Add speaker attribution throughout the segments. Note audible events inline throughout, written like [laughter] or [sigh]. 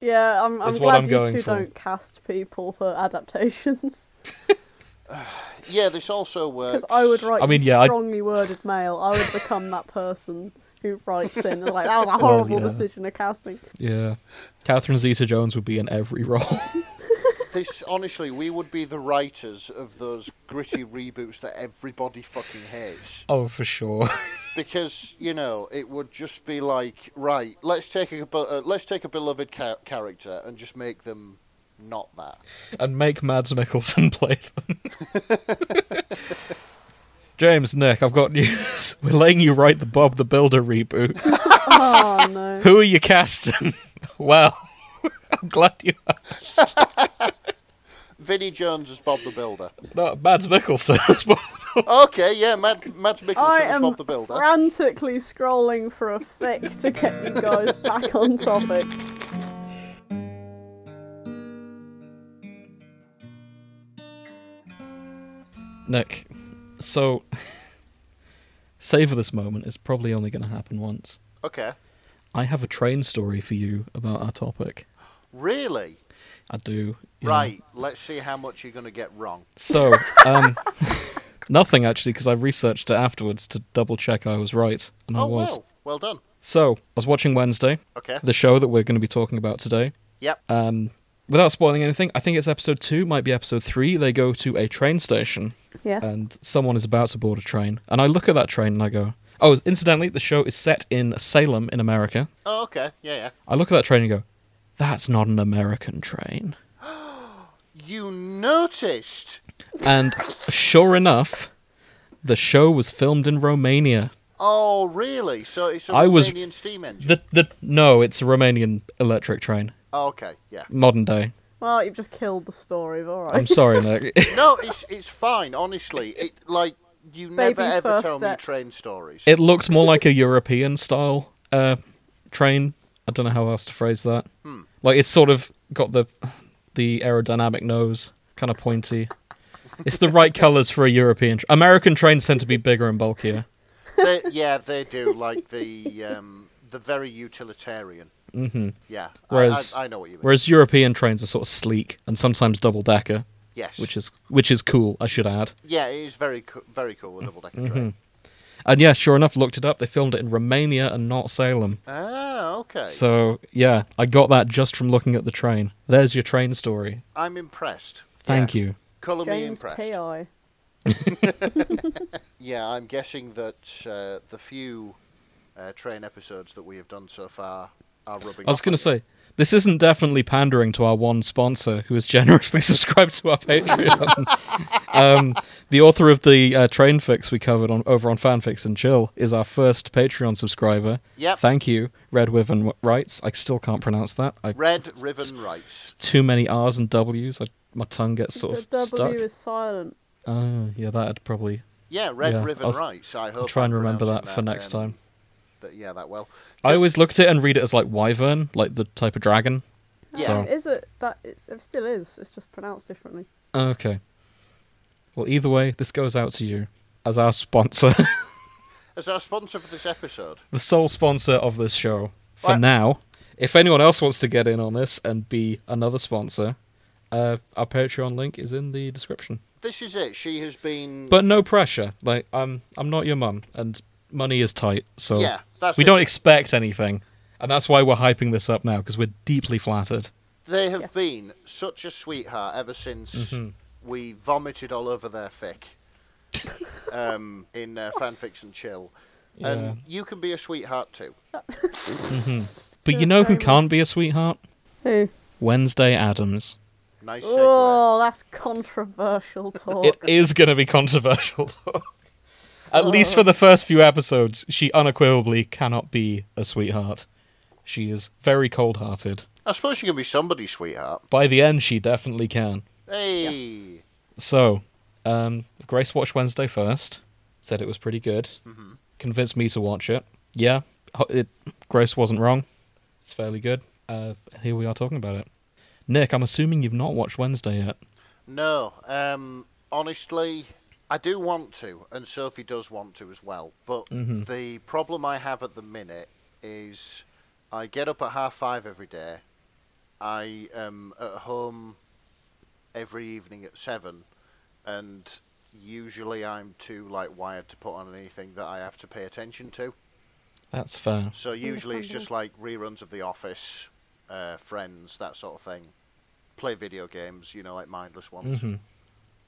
Speaker 1: Yeah, I'm, I'm
Speaker 2: Is what
Speaker 1: glad
Speaker 2: I'm
Speaker 1: you
Speaker 2: going
Speaker 1: two
Speaker 2: for.
Speaker 1: don't cast people for [laughs] adaptations.
Speaker 3: Yeah, this also works.
Speaker 1: Because I would write
Speaker 2: I mean,
Speaker 1: you
Speaker 2: yeah, I-
Speaker 1: strongly worded mail. I would become that person who writes in and like, that was a horrible
Speaker 2: yeah.
Speaker 1: decision of [laughs] casting.
Speaker 2: Yeah. Catherine Zeta Jones would be in every [laughs] role.
Speaker 3: This honestly, we would be the writers of those gritty reboots that everybody fucking hates.
Speaker 2: oh, for sure.
Speaker 3: Because you know, it would just be like, right, let's take a bu- uh, let's take a beloved ca- character and just make them not that.
Speaker 2: and make Mads Mikkelsen play them. [laughs] James, Nick, I've got news. [laughs] We're letting you write the Bob the Builder reboot.
Speaker 1: Oh [laughs] no.
Speaker 2: Who are you casting? [laughs] well, I'm glad you
Speaker 3: Vinnie Jones as Bob
Speaker 1: [laughs]
Speaker 3: the Builder.
Speaker 2: No, Mads Mikkelsen. as well.
Speaker 3: Okay, yeah, Mad, Mads Mikkelsen
Speaker 1: I
Speaker 3: as
Speaker 1: am
Speaker 3: Bob the Builder.
Speaker 1: frantically scrolling for a fic to get you guys [laughs] back on topic.
Speaker 2: Nick, so savor this moment. It's probably only going to happen once.
Speaker 3: Okay,
Speaker 2: I have a train story for you about our topic.
Speaker 3: really?
Speaker 2: I do. yeah.
Speaker 3: Right. Let's see how much you're going to get wrong.
Speaker 2: So, um, [laughs] nothing actually, because I researched it afterwards to double check I was right, and I
Speaker 3: oh
Speaker 2: was.
Speaker 3: well, well done.
Speaker 2: So, I was watching Wednesday,
Speaker 3: Okay.
Speaker 2: the show that we're going to be talking about today.
Speaker 3: Yep.
Speaker 2: Um, without spoiling anything, I think it's episode two, might be episode three. They go to a train station,
Speaker 1: Yes.
Speaker 2: and someone is about to board a train. And I look at that train and I go, Oh, incidentally, the show is set in Salem, in America.
Speaker 3: oh, okay. Yeah, yeah.
Speaker 2: I look at that train and go, That's not an American train.
Speaker 3: You noticed.
Speaker 2: And sure enough, the show was filmed in Romania.
Speaker 3: Oh, really? So it's a
Speaker 2: I
Speaker 3: Romanian
Speaker 2: was-
Speaker 3: steam engine.
Speaker 2: The the no, it's a Romanian electric train,
Speaker 3: Oh, okay, yeah.
Speaker 2: modern day.
Speaker 1: Well, you've just killed the story, but
Speaker 2: I'm
Speaker 1: alright.
Speaker 2: sorry, Nick.
Speaker 3: [laughs] No, it's it's fine. Honestly, it like you never
Speaker 1: Baby's
Speaker 3: ever
Speaker 1: first
Speaker 3: tell
Speaker 1: steps.
Speaker 3: me train stories.
Speaker 2: it looks more like a European style uh, train. I don't know how else to phrase that. Like it's sort of got the the aerodynamic nose, kind of pointy. It's the right colors for a European. Tr- American trains tend to be bigger and bulkier.
Speaker 3: they, yeah, they do like the um, the very utilitarian.
Speaker 2: hmm
Speaker 3: Yeah, I-
Speaker 2: Whereas-
Speaker 3: I, I, know what you mean.
Speaker 2: Whereas European trains are sort of sleek and sometimes double decker,
Speaker 3: yes,
Speaker 2: which is which is cool. I should add.
Speaker 3: yeah, it is very co- very cool. A double decker
Speaker 2: Mm-hmm.
Speaker 3: train.
Speaker 2: And yeah, sure enough, looked it up. They filmed it in Romania and not Salem.
Speaker 3: Ah, okay.
Speaker 2: So yeah, I got that just from looking at the train. There's your train story.
Speaker 3: I'm impressed.
Speaker 2: Thank you.
Speaker 3: Colour me
Speaker 1: James
Speaker 3: impressed.
Speaker 1: P.I.
Speaker 3: Yeah, I'm guessing that uh, the few uh, train episodes that we have done so far are rubbing.
Speaker 2: I was
Speaker 3: off
Speaker 2: going to
Speaker 3: on you.
Speaker 2: say this isn't definitely pandering to our one sponsor who has [laughs] generously subscribed to our Patreon. [laughs] um, the author of the uh, train fix we covered on over on Fanfics and Chill is our first Patreon subscriber.
Speaker 3: Yep.
Speaker 2: Thank you, Red Wyvern writes. I still can't pronounce that. I, [laughs]
Speaker 3: Red Ribbon Rights.
Speaker 2: Too many R's and W's. I, my tongue gets sort
Speaker 1: The W
Speaker 2: of stuck.
Speaker 1: is silent.
Speaker 2: Oh, yeah, that'd probably
Speaker 3: Yeah, Red
Speaker 2: Yeah,
Speaker 3: Ribbon
Speaker 2: I'll-
Speaker 3: Rights. I hope.
Speaker 2: I'll try
Speaker 3: I'm
Speaker 2: and remember that
Speaker 3: pronouncing
Speaker 2: for next
Speaker 3: um,
Speaker 2: time.
Speaker 3: That, yeah, that well.
Speaker 2: I
Speaker 3: Just-
Speaker 2: always looked at it and read it as like wyvern, like the type of dragon.
Speaker 3: Yeah.
Speaker 2: So
Speaker 1: Is it that it's, it still is? It's just pronounced differently.
Speaker 2: okay. Well, either way, this goes out to you as our sponsor, [laughs]
Speaker 3: as our sponsor for this episode.
Speaker 2: the sole sponsor of this show for
Speaker 3: What?
Speaker 2: now. If anyone else wants to get in on this and be another sponsor, uh, our Patreon link is in the description.
Speaker 3: This is it. She has been.
Speaker 2: But no pressure. Like I'm, I'm not your mum, and money is tight, so
Speaker 3: yeah, that's
Speaker 2: we
Speaker 3: it.
Speaker 2: don't expect anything, and that's why we're hyping this up now because we're deeply flattered.
Speaker 3: They have been such a sweetheart ever since
Speaker 2: Mm-hmm.
Speaker 3: we vomited all over their fic [laughs] um, in uh, fanfics and chill. And you can be a sweetheart too.
Speaker 2: But
Speaker 1: Yeah,
Speaker 2: you know who
Speaker 1: very
Speaker 2: can't be a sweetheart?
Speaker 1: Who?
Speaker 2: Wednesday Adams.
Speaker 3: Nice segue.
Speaker 1: Oh, that's controversial talk.
Speaker 2: It is going to be controversial. [laughs] At least for the first few episodes, she unequivocally cannot be a sweetheart. She is very cold hearted.
Speaker 3: I suppose you can be somebody's sweetheart.
Speaker 2: By the end, she definitely can.
Speaker 3: Hey,
Speaker 2: So, um, Grace watched Wednesday first, said it was pretty good, convinced me to watch it. Yeah, ho- it, Grace wasn't wrong. It's fairly good. Uh, here we are talking about it. Nick, I'm assuming you've not watched Wednesday yet.
Speaker 3: no. Um, honestly, I do want to, and Sophie does want to as well. But the problem I have at the minute is I get up at half five every day, I am at home every evening at seven, and usually I'm too like wired to put on anything that I have to pay attention to.
Speaker 2: That's fair.
Speaker 3: So usually it's just like reruns of The Office, uh, Friends, that sort of thing. Play video games, you know, like mindless ones.
Speaker 2: Mhm.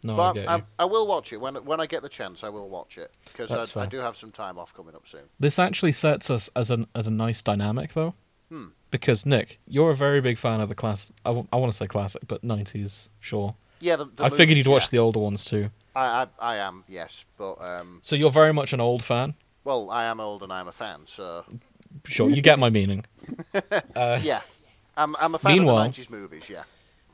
Speaker 2: No, I
Speaker 3: But
Speaker 2: get
Speaker 3: I,
Speaker 2: you.
Speaker 3: I will watch it when when I get the chance. I will watch it because
Speaker 2: That's
Speaker 3: I, I
Speaker 2: fair.
Speaker 3: do have some time off coming up soon.
Speaker 2: This actually sets us as an as a nice dynamic though,
Speaker 3: Hmm.
Speaker 2: because Nick, you're a very big fan of the class. I, w- I want to say classic, but '90s, sure.
Speaker 3: Yeah, the, the
Speaker 2: I figured
Speaker 3: movies,
Speaker 2: you'd watch
Speaker 3: yeah.
Speaker 2: the older ones too.
Speaker 3: I, I I am yes, but um,
Speaker 2: So you're very much an old fan.
Speaker 3: well, I am old and I'm a fan,
Speaker 2: [laughs]
Speaker 3: so
Speaker 2: Sure, you
Speaker 3: [laughs]
Speaker 2: get my meaning. Uh,
Speaker 3: yeah, I'm I'm a fan
Speaker 2: Meanwhile-
Speaker 3: of the '90s movies. Yeah,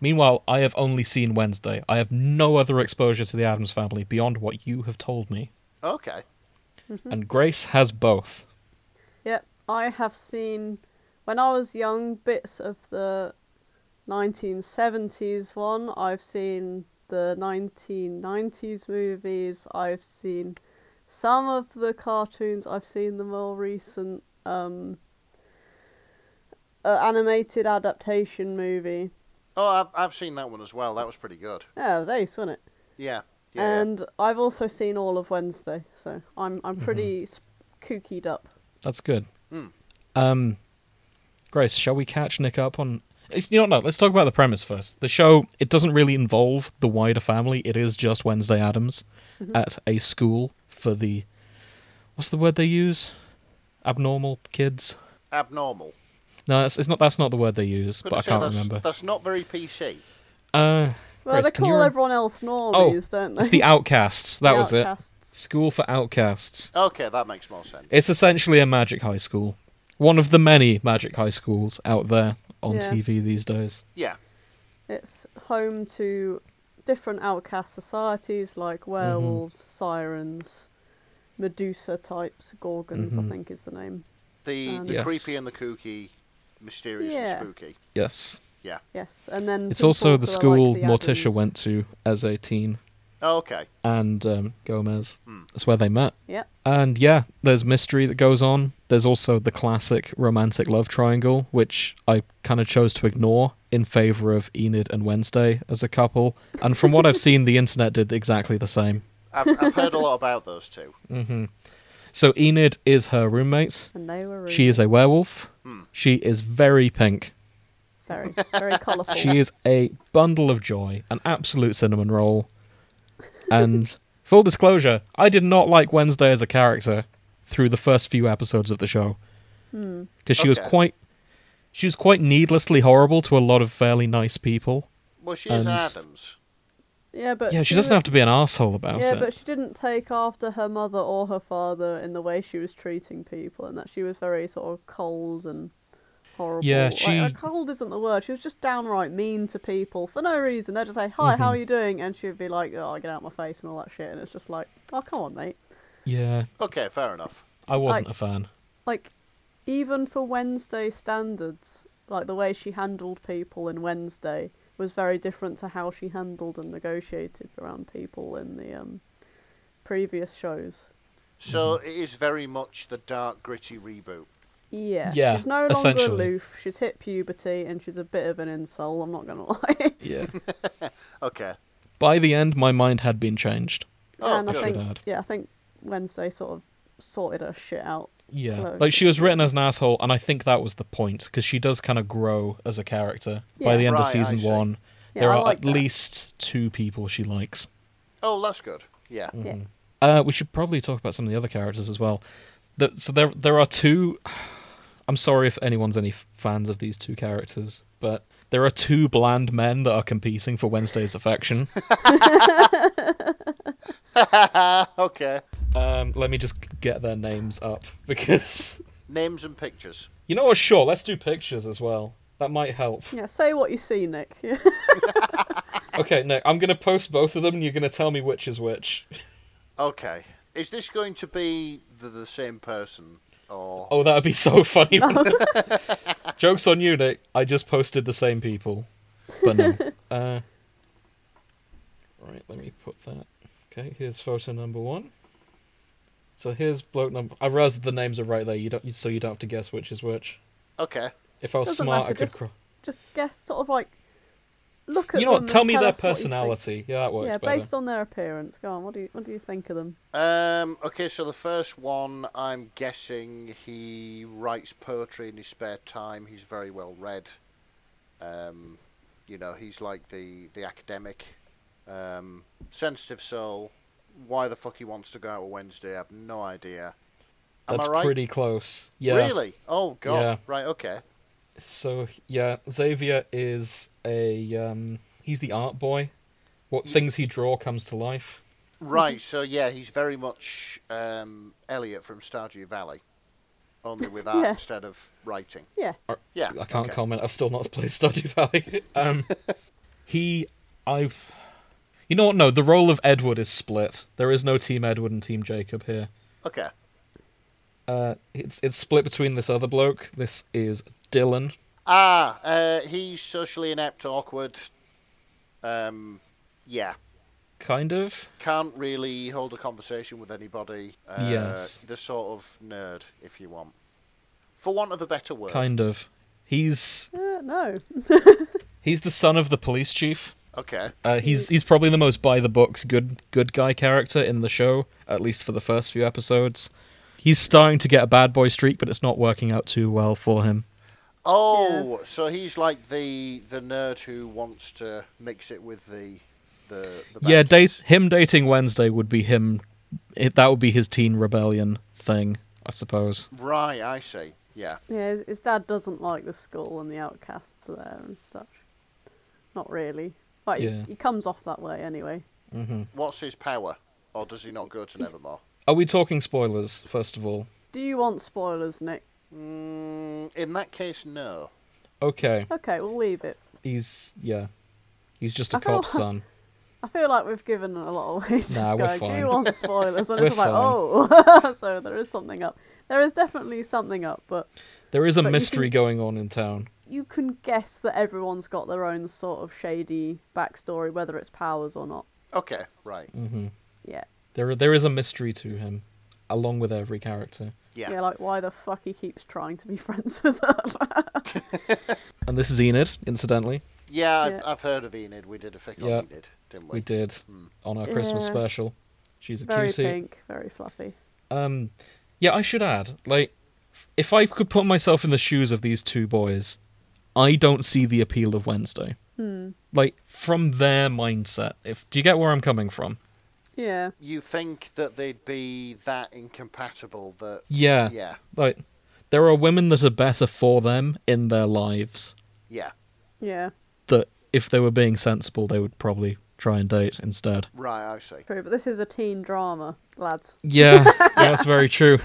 Speaker 2: Meanwhile, I have only seen Wednesday. I have no other exposure to the Adams family beyond what you have told me.
Speaker 3: okay, Mm-hmm.
Speaker 2: And Grace has both.
Speaker 1: Yep, I have seen when I was young bits of the 1970s one. I've seen the 1990s movies. I've seen some of the cartoons. I've seen the more recent um, uh, animated adaptation movie.
Speaker 3: Oh, I've, I've seen that one as well. That was pretty good.
Speaker 1: Yeah, it was ace, wasn't it?
Speaker 3: Yeah. Yeah.
Speaker 1: And I've also seen all of Wednesday, so I'm I'm pretty
Speaker 3: Mm-hmm.
Speaker 1: sp- kookied up.
Speaker 2: That's good. Um, Grace, shall we catch Nick up on? It's- You know, what, no. Let's talk about the premise first. The show it doesn't really involve the wider family. It is just Wednesday Adams
Speaker 1: Mm-hmm.
Speaker 2: at a school for the what's the word they use? Abnormal kids.
Speaker 3: Abnormal.
Speaker 2: No, it's, it's not. That's not the word they use,
Speaker 3: Good
Speaker 2: but I
Speaker 3: to say,
Speaker 2: can't
Speaker 3: that's,
Speaker 2: remember.
Speaker 3: That's not very PC.
Speaker 2: Uh,
Speaker 1: Well,
Speaker 2: Grace,
Speaker 1: they
Speaker 2: can
Speaker 1: call
Speaker 2: you rem-
Speaker 1: everyone else
Speaker 2: oh,
Speaker 1: normies, don't they? [laughs]
Speaker 2: it's the outcasts. That
Speaker 1: The
Speaker 2: was it.
Speaker 1: outcasts.
Speaker 2: School for outcasts.
Speaker 3: Okay, that makes more sense.
Speaker 2: It's essentially a magic high school, one of the many magic high schools out there on
Speaker 1: Yeah.
Speaker 2: TV these days.
Speaker 3: yeah.
Speaker 1: It's home to different outcast societies
Speaker 2: Mm-hmm.
Speaker 1: like werewolves, sirens, Medusa types, Gorgons,
Speaker 2: Mm-hmm.
Speaker 1: I think is the name.
Speaker 3: The
Speaker 1: Um,
Speaker 3: the
Speaker 2: Yes.
Speaker 3: creepy and the kooky, mysterious
Speaker 1: Yeah.
Speaker 3: and spooky.
Speaker 2: Yes,
Speaker 3: Yeah.
Speaker 1: Yes, and then
Speaker 2: It's
Speaker 1: people
Speaker 2: also the
Speaker 1: who are
Speaker 2: school
Speaker 1: like the
Speaker 2: Morticia
Speaker 1: Addams.
Speaker 2: went to as a teen,
Speaker 3: Okay.
Speaker 2: and um, Gomez. That's where they met.
Speaker 1: Yep.
Speaker 2: And yeah, there's mystery that goes on. There's also the classic romantic love triangle, which I kind of chose to ignore in favor of Enid and Wednesday as a couple. And
Speaker 1: [laughs]
Speaker 2: from what I've seen, the internet did exactly the same. Mm-hmm.
Speaker 3: I've, I've heard a lot about those two.
Speaker 2: So Enid is her roommate.
Speaker 1: And they were
Speaker 2: She is a
Speaker 1: roommates.
Speaker 2: werewolf. She is very pink.
Speaker 1: very very colourful.
Speaker 2: [laughs] She is a bundle of joy, an absolute cinnamon roll. And full disclosure, I did not like Wednesday as a character through the first few episodes of the show.
Speaker 1: Hmm.
Speaker 2: Because she was
Speaker 3: Okay.
Speaker 2: quite she was quite needlessly horrible to a lot of fairly nice people.
Speaker 3: Well, she is
Speaker 2: And-
Speaker 3: Adams.
Speaker 1: Yeah, but
Speaker 2: Yeah, she, doesn't
Speaker 1: was-
Speaker 2: have to be an asshole about
Speaker 1: Yeah,
Speaker 2: it.
Speaker 1: but she didn't take after her mother or her father in the way she was treating people, and that she was very sort of cold and horrible.
Speaker 2: Yeah,
Speaker 1: Like,
Speaker 2: she-
Speaker 1: uh, cold isn't the word. She was just downright mean to people for no reason. They'd just say, "Hi,
Speaker 2: Mm-hmm.
Speaker 1: how are you doing?" and she'd be like, "Oh, get out of my face" and all that shit. And it's just like, "Oh, come on, mate."
Speaker 2: yeah,
Speaker 3: Okay, fair enough.
Speaker 2: I wasn't
Speaker 1: I- [laughs]
Speaker 2: a fan.
Speaker 1: Like, even for Wednesday standards, like the way she handled people in Wednesday was very different to how she handled and negotiated around people in the um, previous shows.
Speaker 3: So
Speaker 2: Mm-hmm.
Speaker 3: it is very much the dark, gritty reboot.
Speaker 1: Yeah.
Speaker 2: Yeah,
Speaker 1: She's no longer
Speaker 2: essentially.
Speaker 1: aloof. She's hit puberty and she's a bit of an insult. I'm not going to [laughs] lie.
Speaker 2: Yeah.
Speaker 3: Okay.
Speaker 2: By the end my mind had been changed.
Speaker 3: Oh,
Speaker 1: and I
Speaker 3: good.
Speaker 1: think,
Speaker 2: Bad.
Speaker 1: yeah, I think Wednesday sort of sorted her shit out.
Speaker 2: Yeah.
Speaker 1: Close.
Speaker 2: Like she was written as an asshole and I think that was the point because she does kind of grow as a character by
Speaker 1: Yeah.
Speaker 2: the end of
Speaker 3: Right, I
Speaker 2: season
Speaker 3: see.
Speaker 2: 1.
Speaker 1: Yeah,
Speaker 2: there
Speaker 1: I
Speaker 2: are
Speaker 1: like
Speaker 2: at
Speaker 1: that.
Speaker 2: least two people she likes.
Speaker 3: Oh, that's good. Yeah.
Speaker 1: Yeah.
Speaker 2: Uh, we should probably talk about some of the other characters as well. The, so there, there are two. [sighs] I'm sorry if anyone's any f- fans of these two characters, but there are two bland men that are competing for
Speaker 1: [laughs]
Speaker 2: Wednesday's affection.
Speaker 3: [laughs] okay.
Speaker 2: um, let me just get their names up [laughs] because
Speaker 3: Names and pictures.
Speaker 2: you know what? Sure, let's do pictures as well. That might help.
Speaker 1: Yeah, say what you see, Nick. [laughs] Yeah.
Speaker 2: Okay, Nick, I'm gonna post both of them, and you're gonna tell me which is which.
Speaker 3: Okay. Is this going to be the, the same person? Or
Speaker 2: Oh, that would be so funny.
Speaker 1: [laughs]
Speaker 2: [laughs] Joke's on you, Nick. I just posted the same people.
Speaker 1: [laughs]
Speaker 2: But no. uh, right, let me put that. Okay, here's photo number one. So here's bloke number. I realize the names are right there. You don't, so you don't have to guess which is which.
Speaker 3: okay.
Speaker 2: If I was
Speaker 1: Doesn't
Speaker 2: smart,
Speaker 1: matter,
Speaker 2: I could.
Speaker 1: just-
Speaker 2: Cro-
Speaker 1: just guess sort of like look at
Speaker 2: You know
Speaker 1: them
Speaker 2: what?
Speaker 1: and
Speaker 2: Tell me
Speaker 1: us
Speaker 2: their
Speaker 1: what you think.
Speaker 2: personality. Yeah, that works
Speaker 1: Yeah,
Speaker 2: better.
Speaker 1: based on their appearance. Go on. What do you what do you think of them?
Speaker 3: Um, okay, so the first one, I'm guessing he writes poetry in his spare time. He's very well read. Um, you know, he's like the the academic, um, sensitive soul. Why the fuck he wants to go out on Wednesday? I have no idea. Am
Speaker 2: That's
Speaker 3: I right?
Speaker 2: pretty close. Yeah.
Speaker 3: Really? Oh god.
Speaker 2: Yeah.
Speaker 3: Right. Okay.
Speaker 2: So yeah, Xavier is a um, he's the art boy. What things he draw comes to life.
Speaker 3: Right. So yeah, he's very much um, Elliot from Stardew Valley, only with art
Speaker 1: Yeah.
Speaker 3: instead of writing.
Speaker 1: Yeah.
Speaker 3: Yeah.
Speaker 2: I can't
Speaker 3: okay.
Speaker 2: comment. I've still not [laughs] played Stardew Valley. Um, he, I've, you know what? No, the role of Edward is split. There is no Team Edward and Team Jacob here.
Speaker 3: Okay.
Speaker 2: Uh, it's it's split between this other bloke. This is Dylan.
Speaker 3: Ah, uh, he's socially inept, awkward. Um, yeah,
Speaker 2: Kind of.
Speaker 3: can't really hold a conversation with anybody. Uh,
Speaker 2: Yes.
Speaker 3: the sort of nerd, if you want, for want of a better word.
Speaker 2: Kind of. He's
Speaker 1: Uh, no. [laughs]
Speaker 2: he's the son of the police chief.
Speaker 3: Okay.
Speaker 2: Uh, he's he's probably the most by the books good good guy character in the show, at least for the first few episodes. He's starting to get a bad boy streak, but it's not working out too well for him.
Speaker 3: Oh, so he's like the the nerd who wants to mix it with the the. the bad
Speaker 2: yeah,
Speaker 3: kids.
Speaker 2: date him dating Wednesday would be him. It, that would be his teen rebellion thing, I suppose.
Speaker 3: Right, I see. Yeah.
Speaker 1: Yeah, his, his dad doesn't like the school and the outcasts there and such. Not really. But he,
Speaker 2: Yeah.
Speaker 1: he comes off that way anyway.
Speaker 3: What's his power, or does he not go to Nevermore?
Speaker 2: Are we talking spoilers first of all?
Speaker 1: Do you want spoilers, Nick?
Speaker 3: Mm, in that case, no.
Speaker 2: Okay,
Speaker 1: Okay, we'll leave it.
Speaker 2: he's yeah, he's just a
Speaker 1: I feel [laughs]
Speaker 2: cop's son.
Speaker 1: I feel like we've given a lot away. Just
Speaker 2: Nah, we're
Speaker 1: going, Do
Speaker 2: fine.
Speaker 1: you want spoilers? And
Speaker 2: [laughs] We're
Speaker 1: it's like,
Speaker 2: fine.
Speaker 1: oh, [laughs] so there is something up. There is definitely something up, but
Speaker 2: There is a
Speaker 1: But you
Speaker 2: mystery
Speaker 1: can-
Speaker 2: going on in town.
Speaker 1: you can guess that everyone's got their own sort of shady backstory, whether it's powers or not.
Speaker 3: Okay, right.
Speaker 1: Yeah.
Speaker 2: There there is a mystery to him, along with every character.
Speaker 1: Yeah,
Speaker 3: Yeah.
Speaker 1: like why the fuck he keeps trying to be [laughs] friends with her.
Speaker 2: And this is Enid, incidentally.
Speaker 3: Yeah, I've,
Speaker 1: Yeah.
Speaker 3: I've heard of Enid. We did a fic on
Speaker 2: Yeah.
Speaker 3: Enid, didn't we?
Speaker 2: We did on our Christmas
Speaker 1: Yeah.
Speaker 2: special. She's a
Speaker 1: very
Speaker 2: cutie.
Speaker 1: pink, very fluffy.
Speaker 2: Um, yeah, I should add, like, if I could put myself in the shoes of these two boys, I don't see the appeal of Wednesday.
Speaker 1: Hmm.
Speaker 2: Like from their mindset, if do you get where I'm coming from?
Speaker 1: Yeah.
Speaker 3: You think that they'd be that incompatible that.
Speaker 2: Yeah,
Speaker 3: Yeah,
Speaker 2: Like, there are women that are better for them in their lives
Speaker 3: yeah,
Speaker 1: Yeah.
Speaker 2: that if they were being sensible, they would probably try and date instead.
Speaker 3: right, I see.
Speaker 1: True, but this is a teen drama, lads.
Speaker 2: Yeah, yeah that's very true.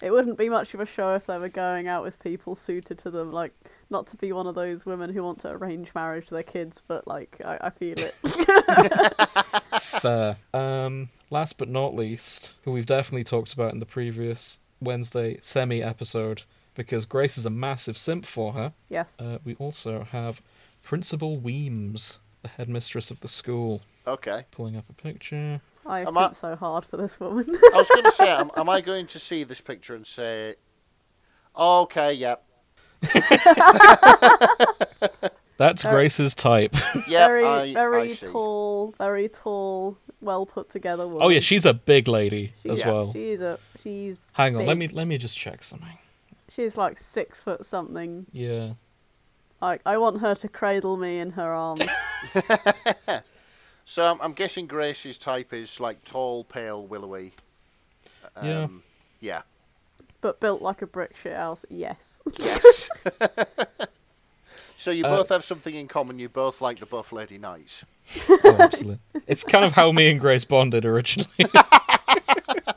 Speaker 1: It wouldn't be much of a show if they were going out with people suited to them, like not to be one of those women who want to arrange marriage to their kids, but like I, I feel
Speaker 2: [laughs]
Speaker 1: it.
Speaker 2: Fair. Um, last but not least, who we've definitely talked about in the previous Wednesday semi episode, because Grace is a massive simp for her.
Speaker 1: yes.
Speaker 2: Uh, we also have Principal Weems, the headmistress of the school,
Speaker 3: Okay.
Speaker 2: pulling up a picture.
Speaker 1: I
Speaker 3: Am
Speaker 1: simp
Speaker 3: I-
Speaker 1: so hard for this woman.
Speaker 3: I was going to say, am, am I going to see this picture and say, okay, yep, Uh,
Speaker 2: That's
Speaker 1: Very-
Speaker 2: Grace's type.
Speaker 3: yep,
Speaker 1: [laughs] very
Speaker 3: I,
Speaker 1: very
Speaker 3: I see.
Speaker 1: tall, very tall, well put together woman.
Speaker 2: oh yeah, she's a big lady
Speaker 1: She's-
Speaker 2: as
Speaker 3: Yeah.
Speaker 2: well.
Speaker 1: She's a she's
Speaker 2: Hang on, let me
Speaker 1: big.
Speaker 2: let me just check something.
Speaker 1: she's like six foot something.
Speaker 2: Yeah.
Speaker 1: Like I want her to cradle me in her
Speaker 3: [laughs]
Speaker 1: arms.
Speaker 3: So I'm, I'm guessing Grace's type is like tall, pale, willowy.
Speaker 2: Yeah.
Speaker 3: Um, yeah.
Speaker 1: but built like a brick shit house,
Speaker 3: [laughs]
Speaker 1: yes.
Speaker 3: Yes. so you
Speaker 2: Uh,
Speaker 3: both have something in common. You both like the Buff Lady Knights.
Speaker 2: Oh, absolutely. It's kind of how me and Grace bonded originally.
Speaker 1: Like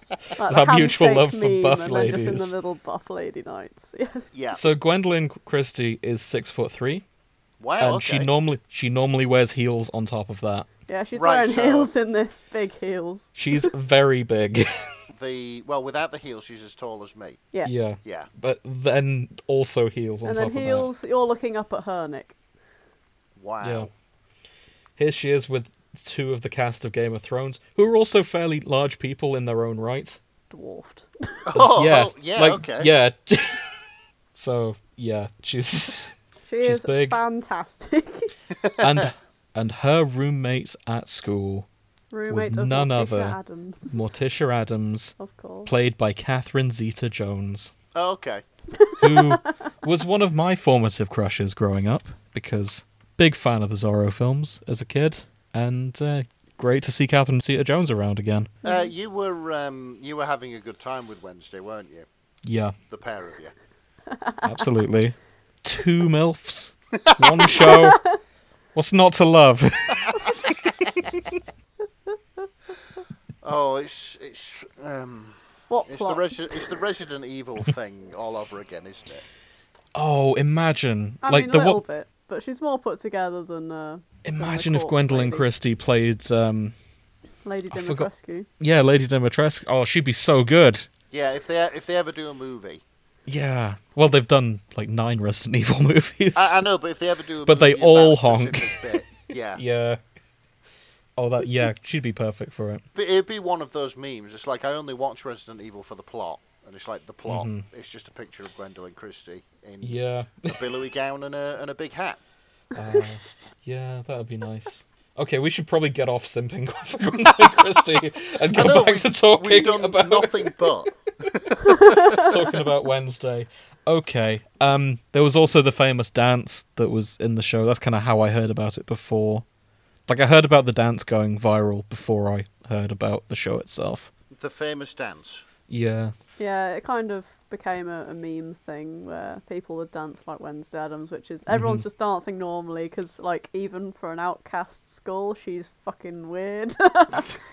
Speaker 2: It's
Speaker 1: the
Speaker 2: our mutual
Speaker 1: handshake
Speaker 2: love for
Speaker 1: meme
Speaker 2: buff
Speaker 1: and Then just in
Speaker 2: ladies.
Speaker 1: the middle, buff lady nights. [laughs] Yes.
Speaker 3: Yeah.
Speaker 2: so Gwendolyn Christie is six foot three.
Speaker 3: wow.
Speaker 2: and
Speaker 3: Oh, okay.
Speaker 2: she normally she normally wears heels on top of that.
Speaker 1: Yeah, she's
Speaker 3: Right,
Speaker 1: wearing
Speaker 3: so-
Speaker 1: heels in this, big heels.
Speaker 2: She's very big.
Speaker 3: the well, without the heels, she's as tall as me.
Speaker 1: Yeah.
Speaker 2: [laughs] yeah.
Speaker 3: Yeah.
Speaker 2: But then also heels on
Speaker 1: and
Speaker 2: top
Speaker 1: then heels, you're looking up at her, Nick.
Speaker 3: Wow.
Speaker 2: of that. Yeah. Here she is with two of the cast of Game of Thrones, who are also fairly large people in their own right.
Speaker 1: Dwarfed.
Speaker 3: Oh,
Speaker 2: yeah.
Speaker 3: yeah,
Speaker 2: [laughs] like,
Speaker 3: okay.
Speaker 2: Yeah. so yeah, she's
Speaker 1: She
Speaker 2: She's
Speaker 1: is
Speaker 2: big.
Speaker 1: fantastic. [laughs]
Speaker 2: and and her roommates at school,
Speaker 1: Roommate of
Speaker 2: none
Speaker 1: Morticia
Speaker 2: other
Speaker 1: Adams.
Speaker 2: Morticia Adams,
Speaker 1: of course.
Speaker 2: played by Catherine Zeta Jones,
Speaker 3: Oh, Okay.
Speaker 2: who was one of my formative crushes growing up because big fan of the Zorro films as a kid, and uh, great to see Catherine Zeta Jones around again.
Speaker 3: Uh, you were um, you were having a good time with Wednesday, weren't you?
Speaker 2: Yeah,
Speaker 3: The pair of you.
Speaker 2: absolutely. Two milfs, one show. What's not to love? [laughs]
Speaker 3: Oh, it's it's um,
Speaker 1: what
Speaker 3: it's
Speaker 1: plot?
Speaker 3: the Resi- it's the Resident Evil thing all over again, isn't it?
Speaker 2: Oh, imagine
Speaker 1: I
Speaker 2: like
Speaker 1: mean, a
Speaker 2: the
Speaker 1: little
Speaker 2: what?
Speaker 1: bit, but she's more put together than uh,
Speaker 2: Imagine if
Speaker 1: corpse
Speaker 2: Gwendolyn
Speaker 1: lady.
Speaker 2: Christie played, um,
Speaker 1: Lady
Speaker 2: I forgot-
Speaker 1: Dimitrescu.
Speaker 2: yeah, Lady Dimitrescu. Oh, she'd be so good.
Speaker 3: Yeah, if they if they ever do a movie,
Speaker 2: Yeah. Well, they've done like nine Resident Evil [laughs] movies.
Speaker 3: I, I know, but if they ever do, a
Speaker 2: But
Speaker 3: movie
Speaker 2: they
Speaker 3: of
Speaker 2: all
Speaker 3: that
Speaker 2: honk.
Speaker 3: specific Bit, yeah.
Speaker 2: [laughs] yeah. Oh, that yeah, she'd be perfect for it.
Speaker 3: But it'd be one of those memes. It's like I only watch Resident Evil for the plot, and it's like the plot. It's just a picture of Gwendolyn Christie in
Speaker 2: Mm-hmm. Yeah.
Speaker 3: a billowy gown and a and a big hat.
Speaker 2: Uh, [laughs] yeah, that would be nice. Okay, we should probably get off simping [laughs] for Gwendolyn Christie and go [laughs]
Speaker 3: I know,
Speaker 2: back
Speaker 3: we've,
Speaker 2: to talking
Speaker 3: we've done
Speaker 2: about
Speaker 3: nothing
Speaker 2: [laughs]
Speaker 3: but.
Speaker 2: talking about Wednesday. Okay. Um, there was also the famous dance that was in the show. That's kind of how I heard about it before. Like I heard about the dance going viral before I heard about the show itself.
Speaker 3: The famous dance.
Speaker 2: Yeah.
Speaker 1: Yeah, it kind of became a, a meme thing where people would dance like Wednesday Adams, which
Speaker 2: Mm-hmm.
Speaker 1: is everyone's just dancing normally because, like, even for an outcast school, she's fucking weird.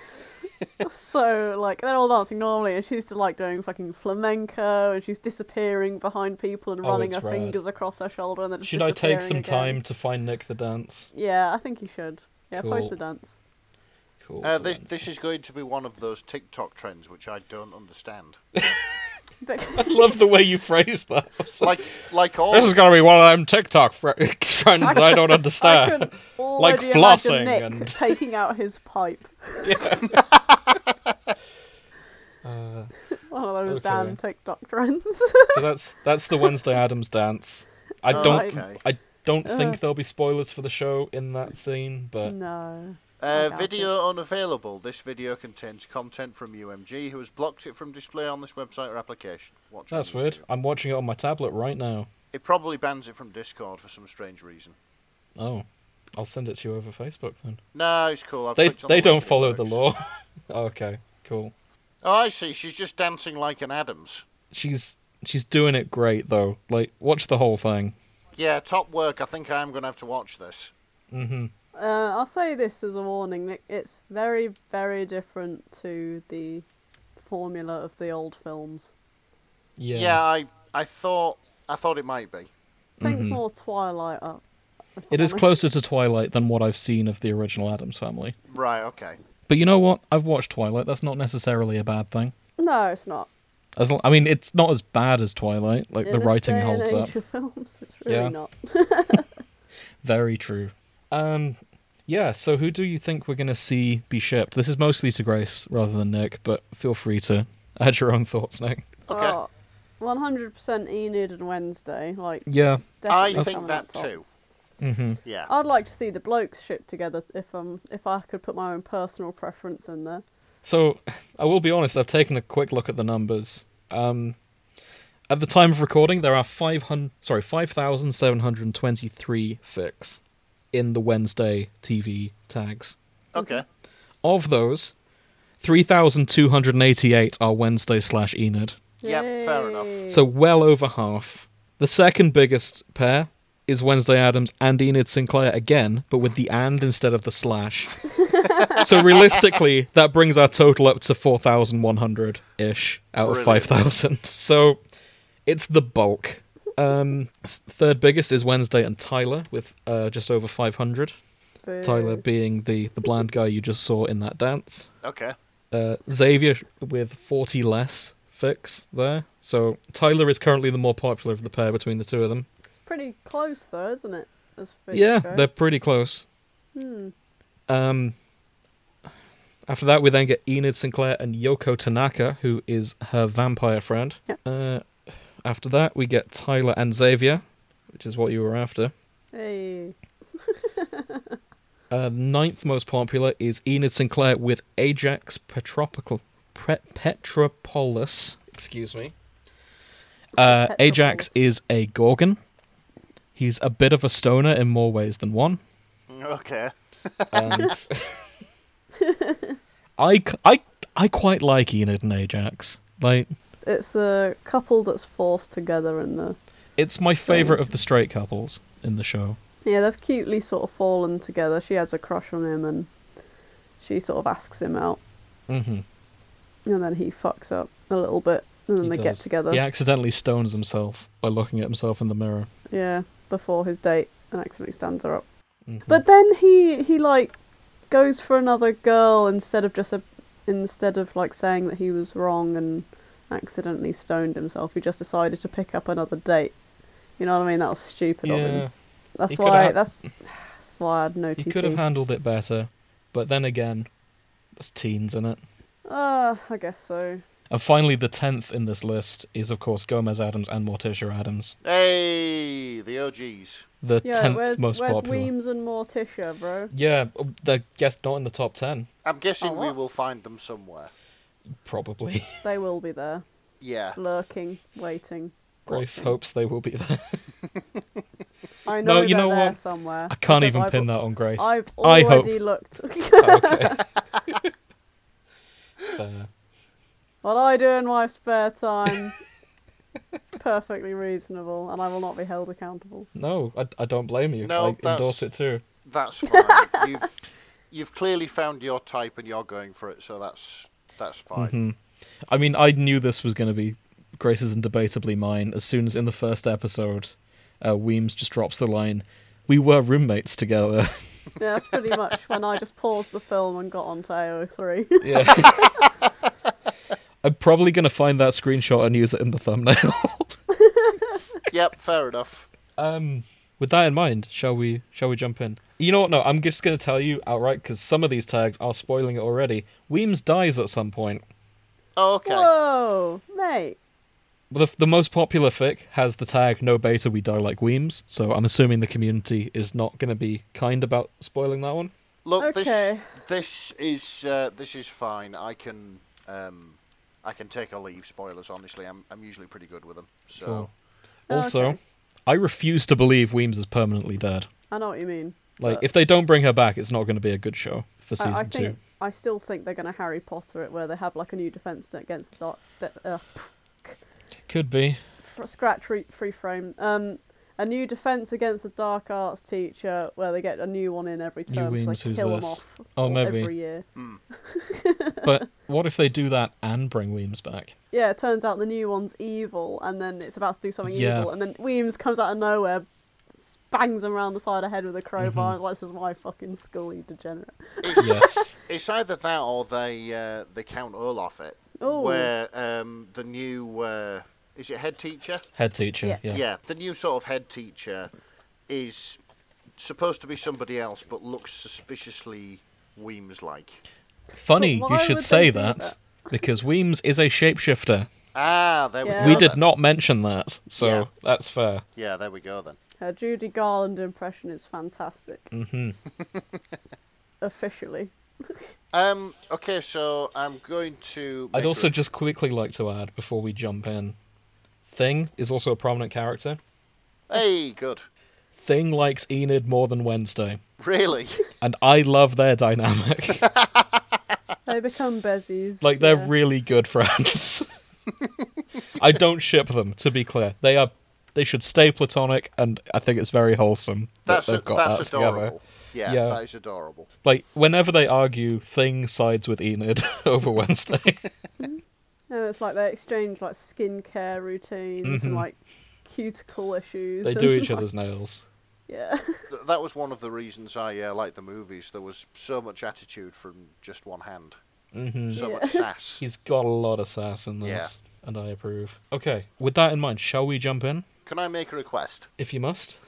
Speaker 1: [laughs] so, like, they're all dancing normally, and she's just like doing fucking flamenco, and she's disappearing behind people and
Speaker 2: Oh,
Speaker 1: running
Speaker 2: it's
Speaker 1: her
Speaker 2: rad.
Speaker 1: fingers across her shoulder, and then just
Speaker 2: Should I take
Speaker 1: disappearing
Speaker 2: some
Speaker 1: again.
Speaker 2: time to find Nick the dance?
Speaker 1: Yeah, I think you should. Yeah,
Speaker 2: Cool.
Speaker 1: post the dance.
Speaker 2: Cool.
Speaker 3: Uh,
Speaker 2: the
Speaker 3: this,
Speaker 2: dance.
Speaker 3: this is going to be one of those TikTok trends which I don't
Speaker 2: [laughs]
Speaker 3: understand.
Speaker 1: But-
Speaker 2: [laughs] I love the way you phrase that. I was like,
Speaker 3: Like like all
Speaker 2: this is gonna be one of them TikTok fr- [laughs] trends that I don't
Speaker 1: I
Speaker 2: [laughs] understand.
Speaker 1: can already imagine
Speaker 2: uh, flossing
Speaker 1: Nick [laughs]
Speaker 2: and-
Speaker 1: taking out his
Speaker 2: [laughs]
Speaker 1: pipe. [laughs]
Speaker 2: Uh,
Speaker 1: One of those
Speaker 2: Okay.
Speaker 1: damn TikTok trends. [laughs]
Speaker 2: so that's that's the Wednesday Adams dance. I
Speaker 3: Oh,
Speaker 2: don't
Speaker 3: okay.
Speaker 2: I Uh. don't
Speaker 1: Ugh.
Speaker 2: think there'll be spoilers for the show in that scene, but
Speaker 1: no.
Speaker 3: uh,
Speaker 1: doubt
Speaker 3: video unavailable. This video contains content from UMG, who has blocked it from display on this website or application. Watch on
Speaker 2: that's weird.
Speaker 3: YouTube.
Speaker 2: I'm watching it on my tablet right now.
Speaker 3: It probably bans it from Discord for some strange reason.
Speaker 2: Oh, I'll send it to you over Facebook then.
Speaker 3: No, it's cool. I've
Speaker 2: They
Speaker 3: clicked on
Speaker 2: they
Speaker 3: the
Speaker 2: don't
Speaker 3: link and it
Speaker 2: follow the
Speaker 3: works.
Speaker 2: law. [laughs] okay, cool.
Speaker 3: Oh, I see. She's just dancing like an Adams.
Speaker 2: She's she's doing it great though. Like watch the whole thing.
Speaker 3: Yeah, top work. I think I am going to have to watch this.
Speaker 2: Mm-hmm.
Speaker 1: Uh, I'll say this as a warning, Nick. It's very, very different to the formula of the old films.
Speaker 2: Yeah.
Speaker 3: I I thought I thought it might be.
Speaker 1: Think
Speaker 2: Mhm.
Speaker 1: more Twilight up. if
Speaker 2: It
Speaker 1: I'm
Speaker 2: is
Speaker 1: honest.
Speaker 2: closer to Twilight than what I've seen of the original Adams family.
Speaker 3: Right. Okay.
Speaker 2: But you know what? I've watched Twilight. That's not necessarily a bad thing.
Speaker 1: No, it's not. As
Speaker 2: As l- I mean, it's not as bad as Twilight. Like
Speaker 1: In
Speaker 2: the
Speaker 1: this
Speaker 2: writing
Speaker 1: day and
Speaker 2: holds up.
Speaker 1: age of films, it's really
Speaker 2: Yeah.
Speaker 1: not.
Speaker 2: Very true. Um, yeah. So who do you think we're gonna see be shipped? This is mostly to Grace rather than Nick, but feel free to [laughs] add your own thoughts, Nick.
Speaker 3: Okay.
Speaker 1: Oh, 100% Enid and Wednesday. Like,
Speaker 2: Yeah.
Speaker 1: definitely
Speaker 3: I
Speaker 1: coming
Speaker 3: think
Speaker 1: out
Speaker 3: that
Speaker 1: top. Oh.
Speaker 3: too.
Speaker 2: Mm-hmm.
Speaker 3: Yeah.
Speaker 1: I'd like to see the blokes shipped together if um if I could put my own personal preference in there.
Speaker 2: So, I will be honest, I've taken a quick look at the numbers. Um, at the time of recording, there are 500, sorry, 5,723 fics in the Wednesday TV tags.
Speaker 3: Okay.
Speaker 2: Of those, 3,288 are Wednesday slash Enid.
Speaker 3: Yeah. Fair enough.
Speaker 1: Yay.
Speaker 2: So, well over half. The second biggest pair is Wednesday Adams and Enid Sinclair again, but with the and instead of the slash. so, realistically, that brings our total up to 4,100 ish out of
Speaker 3: Brilliant.
Speaker 2: 5,000. So, it's the bulk. Um, s- third biggest is Wednesday and Tyler with uh, just over 500.
Speaker 1: Boo.
Speaker 2: Tyler being the, the blind guy you just saw in that dance
Speaker 3: Okay.
Speaker 2: uh, Xavier with 40 less fix there. So Tyler is currently the more popular of the pair between the two of them.
Speaker 1: pretty close though, isn't it? As figures
Speaker 2: yeah,
Speaker 1: go.
Speaker 2: they're pretty close.
Speaker 1: Hmm.
Speaker 2: Um, after that, we then get Enid Sinclair and Yoko Tanaka, who is her vampire friend.
Speaker 1: Yep.
Speaker 2: Uh, after that, we get Tyler and Xavier which is what you were after.
Speaker 1: Hey.
Speaker 2: Uh, ninth most popular is Enid Sinclair with Ajax Petropical, Pre- Petropolis. Excuse me. Uh, Ajax is a Gorgon. He's a bit of a stoner in more ways than one.
Speaker 3: Okay.
Speaker 2: And [laughs] I, c- I, I quite like Enid and Ajax. Like,
Speaker 1: It's the couple that's forced together in the.
Speaker 2: it's my favorite of the straight couples in the show.
Speaker 1: Yeah, they've cutely sort of fallen together. She has a crush on him and she sort of asks him out.
Speaker 2: Mm-hmm.
Speaker 1: And then he fucks up a little bit. And then they get together.
Speaker 2: He accidentally stones himself by looking at himself in the mirror.
Speaker 1: Yeah, before his date and accidentally stands her up.
Speaker 2: Mhm.
Speaker 1: But then he he like goes for another girl instead of just a instead of like saying that he was wrong and accidentally stoned himself. He just decided to pick up another date. You know what I mean? That was stupid of
Speaker 2: yeah,
Speaker 1: him. That's
Speaker 2: He could've
Speaker 1: why
Speaker 2: had-
Speaker 1: that's that's why I had no
Speaker 2: he could have
Speaker 1: TP.
Speaker 2: handled it better, but then again, that's teens in it.
Speaker 1: Ah, I guess so.
Speaker 2: And finally, the tenth in this list is of course Gomez Adams and Morticia Adams,
Speaker 3: Hey, the OGs.
Speaker 2: the
Speaker 1: Yeah,
Speaker 2: tenth
Speaker 1: where's
Speaker 2: most
Speaker 1: where's
Speaker 2: popular.
Speaker 1: Weems and Morticia, bro?
Speaker 2: Yeah, oh, I guess not in the top ten,
Speaker 3: I'm guessing
Speaker 1: Oh,
Speaker 3: we
Speaker 1: what?
Speaker 3: will find them somewhere.
Speaker 1: [laughs]
Speaker 2: probably.
Speaker 1: They will be there,
Speaker 3: Yeah.
Speaker 1: lurking, waiting.
Speaker 2: Grace
Speaker 1: watching.
Speaker 2: hopes they will
Speaker 1: [laughs]
Speaker 2: be there.
Speaker 1: I
Speaker 2: No,
Speaker 1: know
Speaker 2: you
Speaker 1: they're
Speaker 2: know
Speaker 1: there
Speaker 2: what?
Speaker 1: somewhere.
Speaker 2: I can't
Speaker 1: because
Speaker 2: even
Speaker 1: I've-
Speaker 2: pin that on Grace.
Speaker 1: I've
Speaker 2: I hope.
Speaker 1: already looked.
Speaker 2: okay.
Speaker 1: [laughs]
Speaker 2: [laughs] Fair.
Speaker 1: What I do in my spare time is perfectly reasonable, and I will not be held accountable.
Speaker 2: No, I, I don't blame you.
Speaker 3: No,
Speaker 2: I endorse
Speaker 3: that's-
Speaker 2: it too.
Speaker 1: [laughs]
Speaker 3: That's fine. you've you've clearly found your type and you're going for it, so that's that's fine.
Speaker 2: Mhm. I mean, I knew this was going to be Grace's and debatably mine as soon as in the first episode, uh, Weems just drops the line, "We were roommates together." [laughs]
Speaker 1: Yeah, that's pretty much when I just paused the film and got onto AO3.
Speaker 2: yeah. [laughs] I'm probably going to find that screenshot and use it in the thumbnail. [laughs]
Speaker 3: Yep, fair enough.
Speaker 2: um, with that in mind, shall we? Shall we jump in? You know what? No, I'm just going to tell you outright because some of these tags are spoiling it already. Weems dies at some point.
Speaker 3: Oh, okay.
Speaker 1: Whoa, mate!
Speaker 2: The, the most popular fic has the tag no beta we die like Weems, so I'm assuming the community is not going to be kind about spoiling that one.
Speaker 3: Look,
Speaker 1: Okay.
Speaker 3: this this is uh, this is fine. I can um, I can take or leave spoilers. Honestly, I'm I'm usually pretty good with them. So
Speaker 2: Cool.
Speaker 1: Oh,
Speaker 2: Also,
Speaker 1: okay.
Speaker 2: I refuse to believe Weems is permanently dead.
Speaker 1: I know what you mean.
Speaker 2: Like,
Speaker 1: but
Speaker 2: if they don't bring her back, it's not going to be a good show for
Speaker 1: I,
Speaker 2: season
Speaker 1: I
Speaker 2: two.
Speaker 1: think I still think they're going to Harry Potter it, where they have like a new defense against the dark, de- uh,
Speaker 2: Could be.
Speaker 1: fr- scratch re- free frame. Um, a new defense against the dark arts teacher, where they get a new one in every
Speaker 2: New
Speaker 1: term,
Speaker 2: Weems,
Speaker 1: so they
Speaker 2: who's
Speaker 1: kill them
Speaker 2: this?
Speaker 1: off
Speaker 2: Oh,
Speaker 1: every
Speaker 2: maybe.
Speaker 1: year.
Speaker 2: but what if they do that and bring
Speaker 1: [laughs]
Speaker 2: Weems back?
Speaker 1: yeah, it turns out the new one's evil, and then it's about to do something
Speaker 2: Yeah.
Speaker 1: evil, and then Weems comes out of nowhere, s- bangs him around the side of the head with a
Speaker 2: Mm-hmm.
Speaker 1: crowbar, and like, this is my fucking school, you degenerate.
Speaker 3: it's
Speaker 2: yes.
Speaker 3: it's either that or they uh, they count Olaf it,
Speaker 1: Oh,
Speaker 3: where um, the new uh, is it head teacher?
Speaker 2: Head teacher.
Speaker 1: Yeah.
Speaker 2: Yeah.
Speaker 3: the new sort of head teacher is supposed to be somebody else, but looks suspiciously Weems like.
Speaker 2: Funny
Speaker 1: But
Speaker 2: you
Speaker 1: why
Speaker 2: should
Speaker 1: would they
Speaker 2: say
Speaker 1: do
Speaker 2: that,
Speaker 1: that?
Speaker 2: because Weems is a
Speaker 1: [laughs]
Speaker 2: shapeshifter.
Speaker 3: Ah, there
Speaker 1: Yeah.
Speaker 3: we go.
Speaker 2: We did
Speaker 3: then.
Speaker 2: not mention that, so
Speaker 3: Yeah.
Speaker 2: that's fair.
Speaker 3: Yeah, there we go then.
Speaker 1: her Judy Garland impression is fantastic,
Speaker 2: hmm
Speaker 1: [laughs] officially.
Speaker 3: Um, okay, so I'm going to. make
Speaker 2: I'd
Speaker 3: a-
Speaker 2: also just quickly like to add before we jump in Thing is also a prominent character.
Speaker 3: Hey, good.
Speaker 2: Thing likes Enid more than Wednesday,
Speaker 3: Really? [laughs]
Speaker 2: and I love their dynamic. [laughs]
Speaker 1: They become bezies.
Speaker 2: like, they're
Speaker 1: yeah.
Speaker 2: really good friends. [laughs] I don't ship them, to be clear. They are. They should stay platonic, and I think it's very wholesome
Speaker 3: That's
Speaker 2: that
Speaker 3: a,
Speaker 2: they've got
Speaker 3: that's
Speaker 2: that
Speaker 3: adorable.
Speaker 2: together.
Speaker 3: Yeah,
Speaker 2: Yeah.
Speaker 3: that is adorable.
Speaker 2: Like whenever they argue, Thing sides with Enid [laughs] over Wednesday.
Speaker 1: And it's like they exchange like skincare routines and
Speaker 2: Mhm.
Speaker 1: like cuticle issues.
Speaker 2: they
Speaker 1: and,
Speaker 2: do each
Speaker 1: like-
Speaker 2: other's nails.
Speaker 1: [laughs] Yeah.
Speaker 3: Th- That was one of the reasons I uh, liked the movies. There was so much attitude from just one hand,
Speaker 2: hmm
Speaker 3: so
Speaker 1: Yeah.
Speaker 3: much sass.
Speaker 2: [laughs] He's got a lot of sass in this, and I approve. Okay, with that in mind, shall we jump in?
Speaker 3: Can I make a request?
Speaker 2: If you must.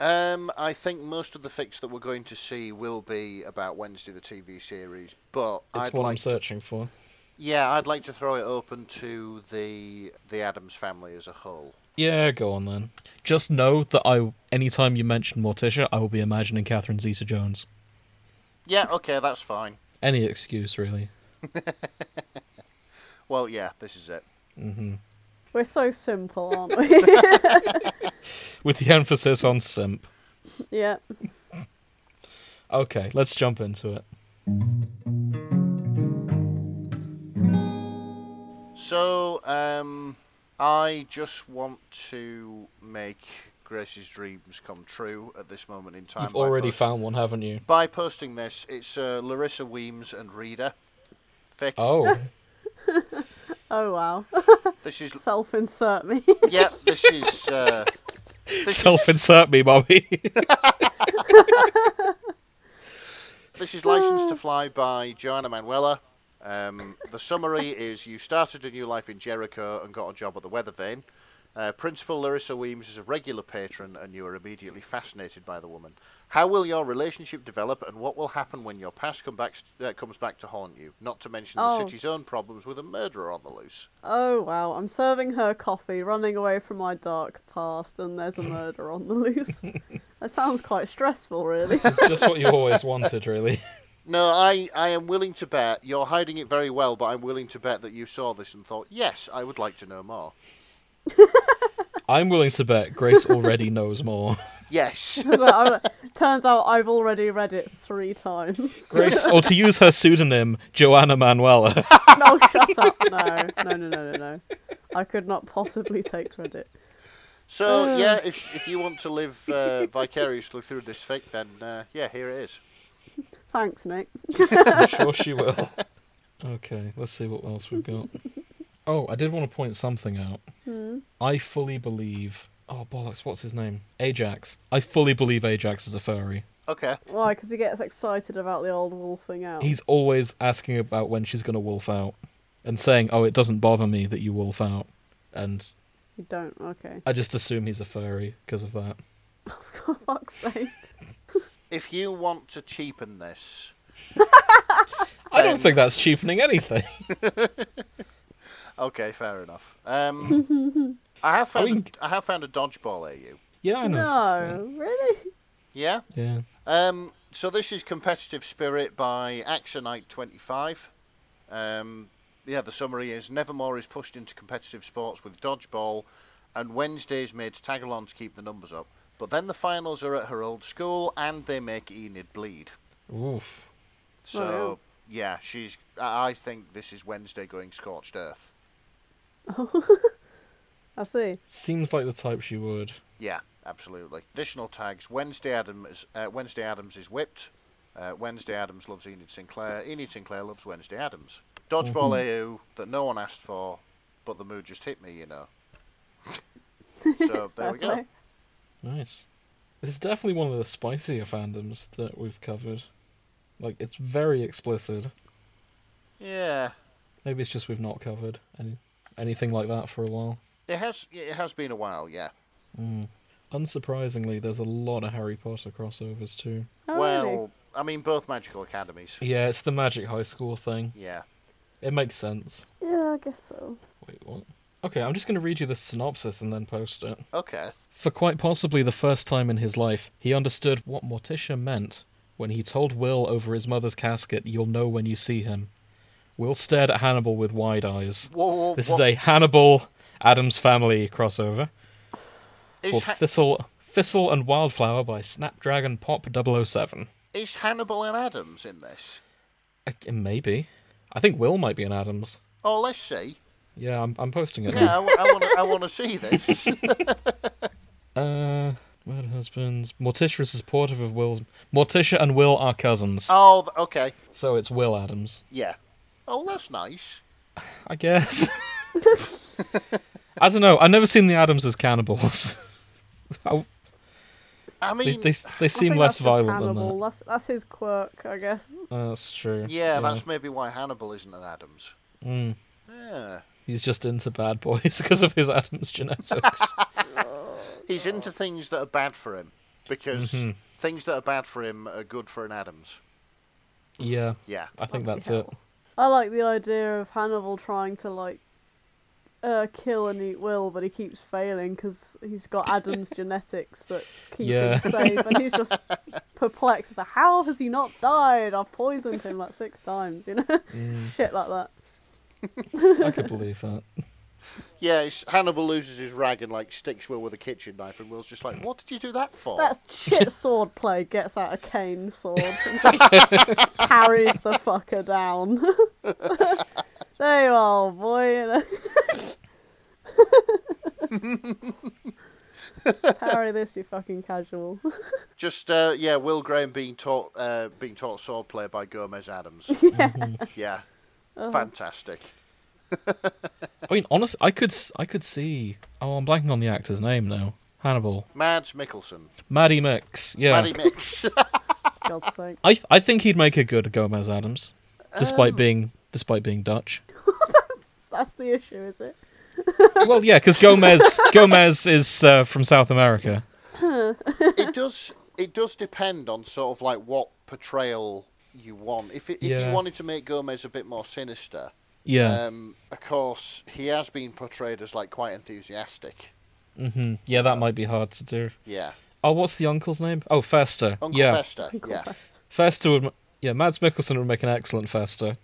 Speaker 3: Um, I think most of the fix that we're going to see will be about Wednesday the TV series, but
Speaker 2: It's
Speaker 3: I'd
Speaker 2: what I'm
Speaker 3: like to,
Speaker 2: searching for.
Speaker 3: yeah, I'd like to throw it open to the the Adams family as a whole.
Speaker 2: Yeah, go on then. Just know that I, anytime you mention Morticia, I will be imagining Catherine Zeta-Jones.
Speaker 3: Yeah, okay, that's fine.
Speaker 2: Any excuse, really.
Speaker 3: Well, yeah, this is it.
Speaker 1: We're so simple, aren't we? [laughs]
Speaker 2: With the [laughs] emphasis on simp.
Speaker 1: yeah.
Speaker 2: Okay, let's jump into it.
Speaker 3: So, um, I just want to make Grace's dreams come true at this moment in time.
Speaker 2: You've
Speaker 3: by
Speaker 2: already
Speaker 3: post-
Speaker 2: found one, haven't you?
Speaker 3: By posting this, it's uh, Larissa Weems and Rita. Thick.
Speaker 2: Oh,
Speaker 1: Oh wow. [laughs]
Speaker 3: This is
Speaker 1: Self-insert me. [laughs]
Speaker 3: yeah. This is uh, this is
Speaker 2: self-insert me,
Speaker 3: [laughs]
Speaker 2: Bobby. [laughs]
Speaker 3: this is License to Fly by Joanna Manuela. Um, the summary is: You started a new life in Jericho and got a job at the Weather Vane. Uh, Principal Larissa Weems is a regular patron, and you are immediately fascinated by the woman. How will your relationship develop, and what will happen when your past come back uh, comes back to haunt you? Not to mention the
Speaker 1: Oh.
Speaker 3: city's own problems with a murderer on the loose.
Speaker 1: oh wow. I'm serving her coffee, running away from my dark past, and there's a murder on the
Speaker 2: [laughs]
Speaker 1: loose. that sounds quite stressful, really. [laughs]
Speaker 2: it's just what you always wanted, really.
Speaker 3: No, I, I am willing to bet you're hiding it very well, but I'm willing to bet that you saw this and thought, yes, I would like to know more.
Speaker 2: I'm willing to bet Grace already knows
Speaker 3: [laughs]
Speaker 2: more.
Speaker 3: Yes.
Speaker 1: But I- turns out I've already read it three times. [laughs]
Speaker 2: Grace, or to use her pseudonym, Joanna Manuela.
Speaker 1: no, shut up. No, no, no, no, no, no. I could not possibly take credit.
Speaker 3: So yeah, if if you want to live uh, vicariously through this fic, then uh, yeah, here it is.
Speaker 1: Thanks, Nick.
Speaker 2: I'm sure she will. Okay, let's see what else we've got. Oh, I did want to point something out.
Speaker 3: Hmm.
Speaker 2: I fully believe. Oh, bollocks, what's his name? Ajax. I fully believe Ajax is a furry.
Speaker 3: Okay.
Speaker 1: Why? Because he gets excited about the old wolfing out.
Speaker 2: He's always asking about when she's going to wolf out and saying, oh, it doesn't bother me that you wolf out. And
Speaker 1: You don't. Okay.
Speaker 2: I just assume he's a furry because of that.
Speaker 1: [laughs] For fuck's sake.
Speaker 3: If you want to cheapen this,
Speaker 2: I don't think that's cheapening anything.
Speaker 3: okay, fair enough. Um, I have found
Speaker 2: I mean-
Speaker 3: I have found a dodgeball AU.
Speaker 2: [laughs] Yeah, I know.
Speaker 1: No, really?
Speaker 3: Yeah.
Speaker 2: Yeah.
Speaker 3: Um, so this is Competitive Spirit by Axonite 25. Um, yeah, the summary is Nevermore is pushed into competitive sports with dodgeball, and Wednesday's made to tag along to keep the numbers up. But then the finals are at her old school, and they make Enid bleed.
Speaker 2: Oof.
Speaker 3: So
Speaker 1: Oh,
Speaker 3: yeah, she's. I I think this is Wednesday going scorched earth.
Speaker 1: I see.
Speaker 2: Seems like the type she would.
Speaker 3: Yeah, absolutely. Additional tags: Wednesday Adams. Uh, Wednesday Adams is whipped. Uh, Wednesday Adams loves Enid Sinclair. Enid Sinclair loves Wednesday Adams. Dodgeball
Speaker 1: Mm-hmm.
Speaker 3: AU that no one asked for, but the mood just hit me,
Speaker 1: [laughs]
Speaker 3: you know. so there we go.
Speaker 1: Definitely.
Speaker 2: Nice. This is definitely one of the spicier fandoms that we've covered. Like, it's very explicit.
Speaker 3: Yeah,
Speaker 2: Maybe it's just we've not covered any anything like that for a while.
Speaker 3: it has. It has been a while. Yeah.
Speaker 2: Unsurprisingly, there's a lot of Harry Potter crossovers too.
Speaker 1: Oh,
Speaker 3: well,
Speaker 1: really?
Speaker 3: I mean, both magical academies.
Speaker 2: Yeah, it's the Magic High School thing.
Speaker 3: Yeah.
Speaker 2: It makes sense.
Speaker 1: Yeah, I guess so.
Speaker 2: Wait, what? Okay, I'm just going to read you the synopsis and then post it.
Speaker 3: Okay.
Speaker 2: For quite possibly the first time in his life, he understood what Morticia meant when he told Will over his mother's casket, You'll know when you see him. Will stared at Hannibal with wide eyes.
Speaker 3: Whoa, whoa,
Speaker 2: This
Speaker 3: whoa.
Speaker 2: is a Hannibal Adams Family crossover
Speaker 3: Is,
Speaker 2: called
Speaker 3: Ha-
Speaker 2: Thistle, Thistle and Wildflower by Snapdragon Pop 007.
Speaker 3: is Hannibal and Adams in this?
Speaker 2: I, maybe. I think Will might be an Adams.
Speaker 3: Oh, let's see.
Speaker 2: Yeah, I'm, I'm posting it.
Speaker 3: Yeah, I, want to. I want to
Speaker 1: [laughs]
Speaker 3: see this.
Speaker 2: Uh, Murder Husbands. Morticia is supportive of Will's. Morticia and Will are cousins.
Speaker 3: oh, th- okay.
Speaker 2: So it's Will Adams.
Speaker 3: Yeah. Oh, that's nice.
Speaker 2: I guess. I don't know. I've never seen the Adams as cannibals. [laughs] I-
Speaker 3: I
Speaker 2: they,
Speaker 3: mean,
Speaker 2: they, they
Speaker 1: I
Speaker 2: seem
Speaker 1: think that's
Speaker 2: less
Speaker 1: just
Speaker 2: violent than
Speaker 1: Hannibal.
Speaker 2: that.
Speaker 1: That's, that's his quirk, I guess.
Speaker 2: Uh, That's true.
Speaker 3: yeah, that's maybe why Hannibal isn't an Adams.
Speaker 2: Mm.
Speaker 3: Yeah.
Speaker 2: He's just into bad boys [laughs] because of his Adams genetics.
Speaker 3: [laughs] He's into things that are bad for him because
Speaker 2: Mm-hmm.
Speaker 3: things that are bad for him are good for an Adams.
Speaker 2: yeah,
Speaker 3: Yeah.
Speaker 2: I think
Speaker 1: Bloody
Speaker 2: that's it.
Speaker 1: hell. I like the idea of Hannibal trying to like uh, kill and eat Will, but he keeps failing because he's got
Speaker 2: [laughs]
Speaker 1: Adam's genetics that keep
Speaker 2: Yeah.
Speaker 1: him safe, and he's
Speaker 2: [laughs]
Speaker 1: just perplexed as to how has he not died? I poisoned him like six times, you know,
Speaker 2: Mm.
Speaker 1: [laughs] shit like that.
Speaker 2: I could believe that.
Speaker 3: Yeah, it's, Hannibal loses his rag and like sticks Will with a kitchen knife, and Will's just like, "What did you do that for?"
Speaker 1: That's
Speaker 2: [laughs]
Speaker 1: shit sword play. Gets out a cane sword and carries the fucker down. [laughs] there you are, boy. [laughs] You know. Carry this, you fucking casual. [laughs]
Speaker 3: Just uh, yeah, Will Graham being taught uh, being taught swordplay by Gomez Adams. yeah, fantastic.
Speaker 2: I mean, honestly, I could s- I could see. Oh, I'm blanking on the actor's name now. Hannibal,
Speaker 3: Mads Mikkelsen,
Speaker 2: Maddie Mix. Yeah,
Speaker 3: Matty Mix. [laughs]
Speaker 1: God's sake.
Speaker 2: I th- I think he'd make a good Gomez Adams,
Speaker 3: Oh.
Speaker 2: despite being despite being Dutch.
Speaker 1: That's the issue, is it?
Speaker 2: Well, yeah, because Gomez Gomez is uh, from South America.
Speaker 3: it does it does depend on sort of like what portrayal you want. If it, if
Speaker 2: Yeah.
Speaker 3: you wanted to make Gomez a bit more sinister,
Speaker 2: Yeah,
Speaker 3: um, of course he has been portrayed as like quite enthusiastic.
Speaker 2: hmm yeah, that might be hard to do.
Speaker 3: Yeah,
Speaker 2: Oh, what's the uncle's name? Oh, Fester.
Speaker 3: Uncle
Speaker 2: yeah,
Speaker 3: Fester. Yeah.
Speaker 2: Fester would. m- Yeah, Mads Mikkelsen would make an excellent Fester.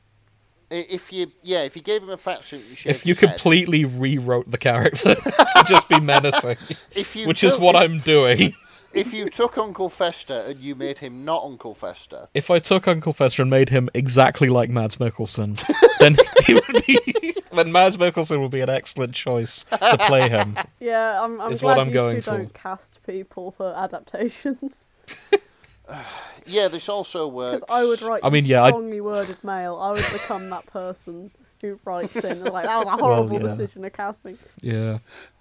Speaker 3: I- If you yeah, if you gave him a fat suit, and shaved
Speaker 2: if you
Speaker 3: his head-
Speaker 2: completely rewrote the character [laughs] to just be menacing,
Speaker 3: if [laughs]
Speaker 2: [laughs]
Speaker 3: you
Speaker 2: which is
Speaker 3: took-
Speaker 2: what
Speaker 3: if-
Speaker 2: I'm doing.
Speaker 3: If you took Uncle Fester and you made him not Uncle Fester,
Speaker 2: If I took Uncle Fester and made him exactly like Mads
Speaker 3: [laughs]
Speaker 2: Mikkelsen, then he would be. [laughs] Then Mads Mikkelsen would be an excellent choice to play
Speaker 3: [laughs]
Speaker 2: him.
Speaker 1: Yeah, I'm, I'm
Speaker 2: It's
Speaker 1: glad
Speaker 2: what I'm
Speaker 1: you
Speaker 2: going
Speaker 1: two
Speaker 2: for.
Speaker 1: don't cast people for adaptations.
Speaker 3: yeah, this also
Speaker 1: Because
Speaker 3: works.
Speaker 1: I would write
Speaker 2: I mean,
Speaker 1: you
Speaker 2: yeah, I'd-
Speaker 1: strongly worded mail. I would become that person who writes in and like, that was
Speaker 2: [laughs]
Speaker 1: a horrible
Speaker 2: yeah.
Speaker 1: decision of casting.
Speaker 2: Yeah,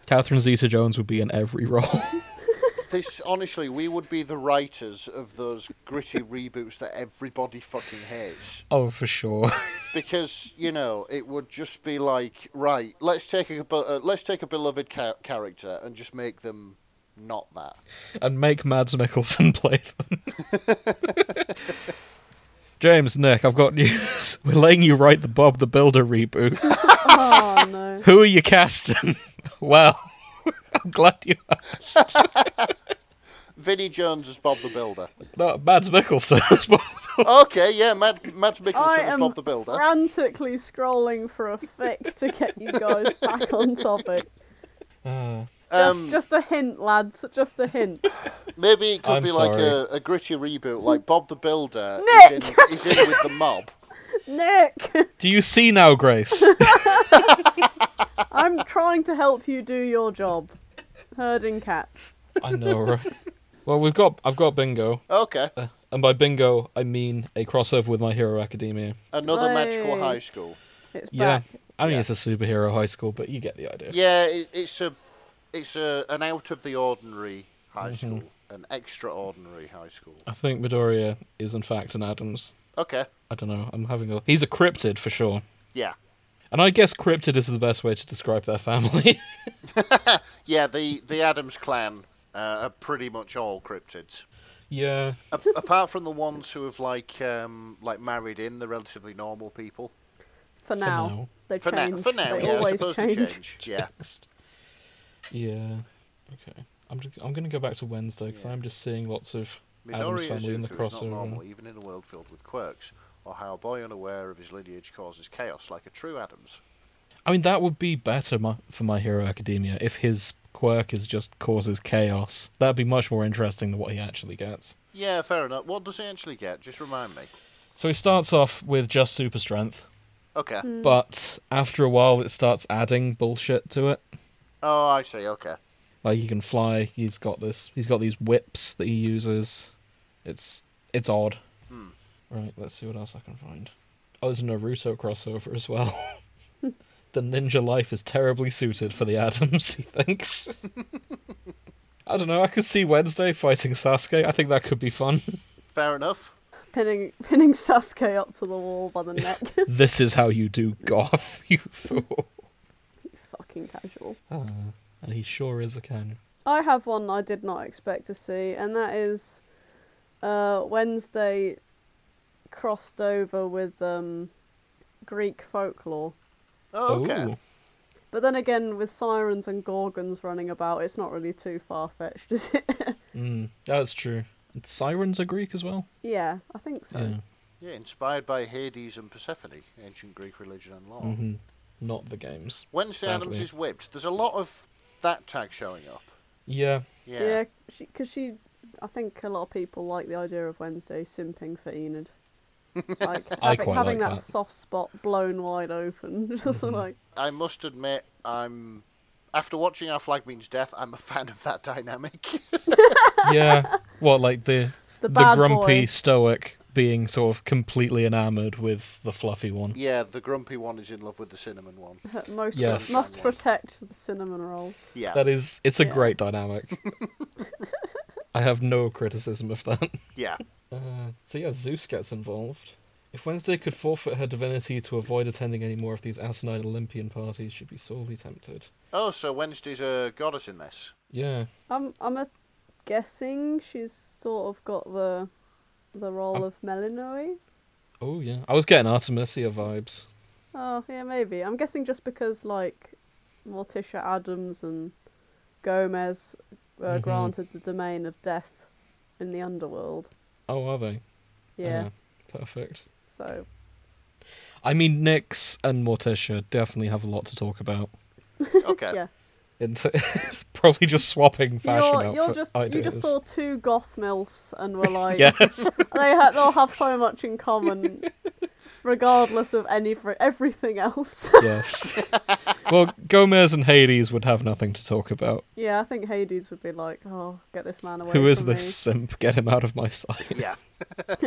Speaker 2: Catherine Zeta-Jones would be in every role.
Speaker 3: This honestly, we would be the writers of those gritty reboots that everybody fucking hates.
Speaker 2: oh, for sure. [laughs]
Speaker 3: because you know it would just be like right let's take a bu- uh, let's take a beloved ca- character and just make them not that
Speaker 2: And make Mads Mikkelsen [laughs] play them. [laughs] James, Nick, I've got news. [laughs] We're letting you write the Bob the Builder reboot. [laughs]
Speaker 1: Oh no.
Speaker 2: Who are you casting? [laughs] well, I'm glad you asked.
Speaker 3: Vinnie Jones as Bob the Builder
Speaker 2: No, Mads Mikkelsen [laughs] as well.
Speaker 3: okay yeah Mad- Mads
Speaker 1: I
Speaker 3: Mikkelsen as
Speaker 1: am
Speaker 3: Bob the Builder
Speaker 1: frantically scrolling for a fic to get you guys back on topic.
Speaker 2: Hmm.
Speaker 1: Just,
Speaker 3: um,
Speaker 1: just a hint, lads. Just a hint.
Speaker 3: maybe it could
Speaker 2: I'm
Speaker 3: be like a, a gritty reboot like Bob the Builder
Speaker 1: Nick!
Speaker 3: is in, is in with the mob
Speaker 1: Nick,
Speaker 2: Do you see now, Grace?
Speaker 1: I'm trying to help you do your job. Herding cats.
Speaker 2: [laughs] I know, right? Well, we've got I've got bingo,
Speaker 3: okay
Speaker 2: and by bingo I mean a crossover with My Hero Academia.
Speaker 3: another magical
Speaker 1: Hey.
Speaker 3: high school
Speaker 1: It's
Speaker 2: Yeah,
Speaker 1: back.
Speaker 2: I mean
Speaker 3: Yeah.
Speaker 2: it's a superhero high school, but you get the idea.
Speaker 3: yeah it, it's a it's a an out of the ordinary high school an extraordinary high school
Speaker 2: I think Midoriya is in fact an Adams.
Speaker 3: okay
Speaker 2: I don't know. I'm having a. He's a cryptid for sure,
Speaker 3: yeah
Speaker 2: and I guess cryptid is the best way to describe their family. [laughs]
Speaker 3: Yeah, the the Adams clan uh, are pretty much all cryptids.
Speaker 2: yeah.
Speaker 3: A- apart from the ones who have like um, like married in, they're relatively normal people.
Speaker 1: For now.
Speaker 2: now.
Speaker 1: They
Speaker 3: For now,
Speaker 1: change.
Speaker 3: for now,
Speaker 1: they
Speaker 3: yeah, I
Speaker 1: always
Speaker 3: suppose
Speaker 1: change.
Speaker 3: they change. Yeah,
Speaker 1: [laughs]
Speaker 2: Yeah. Okay. I'm just, I'm gonna go back to Wednesday because
Speaker 3: Yeah.
Speaker 2: I'm just seeing lots of Adams
Speaker 3: Midori
Speaker 2: family in the
Speaker 3: Izuku is not
Speaker 2: crossover.
Speaker 3: normal, even in a world filled with quirks, or how a boy unaware of his lineage causes chaos like a true Adams.
Speaker 2: I mean, that would be better my, for My Hero Academia if his quirk is just causes chaos. That'd be much more interesting than what he actually gets.
Speaker 3: Yeah, fair enough. What does he actually get? Just remind me.
Speaker 2: So he starts off with just super strength,
Speaker 3: Okay.
Speaker 1: Hmm.
Speaker 2: but after a while it starts adding bullshit to it.
Speaker 3: Oh, I see. Okay.
Speaker 2: Like he can fly, he's got this, he's got these whips that he uses. It's it's odd. Right, let's see what else I can find. Oh, there's a Naruto crossover as well. [laughs] the ninja life is terribly suited for the Adams, he thinks. [laughs] I don't know, I could see Wednesday fighting Sasuke. I think that could be fun. [laughs]
Speaker 3: Fair enough.
Speaker 1: Pinning, pinning Sasuke up to the wall by the neck. [laughs] you
Speaker 2: this is how you do goth, [laughs] you fool.
Speaker 1: fucking casual.
Speaker 2: And he sure is a can.
Speaker 1: I have one I did not expect to see, and that is uh, Wednesday crossed over with um, Greek folklore.
Speaker 3: Oh, okay.
Speaker 2: Ooh.
Speaker 1: But then again, with sirens and gorgons running about, it's not really too far fetched, [laughs] is it?
Speaker 2: Mm, that's true. And sirens are Greek as well.
Speaker 1: yeah, I think so.
Speaker 2: Yeah.
Speaker 3: Yeah, inspired by Hades and Persephone, ancient Greek religion and law.
Speaker 2: hmm Not the games.
Speaker 3: Wednesday Adams
Speaker 2: Sadly.
Speaker 3: is whipped. There's a lot of that tag showing up.
Speaker 2: Yeah.
Speaker 3: Yeah.
Speaker 1: Yeah, because she, I think a lot of people like the idea of Wednesday simping for Enid. Like
Speaker 2: I
Speaker 1: having, having
Speaker 2: quite like
Speaker 1: that,
Speaker 2: that. Mm-hmm.
Speaker 1: soft spot blown wide open, [laughs] just like
Speaker 3: I must admit, I'm. After watching Our Flag Means Death, I'm a [laughs] fan of that dynamic. [laughs]
Speaker 2: Yeah. what like the
Speaker 1: the,
Speaker 2: the,
Speaker 1: bad
Speaker 2: grumpy
Speaker 1: boy.
Speaker 2: stoic being sort of completely enamored with the fluffy one.
Speaker 3: yeah, the grumpy one is in love with the cinnamon one.
Speaker 1: Most
Speaker 2: Yes.
Speaker 1: must protect the cinnamon roll.
Speaker 3: Yeah.
Speaker 2: That is it's a
Speaker 1: Yeah. [laughs]
Speaker 2: great dynamic. I have no criticism of that.
Speaker 3: yeah.
Speaker 2: [laughs] Uh, so yeah, Zeus gets involved. If Wednesday could forfeit her divinity to avoid attending any more of these asinine Olympian parties, she'd be sorely tempted.
Speaker 3: Oh, so Wednesday's a goddess
Speaker 1: [laughs]
Speaker 3: in this.
Speaker 2: Yeah,
Speaker 1: I'm I'm a guessing she's sort of got the the role
Speaker 2: Um,
Speaker 1: of Melanoe.
Speaker 2: Oh yeah, I was getting Artemisia vibes.
Speaker 1: Oh yeah, maybe. I'm guessing just because like Morticia Adams and Gomez were
Speaker 2: Mhm.
Speaker 1: granted the domain of death in the underworld.
Speaker 2: Oh, are they?
Speaker 1: Yeah.
Speaker 2: Ah, perfect.
Speaker 1: So
Speaker 2: I mean, Nyx and Morticia definitely have a lot to talk about.
Speaker 3: Okay.
Speaker 1: yeah,
Speaker 2: It's [laughs] probably just swapping fashion
Speaker 1: you're, you're
Speaker 2: outfit
Speaker 1: just
Speaker 2: ideas.
Speaker 1: you just saw [laughs] two goth milfs and
Speaker 2: [laughs]
Speaker 1: were like
Speaker 2: yes,
Speaker 1: [laughs] they ha- they all have so much in common, regardless of any everything else.
Speaker 2: [laughs]
Speaker 1: [laughs]
Speaker 2: yes. Well, Gomez and Hades would have nothing to talk about.
Speaker 1: yeah, I think Hades would be like, oh, get this man away.
Speaker 2: Who is
Speaker 1: from me."
Speaker 2: this simp? Get him out of my sight.
Speaker 3: Yeah.
Speaker 2: But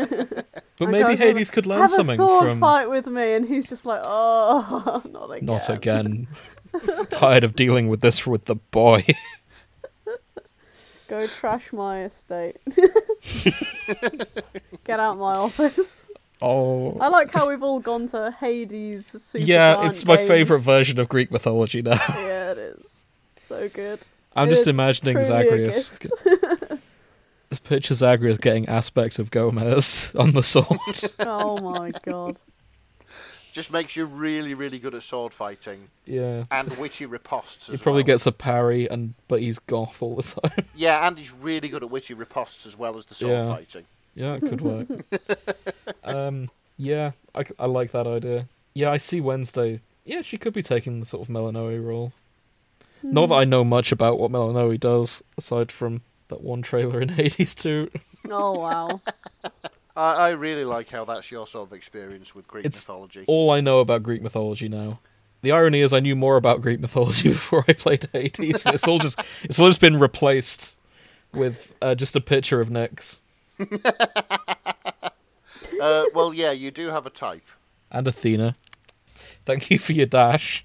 Speaker 1: I
Speaker 2: maybe
Speaker 1: don't wanna
Speaker 2: Hades could learn
Speaker 1: Have
Speaker 2: something
Speaker 1: a sword
Speaker 2: from.
Speaker 1: fight with me, and he's just like, oh, [laughs] not again.
Speaker 2: Not again. Tired of dealing with this with the boy.
Speaker 1: [laughs] Go trash my
Speaker 2: [laughs]
Speaker 1: estate. Get out my office.
Speaker 2: Oh.
Speaker 1: I like how we've all gone to Hades. Super
Speaker 2: yeah,
Speaker 1: Giant
Speaker 2: it's my
Speaker 1: Games.
Speaker 2: favorite version of Greek mythology now. [laughs]
Speaker 1: Yeah, it is. So good.
Speaker 2: I'm
Speaker 1: It
Speaker 2: just
Speaker 1: is
Speaker 2: imagining
Speaker 1: truly a
Speaker 2: Zagreus.
Speaker 1: [laughs]
Speaker 2: This picture Zagreus getting aspects of Gomez [laughs] on the sword.
Speaker 1: Oh my god.
Speaker 3: Just makes you really, really good at sword fighting
Speaker 2: yeah.
Speaker 3: and witty riposts
Speaker 2: He
Speaker 3: as
Speaker 2: probably
Speaker 3: well.
Speaker 2: gets a parry and but he's goth all the time.
Speaker 3: Yeah, and he's really good at witty riposts as well as the sword
Speaker 2: Yeah.
Speaker 3: fighting.
Speaker 2: [laughs] yeah, it could [laughs] work. um yeah, I, c- I like that idea. Yeah, I see Wednesday. Yeah, she could be taking the sort of Melanoe role. Not that I know much about what Melanoe does aside from that one trailer in [laughs] Hades 2.
Speaker 1: Oh wow.
Speaker 3: I, I really like how that's your sort of experience with Greek
Speaker 2: It's
Speaker 3: mythology.
Speaker 2: all I know about Greek mythology now. The irony is, I knew more about Greek mythology [laughs] before I played Hades. and It's all just it's all just been replaced with uh, just a picture of Nyx
Speaker 3: uh, well, yeah, you do have a type.
Speaker 2: and Athena. Thank you for
Speaker 1: [laughs]
Speaker 2: your dash.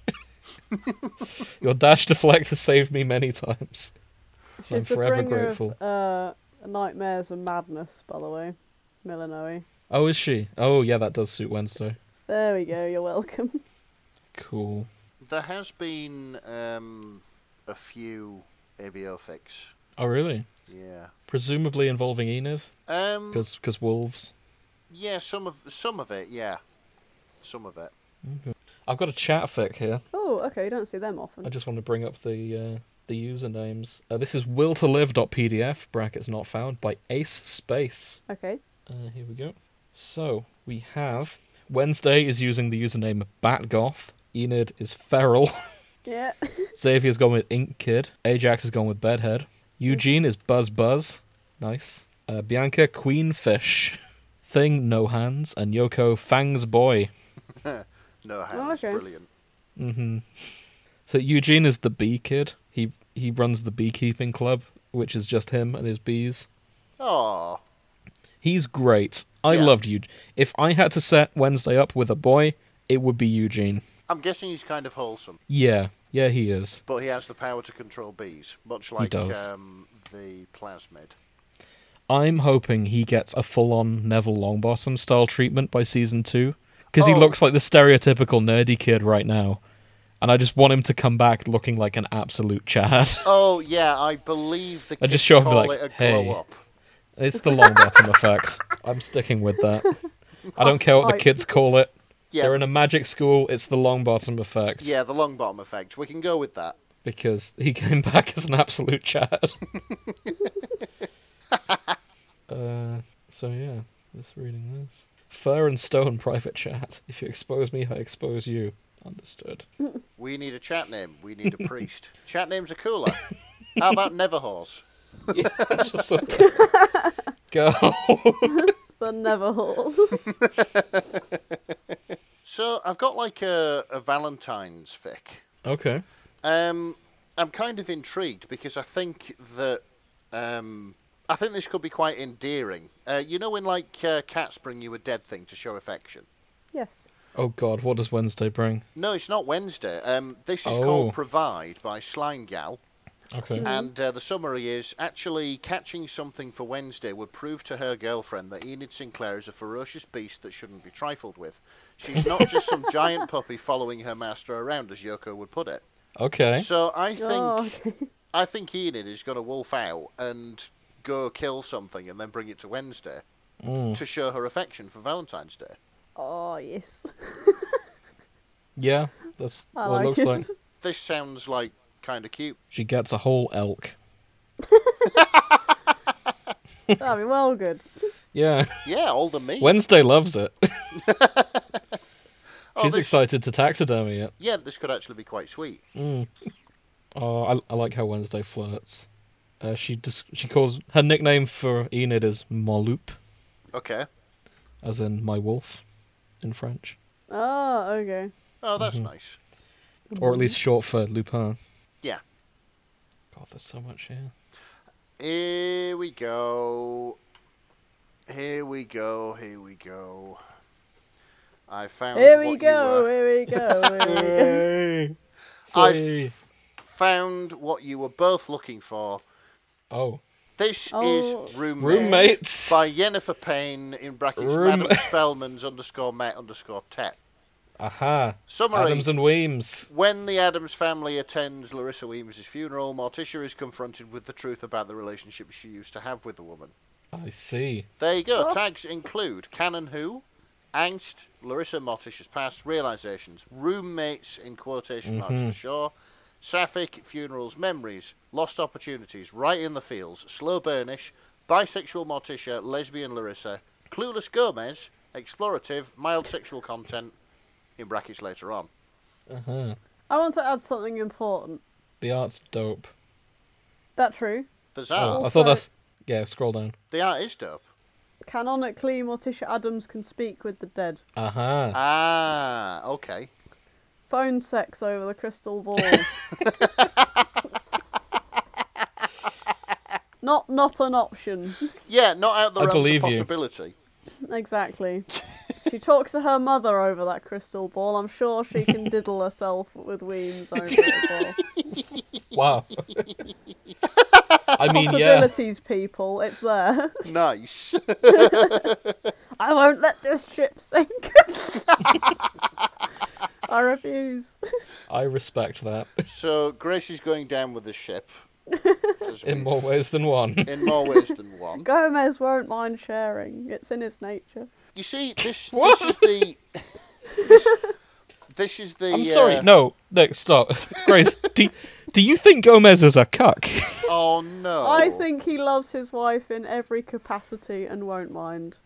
Speaker 2: your dash deflect has saved me many times.
Speaker 1: She's
Speaker 2: I'm
Speaker 1: the
Speaker 2: forever
Speaker 1: bringer
Speaker 2: grateful.
Speaker 1: Of, uh, nightmares and madness, by the way, Milanoe.
Speaker 2: Oh, is she? Oh, yeah, that does suit Wednesday.
Speaker 1: There we go. You're welcome. [laughs]
Speaker 2: Cool.
Speaker 3: There has been um, a few ABO fix.
Speaker 2: Oh, really?
Speaker 3: Yeah.
Speaker 2: Presumably involving Enid,
Speaker 3: Um,
Speaker 2: because wolves.
Speaker 3: yeah, some of some of it, yeah, some of it.
Speaker 2: I've got a chat fic here.
Speaker 1: Oh, okay. You don't see them
Speaker 2: I
Speaker 1: often.
Speaker 2: just want to bring up the uh, the usernames. Uh, this is willtolive.pdf brackets not found by Ace Space.
Speaker 1: Okay.
Speaker 2: Uh, here we go. So we have Wednesday is using the username Batgoth. Enid is Feral. [laughs]
Speaker 1: Yeah. [laughs]
Speaker 2: Xavier's gone with Ink Kid. Ajax has gone with Bedhead. Eugene is Buzz Buzz. Nice. Uh, Bianca Queenfish. [laughs] Thing No Hands and Yoko Fangs Boy.
Speaker 3: No hands,
Speaker 1: okay.
Speaker 3: brilliant.
Speaker 2: Mm-hmm. So Eugene is the bee kid. He he runs the beekeeping club, which is just him and his bees.
Speaker 3: Oh,
Speaker 2: He's great. I
Speaker 3: Yeah.
Speaker 2: loved Eugene. If I had to set Wednesday up with a boy, it would be Eugene.
Speaker 3: I'm guessing he's kind of wholesome,
Speaker 2: Yeah, yeah, he is.
Speaker 3: but he has the power to control bees, much like
Speaker 2: does.
Speaker 3: um, the plasmid.
Speaker 2: I'm hoping he gets a full-on Neville Longbottom style treatment by season two, because he
Speaker 3: Oh.
Speaker 2: looks like the stereotypical nerdy kid right now, and I just want him to come back looking like an absolute Chad. [laughs]
Speaker 3: Oh yeah, I believe the
Speaker 2: I
Speaker 3: kids
Speaker 2: just show up and be
Speaker 3: call
Speaker 2: like,
Speaker 3: it a
Speaker 2: "Hey."
Speaker 3: glow up.
Speaker 2: It's the long bottom effect. I'm sticking with that. I don't care what the
Speaker 1: Right.
Speaker 2: kids call it.
Speaker 3: Yeah,
Speaker 2: They're
Speaker 3: the-
Speaker 2: in a magic school. It's the long bottom effect.
Speaker 3: Yeah, the long bottom effect. We can go with that.
Speaker 2: Because he [laughs] came back as an absolute chad. uh, so yeah, just reading this. Fur and stone private chat. If you expose me, I expose you. Understood.
Speaker 3: We need a chat name. We need a priest. chat names are cooler. How about Neverhorse?
Speaker 2: Yeah, [laughs] just sort of- go.
Speaker 1: The Neverhalls.
Speaker 3: So I've got like a, a Valentine's fic.
Speaker 2: okay.
Speaker 3: Um, I'm kind of intrigued because I think that um, I think this could be quite endearing. Uh, you know, when like uh, cats bring you a dead thing to show affection.
Speaker 1: [laughs] yes.
Speaker 2: Oh God, what does Wednesday bring?
Speaker 3: No, it's not Wednesday. Um, this is
Speaker 2: Oh.
Speaker 3: called Provide by Slime Gal.
Speaker 2: Okay.
Speaker 3: And uh, the summary is actually catching something for Wednesday would prove to her girlfriend that Enid Sinclair is a ferocious beast that shouldn't be trifled with. She's
Speaker 2: [laughs]
Speaker 3: not just some giant puppy following her master around, as Yoko would put it.
Speaker 2: Okay.
Speaker 3: So I think
Speaker 1: Oh, okay. [laughs]
Speaker 3: I think Enid is going to wolf out and go kill something and then bring it to Wednesday
Speaker 2: Mm.
Speaker 3: to show her affection for Valentine's Day.
Speaker 1: Oh, yes.
Speaker 2: Yeah, that's
Speaker 1: I
Speaker 2: what it
Speaker 1: like
Speaker 2: looks
Speaker 1: it.
Speaker 2: like.
Speaker 3: This sounds like kind of cute.
Speaker 2: She gets a whole elk.
Speaker 1: [laughs] That'd be well good.
Speaker 2: Yeah.
Speaker 3: Yeah, older me.
Speaker 2: Wednesday loves it.
Speaker 3: Oh,
Speaker 2: She's
Speaker 3: this-
Speaker 2: excited to taxidermy it.
Speaker 3: Yeah, this could actually be quite sweet.
Speaker 2: Oh, I, I like how Wednesday flirts. Uh, she dis- she calls her nickname for Enid is Moloop,
Speaker 3: Okay.
Speaker 2: as in my wolf, in French,
Speaker 1: Oh, okay.
Speaker 3: Oh, that's
Speaker 2: Mm-hmm.
Speaker 3: nice.
Speaker 2: or at least short for Lupin.
Speaker 3: Yeah.
Speaker 2: God, there's so much here.
Speaker 3: Here we go. Here we go. Here we go. I found.
Speaker 1: Here
Speaker 3: what
Speaker 1: we
Speaker 3: you
Speaker 1: go,
Speaker 3: were-
Speaker 1: here we go, here
Speaker 3: [laughs]
Speaker 1: we go.
Speaker 2: Yay!
Speaker 3: I've-
Speaker 2: Yay!
Speaker 3: Found what you were both looking for.
Speaker 2: Oh,
Speaker 3: This
Speaker 1: Oh.
Speaker 3: is roommates,
Speaker 2: Roommates.
Speaker 3: by Jennifer Payne in brackets
Speaker 2: Room-
Speaker 3: Madam Spellman's underscore Met underscore Tet.
Speaker 2: aha!
Speaker 3: Summary.
Speaker 2: Adams and Weems.
Speaker 3: When the Adams family attends Larissa Weems' funeral, Morticia is confronted with the truth about the relationship she used to have with the woman.
Speaker 2: I see.
Speaker 3: There you go.
Speaker 1: Oh.
Speaker 3: Tags include Canon Who, Angst, Larissa Mortish's Past, Realizations, Roommates in quotation marks
Speaker 2: Mm-hmm.
Speaker 3: for sure, Sapphic, Funerals, Memories, Lost Opportunities, Right in the Fields, Slow Burnish, Bisexual Morticia, Lesbian Larissa, Clueless Gomez, Explorative, Mild Sexual Content, in brackets later on.
Speaker 2: Uh-huh.
Speaker 1: I want to add something important.
Speaker 2: The art's dope.
Speaker 1: That true.
Speaker 3: There's
Speaker 2: Oh,
Speaker 3: art.
Speaker 2: I
Speaker 1: Also-
Speaker 2: thought that's yeah. Scroll down.
Speaker 3: The art is dope.
Speaker 1: Canonically, Morticia Adams can speak with the dead.
Speaker 2: Aha!
Speaker 1: [laughs]
Speaker 3: Ah, okay.
Speaker 1: Phone sex over the crystal
Speaker 2: [laughs]
Speaker 1: ball. not not an option.
Speaker 3: Yeah, not out the
Speaker 2: I
Speaker 3: realm
Speaker 2: believe
Speaker 3: of
Speaker 2: you.
Speaker 3: possibility.
Speaker 1: Exactly. She talks to her mother over that crystal ball. I'm sure she
Speaker 2: [laughs]
Speaker 1: can diddle herself with Weems over it as well. [laughs]
Speaker 2: Wow. I mean, yeah.
Speaker 1: Possibilities, people. It's there. [laughs]
Speaker 3: Nice. [laughs]
Speaker 1: I won't let this ship sink. [laughs] I refuse.
Speaker 2: I respect that
Speaker 3: So Grace is going down with the
Speaker 1: [laughs]
Speaker 3: ship. As
Speaker 2: in
Speaker 3: we've-
Speaker 2: more ways than one.
Speaker 3: In more ways than one.
Speaker 1: Gomez won't mind sharing. It's in his nature.
Speaker 3: You see, this
Speaker 2: What?
Speaker 3: this is the [laughs] this, this is the.
Speaker 2: I'm sorry.
Speaker 3: uh,
Speaker 2: No, no, stop. [laughs] Grace, do, do you think Gomez is a cuck? [laughs]
Speaker 3: Oh no.
Speaker 1: I think he loves his wife in every capacity and won't mind.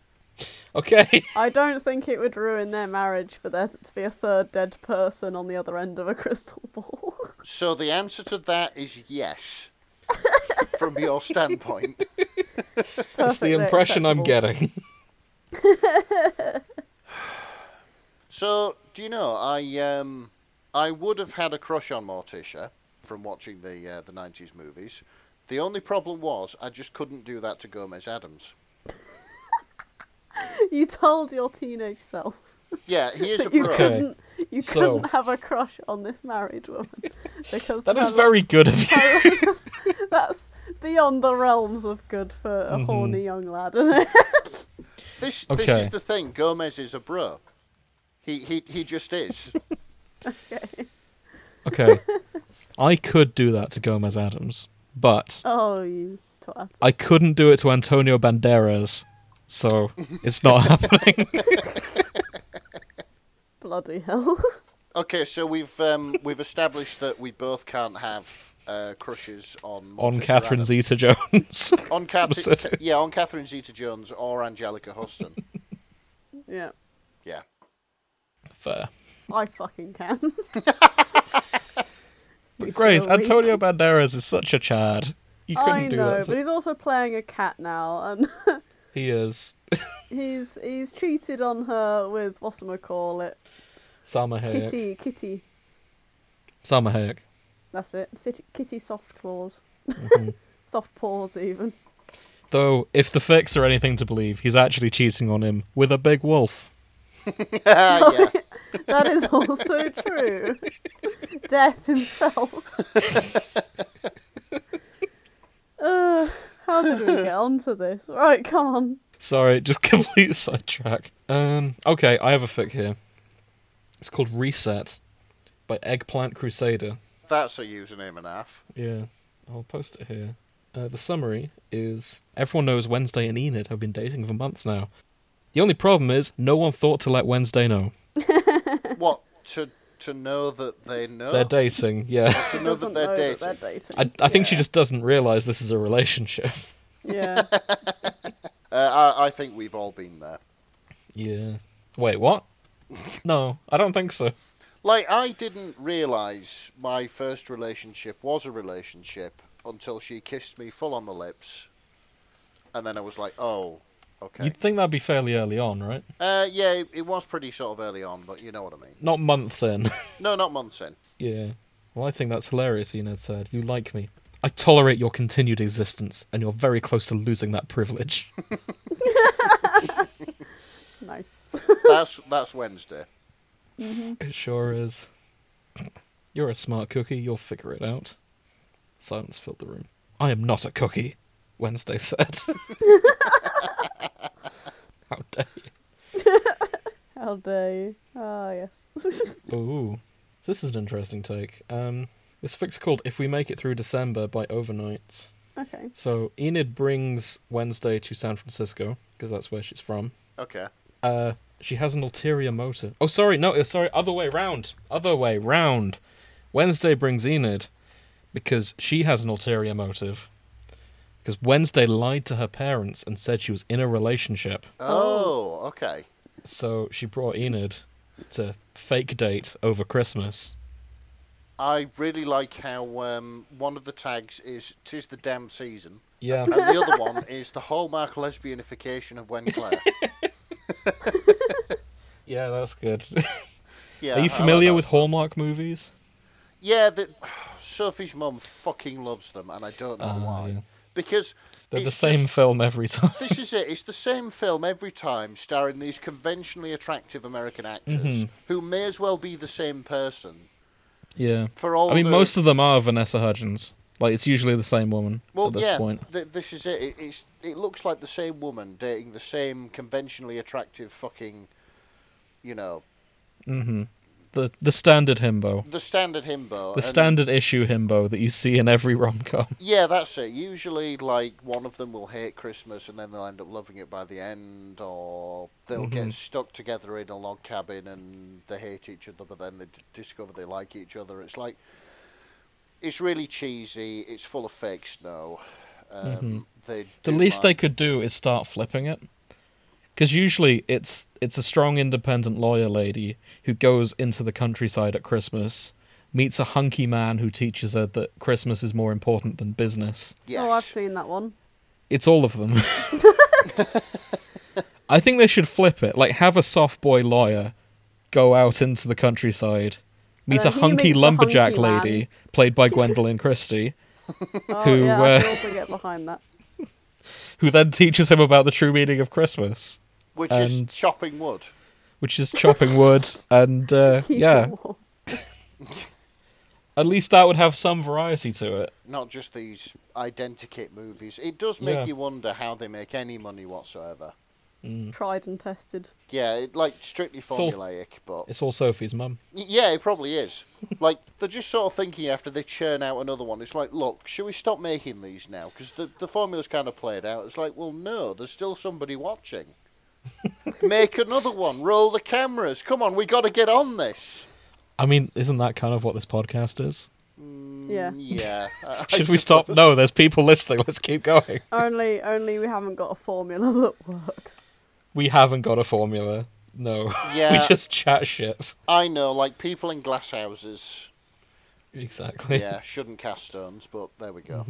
Speaker 2: Okay.
Speaker 1: I don't think it would ruin their marriage for there to be a third dead person on the other end of a [laughs] crystal ball.
Speaker 3: so. The answer to that is
Speaker 1: [laughs]
Speaker 3: yes. From your standpoint,
Speaker 2: That's the
Speaker 1: Perfectly
Speaker 2: impression I'm
Speaker 1: acceptable.
Speaker 2: getting. [laughs]
Speaker 3: so do you know? I um, I would have had a crush on Morticia from watching the uh, the '90s movies. The only problem was I just couldn't do that to Gomez Adams.
Speaker 1: You told your teenage self
Speaker 3: Yeah, he is a
Speaker 1: you
Speaker 3: pro.
Speaker 2: Okay.
Speaker 1: couldn't you
Speaker 2: So-
Speaker 1: couldn't have a crush on this married
Speaker 2: [laughs]
Speaker 1: woman because
Speaker 2: That is
Speaker 1: her-
Speaker 2: very good
Speaker 1: [laughs]
Speaker 2: of you.
Speaker 1: that's beyond the realms of good for a
Speaker 2: Mm-hmm.
Speaker 1: horny young lad, isn't it? [laughs]
Speaker 3: This
Speaker 2: Okay.
Speaker 3: this is the thing. Gomez is a bro. He he he
Speaker 2: [laughs]
Speaker 3: just is.
Speaker 2: Okay. I could do that to Gomez Adams, but
Speaker 1: Oh, you twat.
Speaker 2: I couldn't do it to
Speaker 1: [laughs]
Speaker 2: Antonio [laughs] Banderas, so it's not happening.
Speaker 1: Bloody hell. [laughs]
Speaker 3: Okay, so we've um, we've established that we both can't have uh, crushes on
Speaker 2: on
Speaker 3: Monty
Speaker 2: Catherine
Speaker 3: Serrano.
Speaker 2: Zeta Jones.
Speaker 3: on Catherine,
Speaker 2: specific.
Speaker 3: yeah, on Catherine Zeta-Jones or
Speaker 2: [laughs]
Speaker 3: Angelica Huston.
Speaker 1: yeah.
Speaker 3: yeah,
Speaker 2: [laughs]
Speaker 3: [laughs]
Speaker 2: Fair.
Speaker 1: I fucking can.
Speaker 2: But Grace,
Speaker 1: so weak.
Speaker 2: Antonio Banderas is such a chad. You couldn't
Speaker 1: I
Speaker 2: do
Speaker 1: know,
Speaker 2: that.
Speaker 1: but he's also playing a cat now, and
Speaker 2: He is [laughs]
Speaker 1: he's he's cheated on her with what's call it
Speaker 2: Salma Hayek.
Speaker 1: Kitty Kitty.
Speaker 2: Salma Hayek.
Speaker 1: That's it. City, kitty soft claws,
Speaker 2: Mm-hmm.
Speaker 1: soft paws even.
Speaker 2: Though, if the facts are anything to believe, he's actually cheating on him with a big wolf.
Speaker 3: yeah.
Speaker 1: That is
Speaker 2: [laughs]
Speaker 1: also true. Death himself. uh, how did we get onto this? Right, come on.
Speaker 2: Sorry, [laughs] just complete sidetrack. Um, okay, I have a fic here. It's called Reset by Eggplant Crusader.
Speaker 3: That's a username and a half.
Speaker 2: Yeah, I'll post it here. Uh, the summary is everyone knows Wednesday and Enid have been dating for months now. The only problem is no one thought to let Wednesday know.
Speaker 3: What to to know that they know?
Speaker 2: They're dating, yeah. [laughs]
Speaker 3: to
Speaker 1: She
Speaker 3: know that
Speaker 1: doesn't
Speaker 3: they're
Speaker 1: know
Speaker 3: dating.
Speaker 1: that they're dating.
Speaker 2: I, I think she
Speaker 1: Yeah.
Speaker 2: just doesn't realise this is a relationship. [laughs]
Speaker 1: Yeah.
Speaker 3: Uh, I, I think we've all been there.
Speaker 2: Yeah. Wait, what? no, I don't think so.
Speaker 3: Like I didn't realize my first relationship was a relationship until she kissed me full on the lips, and then I was like, oh, okay.
Speaker 2: You'd think that'd be fairly early on, right?
Speaker 3: Uh, yeah, it, it was pretty sort of early on, but you know what I mean.
Speaker 2: Not months in. [laughs]
Speaker 3: No, not months in. [laughs]
Speaker 2: yeah. Well, I think that's hilarious, Enid said. You like me. I tolerate your continued existence, and you're very close to losing that privilege.
Speaker 1: nice.
Speaker 3: That's that's Wednesday.
Speaker 2: It sure is. You're a smart cookie, you'll figure it out. Silence filled the room. I am not a cookie, Wednesday said. [laughs] How dare
Speaker 1: How dare you? Ah, yes. [laughs]
Speaker 2: you. Ooh. So this is an interesting take. Um, this fix called If We Make It Through December by Overnight.
Speaker 1: okay.
Speaker 2: So Enid brings Wednesday to San Francisco, because that's where she's from.
Speaker 3: Okay.
Speaker 2: Uh, she has an ulterior motive. Oh, sorry, no, uh, sorry, other way round. Other way round. Wednesday brings Enid because she has an ulterior motive. Because Wednesday lied to her parents and said she was in a relationship.
Speaker 3: Oh, okay.
Speaker 2: So she brought Enid to fake date over Christmas.
Speaker 3: I really like how um, one of the tags is "Tis the damn season," [laughs]
Speaker 2: Yeah.
Speaker 3: and the
Speaker 2: [laughs]
Speaker 3: other one is the hallmark lesbianification of Wen Claire.
Speaker 2: Yeah, that's good.
Speaker 3: Yeah,
Speaker 2: Are
Speaker 3: I
Speaker 2: you
Speaker 3: like
Speaker 2: familiar
Speaker 3: that.
Speaker 2: with Hallmark movies?
Speaker 3: Yeah, the, Sophie's mum fucking loves them, and I don't know
Speaker 2: Ah,
Speaker 3: why.
Speaker 2: yeah.
Speaker 3: Because
Speaker 2: They're
Speaker 3: it's
Speaker 2: the same
Speaker 3: just-
Speaker 2: film every [laughs] time.
Speaker 3: this is it. It's the same film every time, starring these conventionally attractive American actors
Speaker 2: Mm-hmm.
Speaker 3: who may as well be the same person
Speaker 2: yeah.
Speaker 3: for all.
Speaker 2: I mean,
Speaker 3: the-
Speaker 2: most of them are Vanessa Hudgens. Like, it's usually the same woman
Speaker 3: Well,
Speaker 2: at this
Speaker 3: yeah,
Speaker 2: point.
Speaker 3: th- this is it. it. It's it looks like the same woman dating the same conventionally attractive fucking, you know,
Speaker 2: Mm-hmm. The the standard himbo.
Speaker 3: the standard himbo.
Speaker 2: The
Speaker 3: and-
Speaker 2: standard issue himbo that you see in every rom com.
Speaker 3: Yeah, that's it. Usually, like one of them will hate Christmas and then they'll end up loving it by the end, or they'll
Speaker 2: Mm-hmm.
Speaker 3: get stuck together in a log cabin and they hate each other, but then they d- discover they like each other. It's like it's really cheesy. It's full of fake snow. Um, They
Speaker 2: Mm-hmm. The
Speaker 3: do
Speaker 2: least they
Speaker 3: like-
Speaker 2: could do is start flipping it. Because usually it's it's a strong independent lawyer lady who goes into the countryside at Christmas, meets a hunky man who teaches her that Christmas is more important than business.
Speaker 3: Yes.
Speaker 1: Oh, I've seen that one.
Speaker 2: It's all of them. I think they should flip it. Like, have a soft boy lawyer go out into the countryside, meet
Speaker 1: Uh,
Speaker 2: a
Speaker 1: he
Speaker 2: hunky
Speaker 1: meets a
Speaker 2: lumberjack
Speaker 1: hunky man.
Speaker 2: lady played by Gwendolyn Christie,
Speaker 1: Oh,
Speaker 2: Who,
Speaker 1: yeah,
Speaker 2: uh,
Speaker 1: I can also get behind that.
Speaker 2: who then teaches him about the true meaning of Christmas,
Speaker 3: which
Speaker 2: and-
Speaker 3: is chopping wood.
Speaker 2: which is chopping wood. And uh,
Speaker 1: Keep it
Speaker 2: yeah,
Speaker 1: warm.
Speaker 2: at least that would have some variety to it.
Speaker 3: not just these identikit movies. It does make
Speaker 2: Yeah.
Speaker 3: you wonder how they make any money whatsoever.
Speaker 1: Tried and tested.
Speaker 3: Yeah, it, like strictly
Speaker 2: all-
Speaker 3: formulaic, but
Speaker 2: It's all Sophie's mum.
Speaker 3: Y- yeah, it probably is. [laughs] like they're just sort of thinking after they churn out another one. It's like, look, should we
Speaker 1: [laughs]
Speaker 3: stop making these now? Because the the formula's kind of played out. It's like, well, no, there's still somebody watching. Make another one. Roll the cameras. Come on, we got to get on this.
Speaker 2: I mean, isn't that kind of what this podcast is?
Speaker 1: Mm, Yeah.
Speaker 3: Mm,
Speaker 1: [laughs]
Speaker 3: Yeah. I- I
Speaker 2: Should we stop?
Speaker 3: suppose.
Speaker 2: No, there's people listening. Let's keep going.
Speaker 1: Only, only we haven't got a formula [laughs] that works.
Speaker 2: We haven't got a formula. No. [laughs]
Speaker 3: Yeah.
Speaker 2: we just chat shit.
Speaker 3: I know, like people in
Speaker 2: [laughs]
Speaker 3: glass houses.
Speaker 2: Exactly. [laughs]
Speaker 3: Yeah, shouldn't cast stones, but there we go.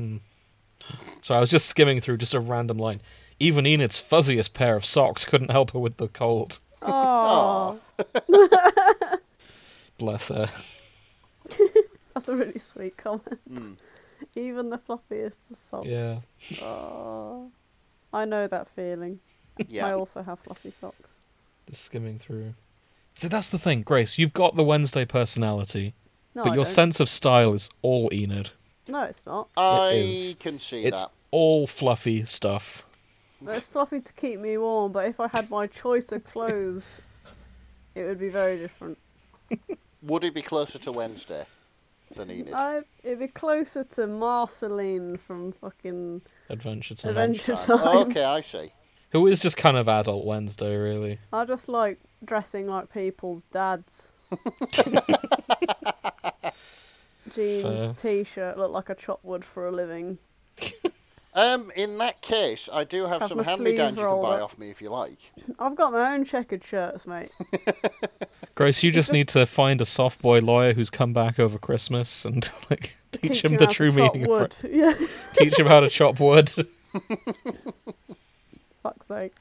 Speaker 2: So I was just skimming through just a random line. Even Enid's fuzziest pair of socks couldn't help her with the cold.
Speaker 1: Oh,
Speaker 2: Bless her.
Speaker 1: that's a really sweet comment. [laughs]
Speaker 2: Mm-hmm.
Speaker 3: Mm,
Speaker 1: Even the fluffiest of socks.
Speaker 2: Yeah.
Speaker 1: Aw. I know that feeling. I
Speaker 3: Yeah.
Speaker 1: also have fluffy socks.
Speaker 2: Just skimming through. See, that's the thing, Grace. You've got the Wednesday personality,
Speaker 1: No,
Speaker 2: but
Speaker 1: I
Speaker 2: your
Speaker 1: don't.
Speaker 2: sense of style is all Enid.
Speaker 1: No, it's not.
Speaker 3: I
Speaker 2: is.
Speaker 3: can see
Speaker 2: It's
Speaker 3: that.
Speaker 2: all fluffy stuff.
Speaker 1: It's fluffy to keep me warm, but if I had my choice of clothes, it would be very different.
Speaker 3: Would it be closer to Wednesday than Enid?
Speaker 1: I, it'd be closer to Marceline from fucking
Speaker 2: Adventure time.
Speaker 1: Adventure Time.
Speaker 3: Oh, okay, I see.
Speaker 2: Who is just kind of adult Wednesday, really?
Speaker 1: I just like dressing like people's
Speaker 2: [laughs]
Speaker 1: dads. Jeans,
Speaker 2: Fair.
Speaker 1: t-shirt, look like I chop wood for a living.
Speaker 3: Um, in that case, I do have,
Speaker 1: Have
Speaker 3: some
Speaker 1: my
Speaker 3: hand me downs
Speaker 1: sleeves
Speaker 3: you can
Speaker 1: rolled
Speaker 3: buy
Speaker 1: up.
Speaker 3: off me if you like.
Speaker 1: I've got my own checkered shirts,
Speaker 2: [laughs]
Speaker 1: mate.
Speaker 2: Grace, you just
Speaker 1: just-
Speaker 2: need to find a soft boy lawyer who's come back over Christmas and [laughs] like teach, him
Speaker 1: you
Speaker 2: the
Speaker 1: how to
Speaker 2: true
Speaker 1: chop
Speaker 2: meaning
Speaker 1: wood. [laughs]
Speaker 2: of
Speaker 1: Yeah,
Speaker 2: fr- teach him how to chop wood. [laughs]
Speaker 1: fuck's sake.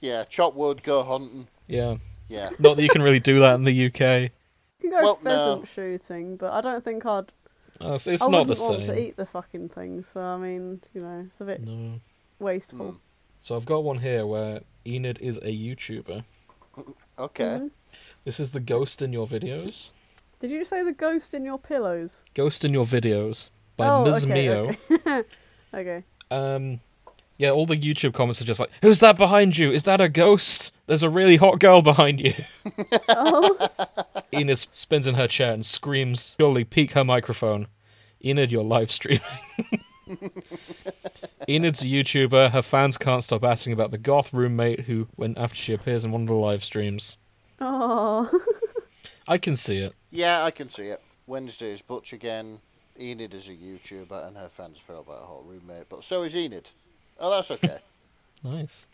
Speaker 3: Yeah, chop wood, go hunting.
Speaker 2: yeah.
Speaker 3: Yeah.
Speaker 2: Not that you can really do that in the UK.
Speaker 1: You can go
Speaker 3: Well,
Speaker 1: pheasant
Speaker 3: no.
Speaker 1: shooting, but I don't think I'd.
Speaker 2: Uh, it's it's
Speaker 1: I
Speaker 2: not
Speaker 1: Oh, wouldn't
Speaker 2: the
Speaker 1: want to
Speaker 2: same.
Speaker 1: eat the fucking thing. So I mean, you know, it's a bit
Speaker 2: No.
Speaker 1: wasteful.
Speaker 3: Mm.
Speaker 2: So I've got one here where Enid is a YouTuber.
Speaker 3: Okay.
Speaker 1: Mm-hmm.
Speaker 2: This is the ghost in your videos.
Speaker 1: Did you say the ghost in your pillows?
Speaker 2: Ghost in your videos by
Speaker 1: Oh,
Speaker 2: Ms.
Speaker 1: okay, [laughs]
Speaker 2: Mio.
Speaker 3: [laughs]
Speaker 1: Okay.
Speaker 2: Um, yeah, all the YouTube comments are just like, "Who's that behind you? Is that a ghost? There's a really hot girl behind you."
Speaker 1: Oh, [laughs]
Speaker 2: Enid spins in her chair and screams, surely peek her microphone. Enid, you're live streaming. Enid's a YouTuber. Her fans can't stop asking about the goth roommate who, when after she appears in one of the live streams,
Speaker 1: oh, [laughs]
Speaker 2: I can see it.
Speaker 3: Yeah, I can see it. Wednesday is Butch again. Enid is a YouTuber, and her fans feel about her whole roommate, but so is Enid. Oh, that's
Speaker 1: [laughs]
Speaker 3: okay.
Speaker 2: Nice.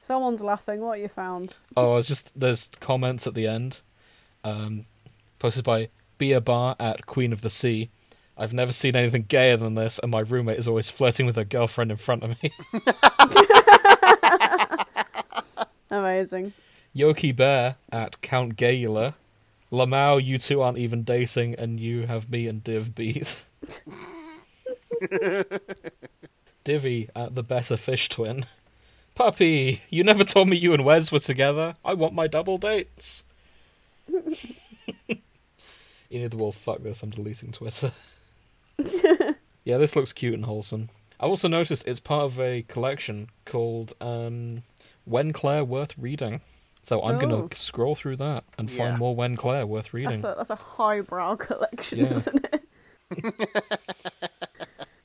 Speaker 1: someone's laughing. What you found?
Speaker 2: Oh, it's just there's comments at the end, um, posted by Bia Bar at Queen of the Sea. I've never seen anything gayer than this, and my roommate is always flirting with her girlfriend in front of me. [laughs]
Speaker 1: Amazing.
Speaker 2: Yoki Bear at Count Gayula. Lamau, you two aren't even dating, and you have me and Div beat. Divvy at the Better Fish Twin. Puppy, you never told me you and Wes were together. I want my double dates. Enid the Wolf, fuck this, I'm deleting Twitter. yeah, this looks cute and wholesome. I also noticed it's part of a collection called um, When Claire Worth Reading. So I'm
Speaker 1: Oh.
Speaker 2: going to scroll through that and
Speaker 3: Yeah.
Speaker 2: find more When Claire Worth Reading.
Speaker 1: That's a that's a highbrow [laughs] collection,
Speaker 2: Yeah.
Speaker 1: isn't it?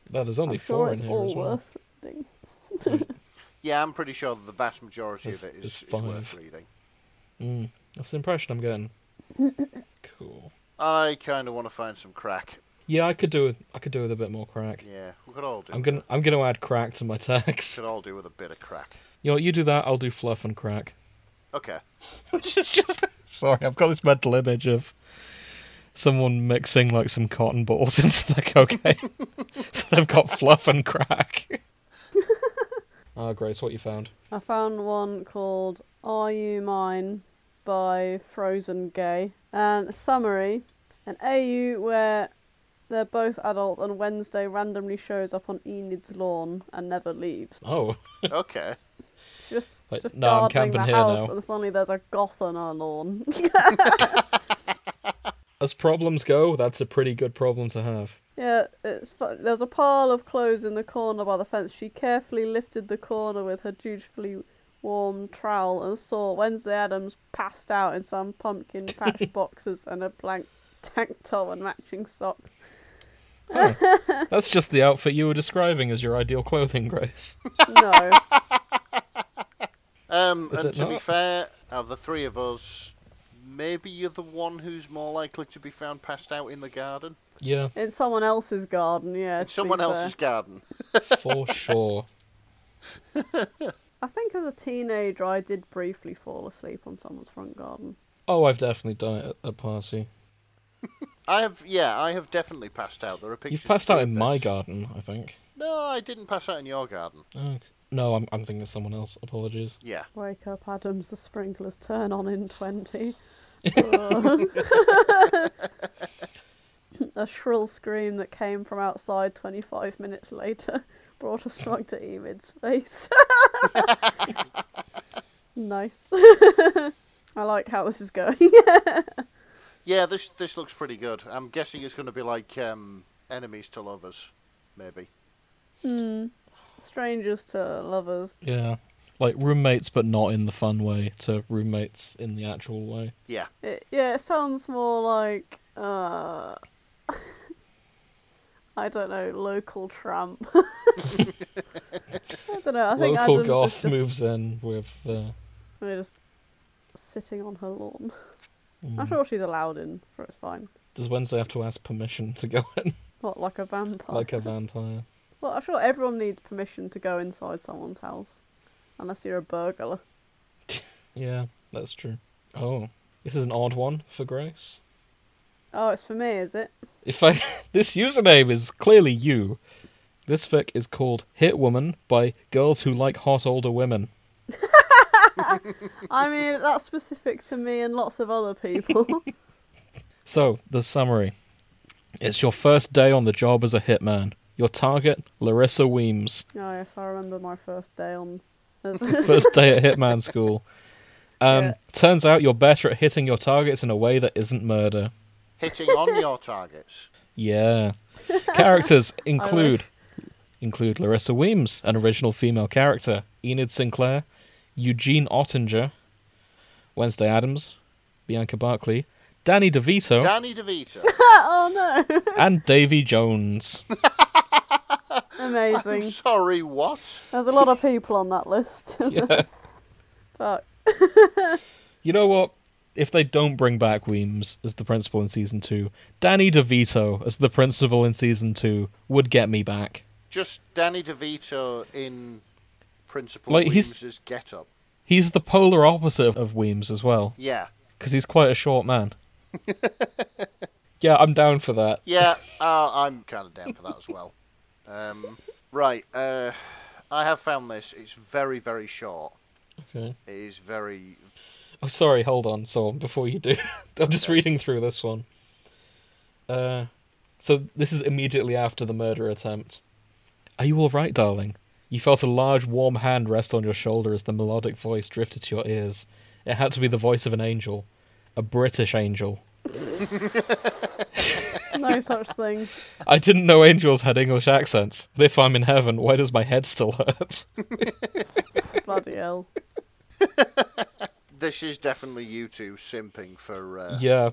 Speaker 2: Well, there's only
Speaker 1: I'm
Speaker 2: four
Speaker 1: sure it's
Speaker 2: in here
Speaker 1: all
Speaker 2: as well.
Speaker 1: worth reading.
Speaker 3: yeah, I'm pretty sure the vast majority of
Speaker 2: It's-
Speaker 3: it is,
Speaker 2: it's
Speaker 3: is worth
Speaker 2: five.
Speaker 3: reading.
Speaker 2: Mm, that's the impression I'm getting.
Speaker 1: [laughs]
Speaker 2: cool.
Speaker 3: I kind of want to find some crack.
Speaker 2: Yeah, I could do with I could do with a bit more crack.
Speaker 3: Yeah, we could all do.
Speaker 2: I'm
Speaker 3: with
Speaker 2: gonna
Speaker 3: a-
Speaker 2: I'm gonna add crack to [laughs] my text.
Speaker 3: Could all do with a bit of crack.
Speaker 2: You know, what, you do that, I'll do fluff and crack.
Speaker 3: Okay.
Speaker 2: [laughs] Which is just [laughs] sorry, I've got this mental image of someone mixing like some cotton balls [laughs] into their cocaine. [laughs] so they've got fluff and crack. [laughs] Ah, Grace, what you found?
Speaker 1: I found one called Are You Mine by Frozen Gay. And summary an AU where they're both adults and Wednesday randomly shows up on Enid's lawn and never leaves.
Speaker 2: Oh, [laughs]
Speaker 3: Okay.
Speaker 1: She's just,
Speaker 2: Like,
Speaker 1: just
Speaker 2: no, I'm
Speaker 1: gardening the
Speaker 2: camping here
Speaker 1: house
Speaker 2: now.
Speaker 1: and suddenly there's a goth on her lawn. [laughs]
Speaker 2: as problems go, that's a pretty good problem to have.
Speaker 1: yeah, it's fu- there's a pile of clothes in the corner by the fence. She carefully lifted the corner with her dutifully warm trowel and saw Wednesday Adams passed out in some pumpkin
Speaker 3: [laughs]
Speaker 1: patch boxes and a blank tank top and matching
Speaker 3: [laughs]
Speaker 1: socks.
Speaker 2: That's just the [laughs] outfit you were describing as your ideal clothing, Grace.
Speaker 1: No.
Speaker 3: Um,
Speaker 2: Is
Speaker 3: and
Speaker 2: it
Speaker 3: to be
Speaker 2: not?
Speaker 3: fair, out of the three of us, maybe you're the one who's more likely to be found passed out in the garden.
Speaker 2: Yeah,
Speaker 1: In someone else's garden, yeah.
Speaker 3: In
Speaker 1: Uh, to be
Speaker 3: someone
Speaker 1: fair.
Speaker 3: else's garden.
Speaker 2: for sure.
Speaker 1: I think as a teenager, I did briefly fall asleep on someone's front garden.
Speaker 2: Oh, I've definitely done it at a party.
Speaker 3: I have, yeah, I have definitely passed out. There are pictures.
Speaker 2: You've passed
Speaker 3: to
Speaker 2: out
Speaker 3: prove
Speaker 2: in my
Speaker 3: this.
Speaker 2: garden, I think.
Speaker 3: No, I didn't pass out in your garden.
Speaker 2: Oh, no, I'm, I'm thinking of someone else. Apologies.
Speaker 3: Yeah.
Speaker 1: Wake up, Adams, the sprinklers turn on in 20. a shrill scream that came from outside 25 minutes later [laughs] brought a snug to Emid's face. [laughs] nice. [laughs] I like how this is going. [laughs]
Speaker 3: Yeah, this this looks pretty good. I'm guessing it's going to be like um, enemies to lovers, maybe.
Speaker 1: Strangers to lovers.
Speaker 2: Yeah. Like roommates, but not in the fun way, to roommates in the actual way.
Speaker 3: Yeah,
Speaker 1: It, yeah, it sounds more like uh, [laughs] I don't know, local tramp. [laughs] I don't know. I think
Speaker 2: Local
Speaker 1: Adams
Speaker 2: goth
Speaker 1: is just,
Speaker 2: moves in with. Uh,
Speaker 1: we're just sitting on her lawn. I'm sure she's allowed in, so it's fine.
Speaker 2: mm. Does Wednesday have to ask permission to go in
Speaker 1: What like a vampire?
Speaker 2: like a vampire?
Speaker 1: Well, I'm sure everyone needs permission to go inside someone's house, unless you're a burglar.
Speaker 2: Yeah, that's true. Oh, this is an odd one for Grace.
Speaker 1: Oh, it's for me, is it?
Speaker 2: If I [laughs] this username is clearly you. This fic is called Hit Woman by Girls Who Like Hot Older Women. [laughs]
Speaker 1: I mean, that's specific to me and lots of other people. Oh,
Speaker 2: So, the summary. It's your first day on the job as a hitman. Your target, Larissa Weems.
Speaker 1: oh yes, I remember my first day
Speaker 2: [laughs]
Speaker 1: on. as-
Speaker 2: first day at Hitman [laughs] school. Um,
Speaker 1: Yeah.
Speaker 2: Turns out you're better at hitting your targets in a way that isn't murder.
Speaker 3: hitting on
Speaker 1: [laughs]
Speaker 3: your targets.
Speaker 2: Yeah. Characters include include Larissa Weems, an original female character, Enid Sinclair, Eugene Ottinger, Wednesday Adams, Bianca Barkley, Danny DeVito,
Speaker 3: Danny
Speaker 1: [laughs]
Speaker 3: DeVito.
Speaker 1: oh no!
Speaker 2: and Davy Jones.
Speaker 1: Amazing.
Speaker 3: I'm sorry, what?
Speaker 1: There's a lot of people on that list. [laughs]
Speaker 2: Yeah.
Speaker 1: Fuck.
Speaker 2: You know what? If they don't bring back Weems as the principal in season two, Danny DeVito as the principal in season two would get me back.
Speaker 3: Just Danny DeVito in Principal
Speaker 2: Like, he's-
Speaker 3: Weems's Get Up.
Speaker 2: He's the polar opposite of Weems as well,
Speaker 3: Yeah,
Speaker 2: because he's quite a short man. yeah, I'm down for that.
Speaker 3: yeah. uh, I'm kind of down for that as well. Um, right, uh, I have found this. It's very, very short.
Speaker 2: Okay.
Speaker 3: It is very.
Speaker 2: Oh, sorry. Hold on. So before you do, [laughs] I'm just reading through this one. Uh, so this is immediately after the murder attempt. Are you all right, darling? You felt a large, warm hand rest on your shoulder as the melodic voice drifted to your ears. It had to be the voice of an angel, a British angel.
Speaker 1: No such thing.
Speaker 2: I didn't know angels had English accents. And if I'm in heaven, why does my head still hurt?
Speaker 1: Bloody hell.
Speaker 3: This is definitely you two simping for uh,
Speaker 2: yeah,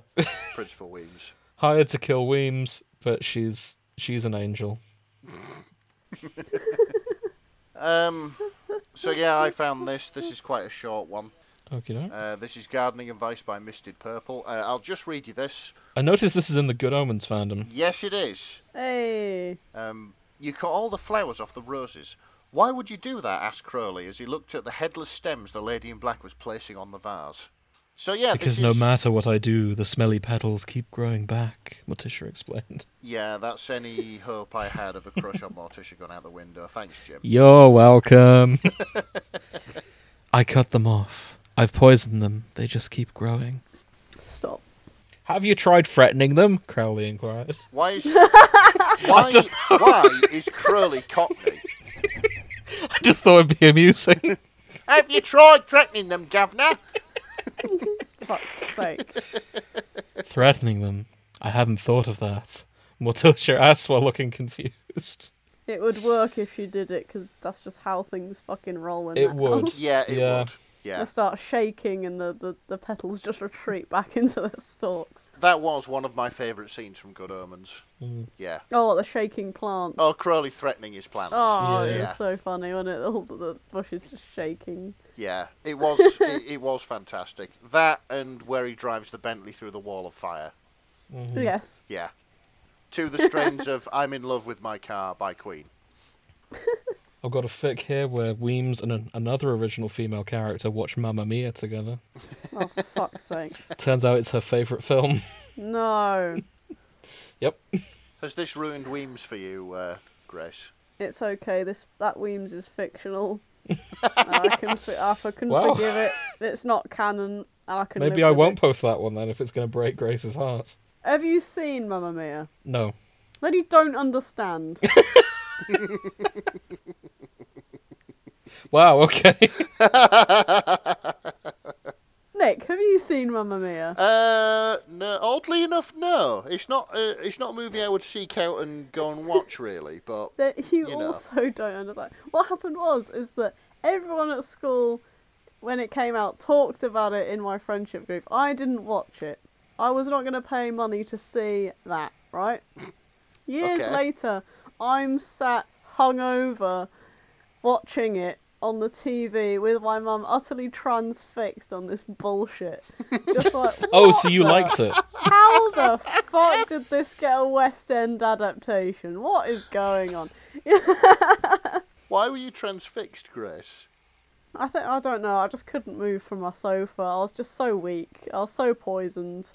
Speaker 3: Principal Weems.
Speaker 2: hired to kill Weems, but she's she's an angel.
Speaker 3: Um, so yeah, I found this. This is quite a short one.
Speaker 2: Okay, no.
Speaker 3: Uh, this is Gardening Advice by Misted Purple. Uh, I'll just read you this.
Speaker 2: I noticed this is in the Good Omens fandom.
Speaker 3: Yes, it is.
Speaker 1: Hey.
Speaker 3: Um, you cut all the flowers off the roses. Why would you do that? asked Crowley as he looked at the headless stems the lady in black was placing on the vase. So yeah,
Speaker 2: Because
Speaker 3: this
Speaker 2: no
Speaker 3: is,
Speaker 2: matter what I do, the smelly petals keep growing back. Morticia explained.
Speaker 3: Yeah, that's any hope I had of a crush on Morticia gone out the window. Thanks, Jim.
Speaker 2: [laughs] You're welcome. I cut them off. I've poisoned them. They just keep growing.
Speaker 1: Stop.
Speaker 2: Have you tried threatening them? Crowley inquired.
Speaker 3: Why
Speaker 2: [laughs]
Speaker 3: is why why is Crowley Cockney?
Speaker 2: I just thought it'd be [laughs] amusing.
Speaker 3: Have you tried threatening them, Governor?
Speaker 1: Fuck's sake.
Speaker 2: threatening them? I hadn't thought of that. Morticia asked while looking confused.
Speaker 1: It would work if she did it, because that's just how things fucking roll in
Speaker 2: It
Speaker 1: that
Speaker 2: would.
Speaker 1: house.
Speaker 3: Yeah, it
Speaker 2: Yeah.
Speaker 3: would. Yeah.
Speaker 1: I start shaking and the, the, the petals just retreat back [laughs] into their stalks.
Speaker 3: That was one of my favourite scenes from Good Omens.
Speaker 2: Mm.
Speaker 3: Yeah.
Speaker 1: Oh, the shaking plants.
Speaker 3: Oh, Crowley threatening his plants.
Speaker 1: Oh, it
Speaker 3: yeah.
Speaker 1: was so funny when it all the- the bush is just shaking.
Speaker 3: Yeah, it [laughs] was it, it was fantastic. That and where he drives the Bentley through the wall of fire.
Speaker 2: Mm-hmm.
Speaker 1: Yes.
Speaker 3: Yeah. To the strains [laughs] of I'm in love with my car by Queen.
Speaker 2: I've got a fic here where Weems and an, another original female character watch Mamma Mia together.
Speaker 1: Oh, for fuck's sake.
Speaker 2: Turns out it's her favourite film. [laughs]
Speaker 1: No.
Speaker 2: yep.
Speaker 3: Has this ruined Weems for you, uh, Grace?
Speaker 1: It's okay. This That Weems is fictional. I can, fi- I f- can
Speaker 2: Wow.
Speaker 1: forgive it. It's not canon. I can
Speaker 2: Maybe
Speaker 1: live
Speaker 2: I
Speaker 1: with
Speaker 2: won't
Speaker 1: It.
Speaker 2: post that one then if it's going to break Grace's heart.
Speaker 1: Have you seen Mamma Mia?
Speaker 2: No.
Speaker 1: Then you don't
Speaker 2: [laughs]
Speaker 1: understand.
Speaker 2: Wow, okay. [laughs]
Speaker 1: Nick, have you seen Mamma Mia?
Speaker 3: Uh, no. Oddly enough, no. It's not. Uh, it's not a movie I would seek out and go and [laughs] watch really. But
Speaker 1: that you,
Speaker 3: you know.
Speaker 1: also [laughs] don't understand. What happened was is that everyone at school, when it came out, talked about it in my friendship group. I didn't watch it. I was not going to pay money to see that. Right.
Speaker 3: [laughs]
Speaker 1: Years
Speaker 3: Okay.
Speaker 1: later, I'm sat hungover, watching it on the TV with my mum, utterly transfixed on this bullshit.
Speaker 3: [laughs]
Speaker 1: Just like,
Speaker 2: Oh,
Speaker 1: "What
Speaker 2: so you
Speaker 1: the
Speaker 2: liked it.
Speaker 1: how the fuck did this get a West End adaptation? What is going on?
Speaker 3: why were you transfixed, Grace?
Speaker 1: I think I don't know. I just couldn't move from my sofa. I was just so weak. I was so poisoned.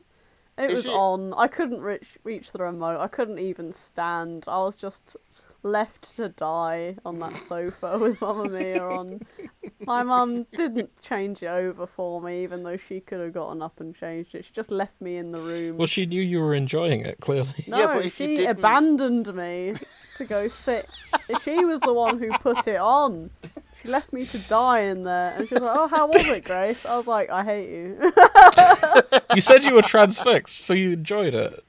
Speaker 1: It was
Speaker 3: Is it-
Speaker 1: on. I couldn't reach reach the remote. I couldn't even stand. I was just left to die on
Speaker 3: [laughs]
Speaker 1: that sofa with Mamma Mia on. My mum didn't change it over for me, even though she could have gotten up and changed it. She just left me in the room.
Speaker 2: Well, she knew you were enjoying it, clearly. [laughs]
Speaker 1: No,
Speaker 3: Yeah, but if you
Speaker 1: she
Speaker 3: didn't-
Speaker 1: abandoned me to go sit. she was the one who put it on. She left me to die in there, and she was like, "Oh, how was it, Grace?" I was like, "I hate you." [laughs]
Speaker 2: You said you were transfixed, so you enjoyed it.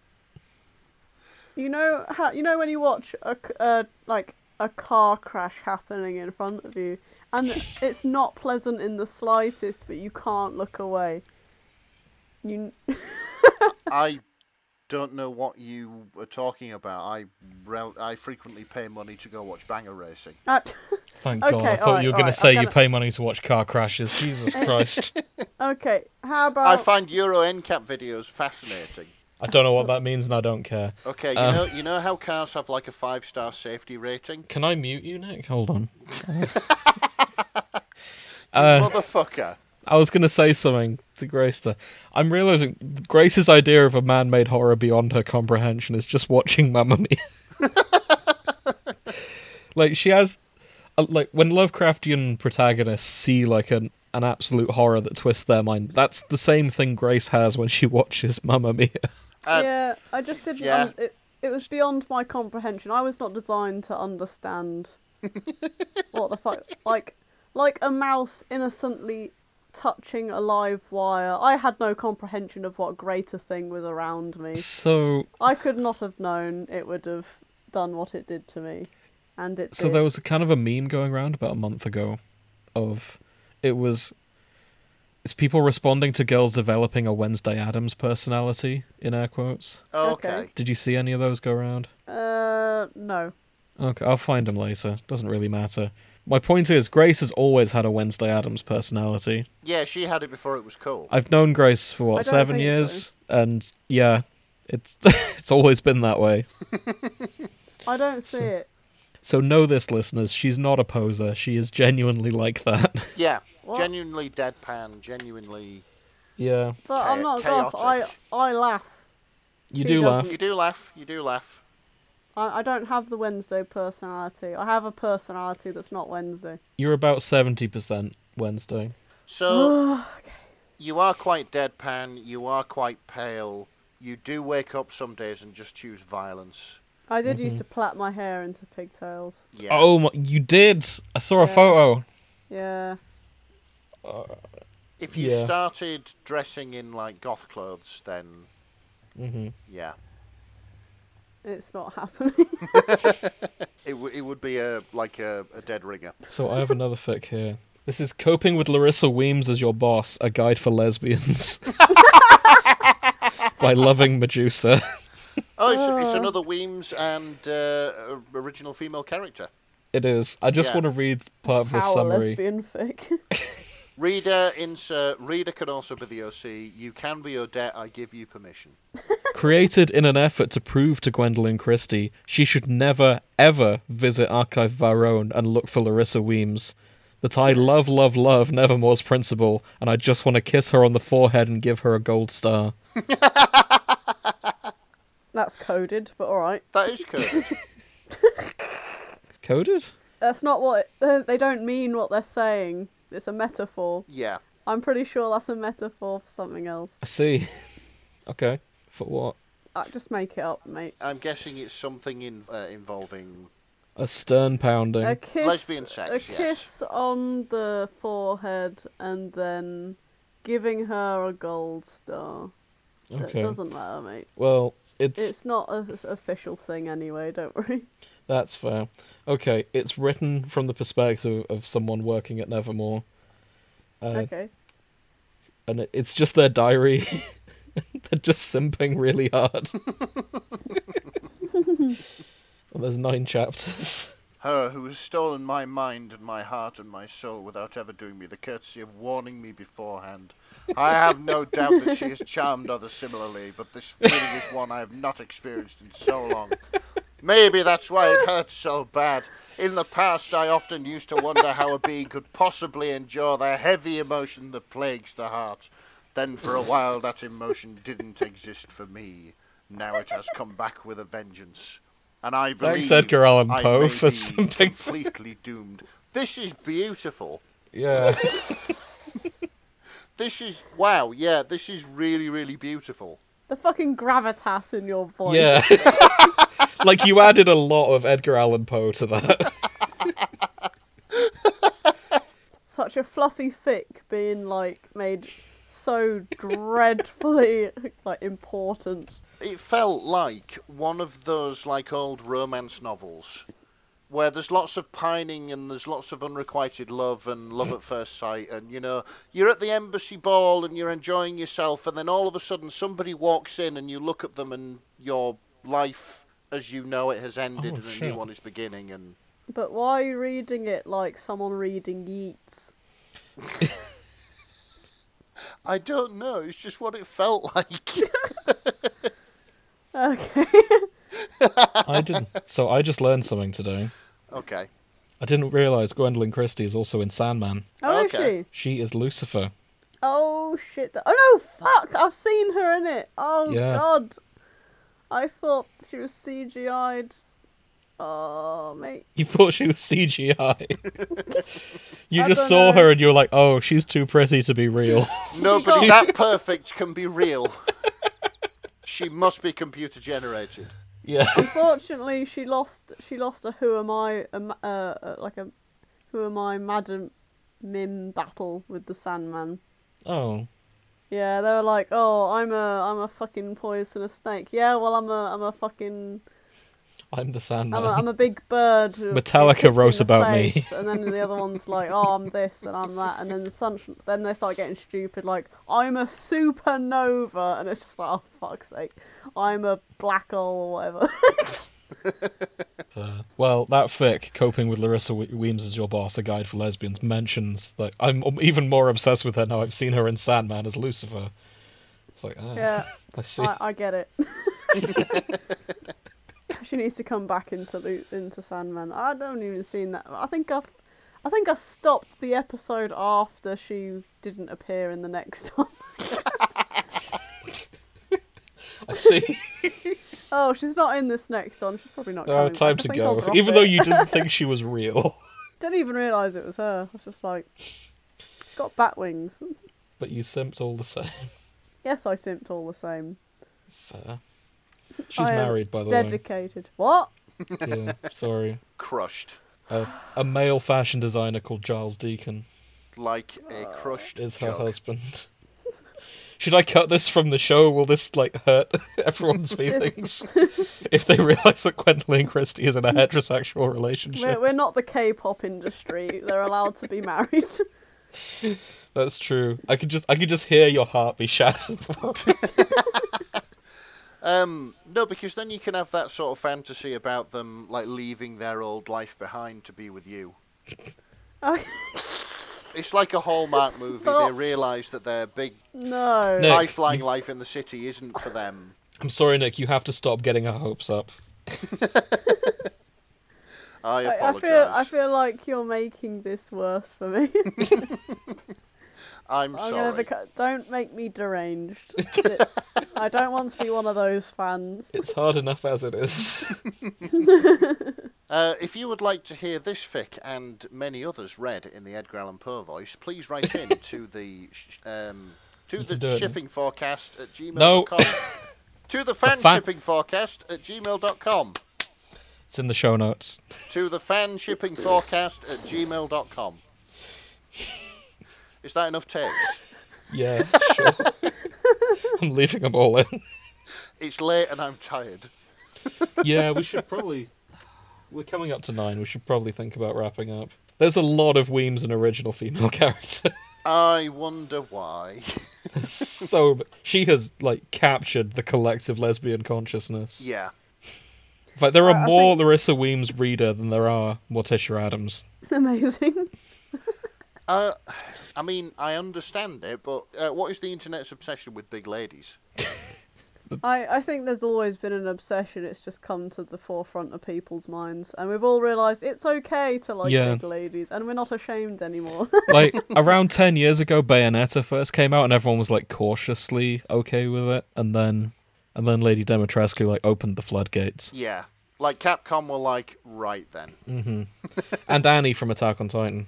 Speaker 1: you know how you know when you watch a c- uh, like a car crash happening in front of you, and it's not pleasant in the slightest, but you can't look away. You
Speaker 3: I don't know what you are talking about. I rel- I frequently pay money to go watch banger racing.
Speaker 1: [laughs] act- [laughs]
Speaker 2: Thank
Speaker 1: Okay,
Speaker 2: God. I thought
Speaker 1: alright,
Speaker 2: you were going
Speaker 1: alright,
Speaker 2: to say
Speaker 1: I'm
Speaker 2: you
Speaker 1: gonna-
Speaker 2: pay money to watch car crashes.
Speaker 1: [laughs]
Speaker 2: Jesus Christ.
Speaker 1: okay? How about
Speaker 3: I find Euro NCAP videos fascinating.
Speaker 2: I don't know what that means and I don't care.
Speaker 3: Okay, you
Speaker 2: Uh.
Speaker 3: know you know how cars have like a five star safety rating.
Speaker 2: Can I mute you, Nick? Hold on. Uh.
Speaker 3: Motherfucker.
Speaker 2: I was going to say something to Grace. There. I'm realizing Grace's idea of a man-made horror beyond her comprehension is just watching Mamma Mia. [laughs] like she has, uh, like when Lovecraftian protagonists see like an an absolute horror that twists their mind. That's the same thing Grace has when she [laughs] watches Mamma Mia.
Speaker 3: Uh,
Speaker 1: [laughs] yeah, I just didn't.
Speaker 3: yeah.
Speaker 1: un- it, it was beyond my comprehension. I was not designed to
Speaker 3: [laughs]
Speaker 1: understand what the fuck. Like, like a mouse innocently touching a live wire. I had no comprehension of what greater thing was around me.
Speaker 2: So
Speaker 1: I could not have known it would have done what it did to me, and it.
Speaker 2: So
Speaker 1: did.
Speaker 2: there was a kind of a meme going around about a month ago of it was it's people responding to girls developing a Wednesday Adams personality in air quotes.
Speaker 3: Uh, okay.
Speaker 1: okay.
Speaker 2: Did you see any of those go around?
Speaker 1: Uh, no.
Speaker 2: Okay, I'll find them later. Doesn't really matter. My point is Grace has always had a Wednesday Adams personality.
Speaker 3: Yeah, she had it before it was cool.
Speaker 2: I've known Grace for
Speaker 1: I
Speaker 2: what,
Speaker 1: don't
Speaker 2: 7
Speaker 1: think
Speaker 2: years and yeah, it's [laughs] it's always been that way.
Speaker 1: I don't see
Speaker 2: So-
Speaker 1: it.
Speaker 2: So know this listeners, she's not a poser. She is genuinely like that. [laughs]
Speaker 3: Yeah,
Speaker 1: What?
Speaker 3: genuinely deadpan, genuinely.
Speaker 2: yeah.
Speaker 1: But I'm
Speaker 3: Cha-
Speaker 1: not a goth. I
Speaker 3: chaotic.
Speaker 1: I laugh.
Speaker 2: You
Speaker 1: She
Speaker 2: do
Speaker 1: doesn't-
Speaker 2: laugh.
Speaker 3: You do laugh. You do laugh.
Speaker 1: I, I don't have the Wednesday personality. I have a personality that's not Wednesday.
Speaker 2: You're about seventy percent Wednesday.
Speaker 1: [gasps]
Speaker 3: So you are quite deadpan. You are quite pale. You do wake up some days and just choose violence.
Speaker 1: I did
Speaker 2: Mm-hmm.
Speaker 1: used to plait my hair into pigtails.
Speaker 3: Yeah.
Speaker 2: Oh my! You did. I saw a
Speaker 1: Yeah.
Speaker 2: photo.
Speaker 1: Yeah.
Speaker 3: If you
Speaker 2: yeah.
Speaker 3: started dressing in like goth clothes, then
Speaker 2: Mm-hmm.
Speaker 3: yeah,
Speaker 1: It's not [laughs] happening.
Speaker 3: it w- it would be a like a, a dead ringer.
Speaker 2: So I have another fic here This is Coping with Larissa Weems as Your Boss, a guide for lesbians. By loving Medusa. [laughs]
Speaker 3: Oh, it's, it's another Weems and uh, original female character.
Speaker 2: It is. I just
Speaker 3: Yeah.
Speaker 2: want to read part of the
Speaker 1: Our
Speaker 2: summary.
Speaker 1: lesbian fic. [laughs]
Speaker 3: Reader insert. Reader can also be the OC. You can be Odette. I give you permission.
Speaker 2: Created in an effort to prove to Gwendolyn Christie she should never, ever visit Archive Varone and look for Larissa Weems. That I love, love, love Nevermore's principal, and I just want to kiss her on the forehead and give her a gold star.
Speaker 1: That's coded, but alright.
Speaker 3: That is coded.
Speaker 2: Coded?
Speaker 1: That's not what. uh, They don't mean what they're saying. It's a metaphor.
Speaker 3: yeah.
Speaker 1: I'm pretty sure that's a metaphor for something else.
Speaker 2: I see. [laughs] okay. For what?
Speaker 1: I just make it up, mate.
Speaker 3: I'm guessing it's something in, uh, involving.
Speaker 2: A stern pounding.
Speaker 1: A kiss,
Speaker 3: Lesbian sex,
Speaker 1: a
Speaker 3: yes.
Speaker 1: kiss on the forehead, and then giving her a gold star. It
Speaker 2: okay.
Speaker 1: doesn't matter, mate.
Speaker 2: Well, it's
Speaker 1: It's not an official thing anyway. Don't worry.
Speaker 2: That's fair. Okay, it's written from the perspective of someone working at Nevermore,
Speaker 1: [laughs]
Speaker 2: uh,
Speaker 1: okay.
Speaker 2: and it- it's just their diary. [laughs] They're just simping really hard. [laughs] Well, there's nine chapters.
Speaker 3: Her who has stolen my mind and my heart and my soul without ever doing me the courtesy of warning me beforehand. I have no doubt that she has charmed others similarly, but this feeling is one I have not experienced in so long. Maybe that's why it hurts so bad. In the past, I often used to wonder how a being could possibly endure the heavy emotion that plagues the heart. Then, for a while, that emotion didn't exist for me. Now it has come back with a vengeance. And I believe
Speaker 2: Thanks, Edgar Allan
Speaker 3: I
Speaker 2: Poe,
Speaker 3: may
Speaker 2: for
Speaker 3: be
Speaker 2: something.
Speaker 3: completely doomed. This is beautiful.
Speaker 2: Yeah,
Speaker 3: This is wow. Yeah, this is really, really beautiful.
Speaker 1: The fucking gravitas in your voice.
Speaker 2: [laughs] yeah. [laughs] like you added a lot of Edgar Allan Poe to that.
Speaker 1: Such a fluffy fic being like made so dreadfully [laughs] like important.
Speaker 3: It felt like one of those like old romance novels where there's lots of pining and there's lots of unrequited love and love at first sight and you know you're at the embassy ball and you're enjoying yourself and then all of a sudden somebody walks in and you look at them and your life as you know it has ended
Speaker 2: Oh,
Speaker 3: and a
Speaker 2: shit.
Speaker 3: new one is beginning and
Speaker 1: But why are you reading it like someone reading Yeats?
Speaker 3: I don't know it's just what it felt [laughs] like
Speaker 1: Okay.
Speaker 2: [laughs] I didn't. So I just learned something today.
Speaker 3: okay
Speaker 2: I didn't realize Gwendolyn Christie is also in Sandman.
Speaker 1: Oh,
Speaker 3: Okay.
Speaker 1: is she?
Speaker 2: She is Lucifer. [laughs]
Speaker 1: Oh shit! th- Oh no! Fuck! I've seen her in it. Oh
Speaker 2: Yeah.
Speaker 1: god! I thought she was CGI'd. Oh mate.
Speaker 2: You thought she was CGI. [laughs] you
Speaker 1: I
Speaker 2: just
Speaker 1: don't
Speaker 2: saw
Speaker 1: know.
Speaker 2: her and you were like, "Oh, she's too pretty to be real."
Speaker 3: Nobody
Speaker 1: got- [laughs]
Speaker 3: that perfect can be real. she must be computer generated.
Speaker 2: [laughs] yeah.
Speaker 1: Unfortunately, she lost. She lost a who am I? A, ma- uh, uh, like a who am I, Madam Mim battle with the Sandman.
Speaker 2: [laughs] Oh,
Speaker 1: Yeah, they were like, "Oh, I'm a, I'm a fucking poisonous snake." Yeah, well, I'm a, I'm a fucking,
Speaker 2: I'm the Sandman.
Speaker 1: I'm a, I'm a big bird. who-
Speaker 2: [laughs] Metallica
Speaker 1: who kicks
Speaker 2: wrote
Speaker 1: in the
Speaker 2: about me.
Speaker 1: face. and then the other one's like, "Oh, I'm this and I'm that," and then the sun, then they start getting stupid, like, "I'm a supernova," and it's just like, "Oh, fuck's sake, I'm a black hole or whatever." [laughs]
Speaker 2: Uh, well, that fic, coping with Larissa We- Weems as your boss, a guide for lesbians, mentions that I'm even more obsessed with her now. I've seen her in Sandman as Lucifer. It's like, ah,
Speaker 1: yeah.
Speaker 2: I see. [laughs]
Speaker 1: I, I get it. [laughs] she needs to come back into Lu- into Sandman. I don't even seen that. I think I've. I think I stopped the episode after she didn't appear in the next [laughs] one.
Speaker 2: I
Speaker 1: [laughs]
Speaker 2: see.
Speaker 1: Oh, she's not in this next one. She's probably not.
Speaker 2: there are
Speaker 1: coming back.
Speaker 2: Oh, time
Speaker 1: I
Speaker 2: to
Speaker 1: think I'll
Speaker 2: go.
Speaker 1: drop
Speaker 2: Even though
Speaker 1: it.
Speaker 2: you didn't
Speaker 1: [laughs]
Speaker 2: think she was real,
Speaker 1: didn't even realise it was her. I was just like, got bat wings.
Speaker 2: but you simped all the same.
Speaker 1: Yes, I simped all the same.
Speaker 2: Fair. She's
Speaker 1: I am
Speaker 2: married, by the
Speaker 1: Dedicated.
Speaker 2: [laughs]
Speaker 1: What?
Speaker 2: way. Yeah, sorry.
Speaker 3: Crushed.
Speaker 2: A, a male fashion designer called Giles Deacon.
Speaker 3: Like a crushed
Speaker 2: is Ah, her
Speaker 3: jug.
Speaker 2: husband. [laughs] Should I cut this from the show? Will this like hurt [laughs] everyone's feelings [laughs] if they realise that Gwendolyn Christie is in a heterosexual
Speaker 1: We're,
Speaker 2: relationship?
Speaker 1: we're not the K-pop industry. They're allowed to be married. [laughs]
Speaker 2: That's true. I could just I could just hear your heart be shattered.
Speaker 3: Um, no, because then you can have that sort of fantasy about them like leaving their old life behind to be
Speaker 2: [laughs]
Speaker 3: with you. It's like a Hallmark movie. They
Speaker 1: Stop.
Speaker 3: realise that their big
Speaker 1: no.
Speaker 2: No. Nick,
Speaker 3: lifeline life in the city isn't for them.
Speaker 2: [laughs] I'm sorry, Nick. You have to stop getting our hopes up.
Speaker 3: I
Speaker 1: I, I
Speaker 3: apologise.
Speaker 1: feel I feel like you're making this worse for
Speaker 2: [laughs]
Speaker 1: me.
Speaker 3: I'm
Speaker 1: I'm gonna
Speaker 3: sorry.
Speaker 1: beca- don't make me
Speaker 2: [laughs]
Speaker 1: deranged. I don't want to be one of those fans.
Speaker 2: It's hard enough as it is.
Speaker 3: Uh, if you would like to hear this fic and many others read in the Edgar Allan Poe voice, please
Speaker 2: [laughs]
Speaker 3: write in to the sh- um, to
Speaker 2: You can do
Speaker 3: the
Speaker 2: it,
Speaker 3: shipping forecast at gmail.com.
Speaker 2: No. [laughs]
Speaker 3: to the fan
Speaker 2: fan-
Speaker 3: shipping forecast at gmail.com.
Speaker 2: It's in the show notes.
Speaker 3: To the fan shipping forecast at gmail.com. Is that
Speaker 2: [laughs]
Speaker 3: enough takes?
Speaker 2: Yeah, sure. I'm leaving them all in.
Speaker 3: It's late and I'm tired.
Speaker 2: Yeah, we should probably. We're coming up to nine. We should probably think about wrapping up. There's a lot of Weems and original female [laughs] character.
Speaker 3: I wonder why. [laughs]
Speaker 2: so b- she has like captured the collective lesbian consciousness.
Speaker 3: yeah.
Speaker 2: In fact, there are
Speaker 1: I- I
Speaker 2: more
Speaker 1: think-
Speaker 2: Larissa Weems reader than there are Morticia Adams.
Speaker 1: [laughs] Amazing.
Speaker 3: Uh, I mean, I understand it, but uh, what is the internet's obsession with big ladies?
Speaker 1: I, I think there's always been an obsession. It's just come to the forefront of people's minds, and we've all realised it's okay to like
Speaker 2: Yeah.
Speaker 1: big ladies, and we're not ashamed anymore. [laughs]
Speaker 2: Like around ten years ago, Bayonetta first came out, and everyone was like cautiously okay with it, and then and then Lady Demetrescu like opened the floodgates.
Speaker 3: Yeah. Like Capcom were like, right then.
Speaker 2: and Annie from Attack on Titan.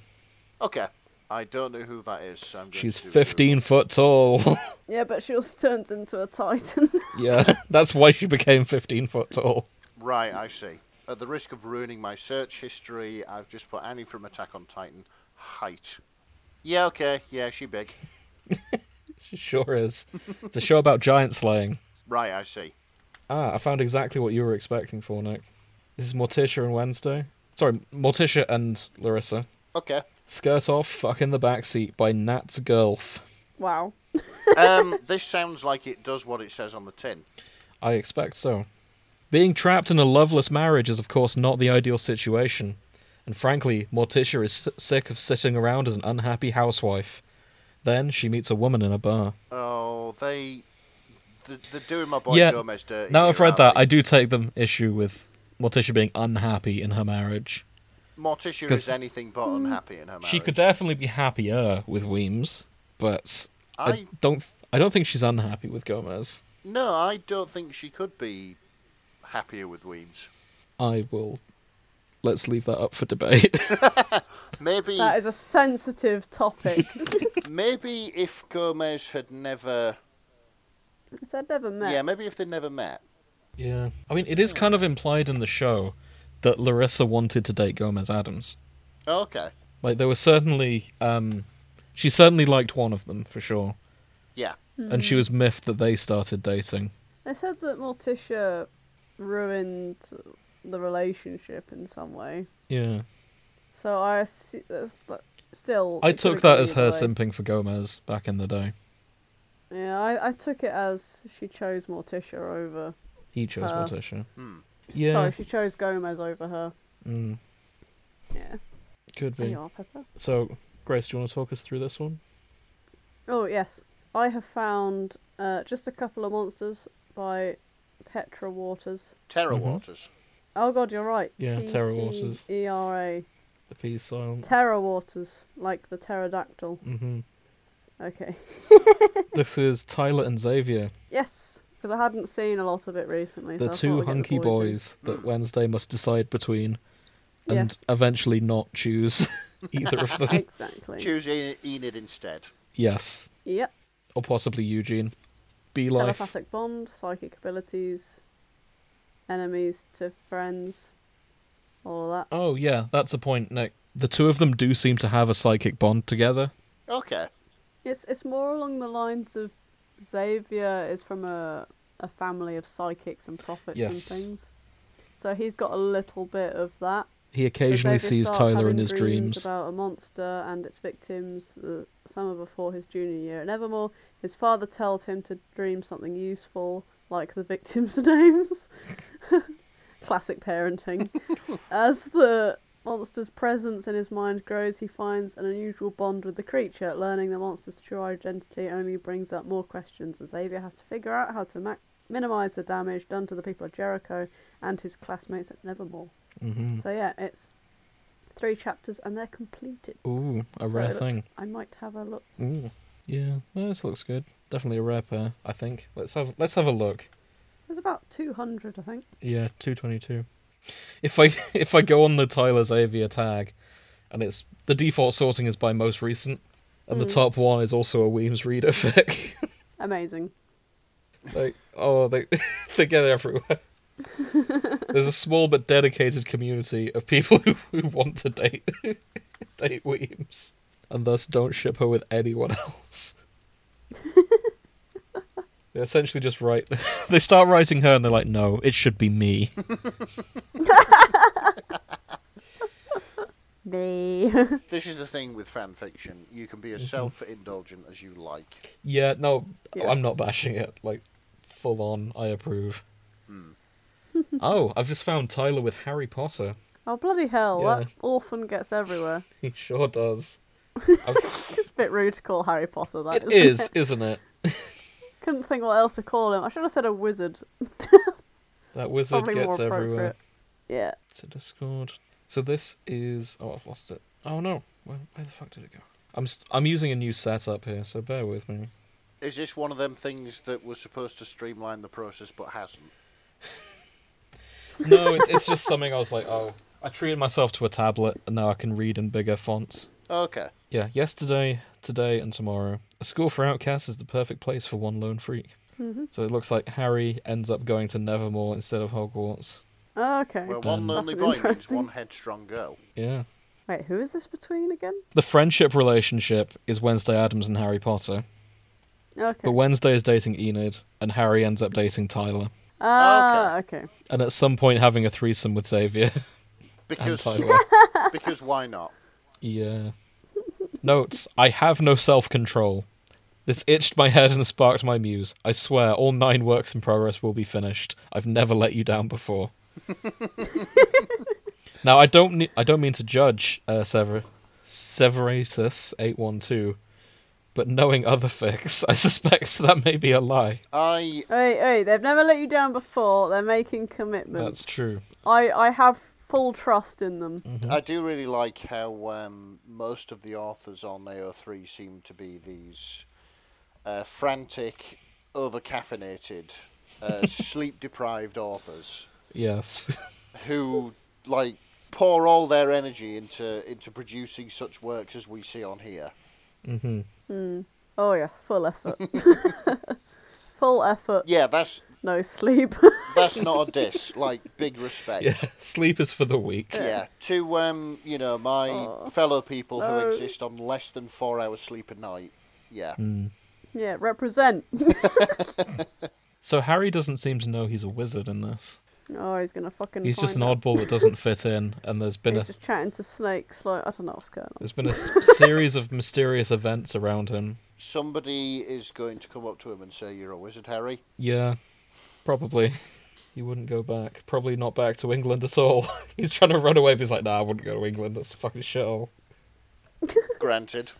Speaker 3: Okay. I don't know who that is. So I'm going
Speaker 2: She's
Speaker 3: to
Speaker 2: 15 foot tall. [laughs]
Speaker 1: yeah, but she also turns into a titan. [laughs]
Speaker 2: yeah, [laughs] that's why she became 15 foot tall.
Speaker 3: Google. Right, I see. At the risk of ruining my search history, I've just put Annie from Attack on Titan. Height. Yeah, okay. Yeah, she big.
Speaker 2: She sure is. It's a show about giant slaying.
Speaker 3: Right, I see.
Speaker 2: Ah, I found exactly what you were expecting for, Nick. This is Morticia and Wednesday. Sorry, Morticia and Larissa.
Speaker 3: Okay.
Speaker 2: Skirt off, fuck in the backseat by Nat's Girlf.
Speaker 1: wow.
Speaker 3: Um, [laughs] this sounds like it does what it says on the tin.
Speaker 2: I expect so. Being trapped in a loveless marriage is, of course, not the ideal situation. And frankly, Morticia is s- sick of sitting around as an unhappy housewife. Then she meets a woman in a bar.
Speaker 3: Oh, they. th- They're doing my boy
Speaker 2: Yeah.
Speaker 3: Gomez dirty.
Speaker 2: Now I've
Speaker 3: here,
Speaker 2: read that, I
Speaker 3: aren't
Speaker 2: do take them issue with Morticia being unhappy in her marriage.
Speaker 3: they? Morticia
Speaker 2: 'cause-
Speaker 3: is anything but unhappy in her marriage.
Speaker 2: She could uh, definitely be happier with Weems, but I,
Speaker 3: I-
Speaker 2: don't. I don't think she's unhappy with Gomez.
Speaker 3: No, I don't think she could be happier with Weems.
Speaker 2: I will. Let's leave that up for debate. [laughs]
Speaker 3: Maybe,
Speaker 1: That is a sensitive
Speaker 2: [laughs]
Speaker 1: topic.
Speaker 3: maybe if Gomez had never,
Speaker 1: if they'd never met.
Speaker 3: yeah, maybe if they never met.
Speaker 2: Yeah. I mean, it is kind of implied in the show that Larissa wanted to date Gomez Adams.
Speaker 3: Oh, okay,
Speaker 2: Like, there were certainly. Um, she certainly liked one of them, for sure.
Speaker 3: yeah,
Speaker 1: Hmm.
Speaker 2: And she was miffed that they started dating.
Speaker 1: They said that Morticia ruined the relationship in some way.
Speaker 2: Yeah.
Speaker 1: So I assu- that's that, still.
Speaker 2: I
Speaker 1: it could've
Speaker 2: took that
Speaker 1: gone
Speaker 2: as
Speaker 1: either
Speaker 2: her
Speaker 1: way.
Speaker 2: simping for Gomez back in the day.
Speaker 1: Yeah, I, I took it as she chose Morticia over.
Speaker 2: He chose
Speaker 1: Uh,
Speaker 2: Morticia.
Speaker 3: hmm.
Speaker 2: Yeah.
Speaker 1: Sorry, she chose Gomez over her.
Speaker 2: Mm,
Speaker 1: Yeah.
Speaker 2: could
Speaker 1: There
Speaker 2: be.
Speaker 1: you are, Pepper.
Speaker 2: So, Grace, do you want to talk us through this one?
Speaker 1: Oh yes, I have found uh, just a couple of monsters by Petra Waters.
Speaker 3: Terra
Speaker 2: Mhm.
Speaker 3: Waters.
Speaker 1: Oh god, you're right.
Speaker 2: Yeah, Terra Waters.
Speaker 1: E R A.
Speaker 2: The peace silent.
Speaker 1: Terra Waters, like the pterodactyl.
Speaker 2: hmm
Speaker 1: Okay.
Speaker 2: [laughs] this is Tyler and Xavier,
Speaker 1: Yes, because I hadn't seen a lot of it recently.
Speaker 2: the
Speaker 1: so I thought I'd
Speaker 2: two
Speaker 1: get the
Speaker 2: hunky
Speaker 1: boys in.
Speaker 2: boys that Wednesday must decide between and [laughs]
Speaker 1: Yes.
Speaker 2: eventually
Speaker 1: [laughs]
Speaker 2: not choose either of them.
Speaker 1: Exactly.
Speaker 3: Choose En- E, Enid instead.
Speaker 2: yes.
Speaker 1: yep.
Speaker 2: Or possibly Eugene. Be life.
Speaker 1: Telepathic bond, psychic abilities, enemies to friends, all of that.
Speaker 2: Oh, yeah, that's a point, Nick. The two of them do seem to have a psychic bond together.
Speaker 1: [laughs]
Speaker 3: Okay,
Speaker 1: It's it's more along the lines of Xavier is from a a family of psychics and prophets
Speaker 2: Yes.
Speaker 1: and things, so he's got a little bit of that.
Speaker 2: He
Speaker 1: So
Speaker 2: occasionally
Speaker 1: Xavier
Speaker 2: sees
Speaker 1: starts
Speaker 2: Tyler in
Speaker 1: having
Speaker 2: his dreams.
Speaker 1: about a monster and its victims the summer before his junior year at Evermore. His father tells him to dream something useful, like the victims' [laughs] names. Classic
Speaker 2: [laughs]
Speaker 1: parenting. As the monster's presence in his mind grows, he finds an unusual bond with the creature. Learning the monster's true identity only brings up more questions, and Xavier has to figure out how to ma- minimize the damage done to the people of Jericho and his classmates at Nevermore.
Speaker 2: hmm
Speaker 1: So yeah, it's three chapters and they're completed.
Speaker 2: Ooh, a
Speaker 1: So
Speaker 2: rare
Speaker 1: it looks-
Speaker 2: thing.
Speaker 1: I might have a look.
Speaker 2: Ooh, yeah, no, this looks good. Definitely a rare pair, I think. Let's have let's have a look.
Speaker 1: There's about 200, I think.
Speaker 2: Yeah, two twenty two. If I [laughs] if I go on the Tyler Xavier tag, and it's the default sorting is by most recent, and the
Speaker 1: Mm.
Speaker 2: top one is also a Weems reader fic.
Speaker 1: Amazing.
Speaker 2: like oh, they [laughs] they get it everywhere. There's a small but dedicated community of people [laughs] who, who want to date [laughs] date Weems, and thus don't ship her with anyone else. they essentially just write. [laughs] they start writing her, and they're like, "No, it should be me."
Speaker 1: [laughs] Me.
Speaker 3: This is the thing with fan fiction. You can
Speaker 2: Mm-hmm.
Speaker 3: be as self-indulgent as you like.
Speaker 2: Yeah, no,
Speaker 1: Yes.
Speaker 2: Oh, I'm not bashing it. Like, full on, I approve. oh, I've just found Tyler with Harry Potter. [laughs]
Speaker 1: oh, bloody hell.
Speaker 2: Yeah.
Speaker 1: That orphan gets everywhere.
Speaker 2: He sure does.
Speaker 1: It's a bit rude to call Harry Potter that.
Speaker 2: It
Speaker 1: isn't [laughs]
Speaker 2: is, isn't it?
Speaker 1: Couldn't think what else to call him. I should have said a wizard.
Speaker 2: That wizard
Speaker 1: Probably
Speaker 2: gets
Speaker 1: more appropriate.
Speaker 2: everywhere.
Speaker 1: Yeah.
Speaker 2: To Discord. So this is. Oh, I've lost it. Oh no, where, where the fuck did it go? I'm st- I'm using a new setup here, so bear with me.
Speaker 3: Is this one of them things that was supposed to streamline the process but hasn't?
Speaker 2: No, it's it's just something I was like, oh, I treated myself to a tablet, and now I can read in bigger fonts.
Speaker 3: Okay.
Speaker 2: Yeah, yesterday, today, and tomorrow. A school for outcasts is the perfect place for one lone freak.
Speaker 1: Mhm.
Speaker 2: So it looks like Harry ends up going to Nevermore instead of Hogwarts.
Speaker 1: Okay.
Speaker 3: Well, one
Speaker 2: Um,
Speaker 3: lonely
Speaker 1: That's an
Speaker 3: boy means
Speaker 1: interesting-
Speaker 3: one headstrong girl.
Speaker 2: Yeah.
Speaker 1: Wait, who is this between again?
Speaker 2: The friendship relationship is Wednesday Adams and Harry Potter,
Speaker 1: Okay.
Speaker 2: but Wednesday is dating Enid, and Harry ends up dating Tyler,
Speaker 1: Ah, okay.
Speaker 2: and at some point having a threesome with Xavier [laughs] and
Speaker 3: Because
Speaker 1: [laughs]
Speaker 2: Tyler.
Speaker 3: [laughs] because why not?
Speaker 2: yeah. uh, Notes: I have no self-control. This itched my head and sparked my muse. I swear, all nine works in progress will be finished. I've never let you down before. now, I don't. Ne- I don't mean to judge uh, Sever Severatus eight one two, but knowing other fics, I suspect that may be a lie.
Speaker 3: I
Speaker 1: Hey, hey, they've never let you down before. They're making commitments.
Speaker 2: That's true.
Speaker 1: I, I have full trust in them.
Speaker 3: I do really like how um, most of the authors on AO3 seem to be these uh, frantic, over caffeinated,
Speaker 1: [laughs]
Speaker 3: uh, sleep deprived authors
Speaker 2: Yes.
Speaker 3: who like pour all their energy into into producing such works as we see on here.
Speaker 2: hmm
Speaker 1: Oh yes, full effort. [laughs] full effort.
Speaker 3: Yeah, that's
Speaker 1: No sleep. [laughs]
Speaker 3: that's not a diss. Like big respect.
Speaker 2: Yeah. Sleep is for the weak.
Speaker 3: Yeah, to um, you know, my
Speaker 1: Aw.
Speaker 3: fellow people
Speaker 1: No.
Speaker 3: who exist on less than four hours sleep a night. Yeah,
Speaker 1: yeah, represent.
Speaker 2: So Harry doesn't seem to know he's a wizard in this.
Speaker 1: Oh, he's gonna fucking.
Speaker 2: He's just an
Speaker 1: find out.
Speaker 2: oddball that doesn't fit in, and there's been a
Speaker 1: He's just chatting to snakes. Like I don't know what's going on.
Speaker 2: there's been a s- series of mysterious events around him.
Speaker 3: somebody is going to come up to him and say, "You're a wizard, Harry."
Speaker 2: Yeah, probably. He wouldn't go back. Probably not back to England at all. [laughs] he's trying to run away, but he's like, "Nah, I wouldn't go to England. That's a fucking shithole."
Speaker 3: Granted.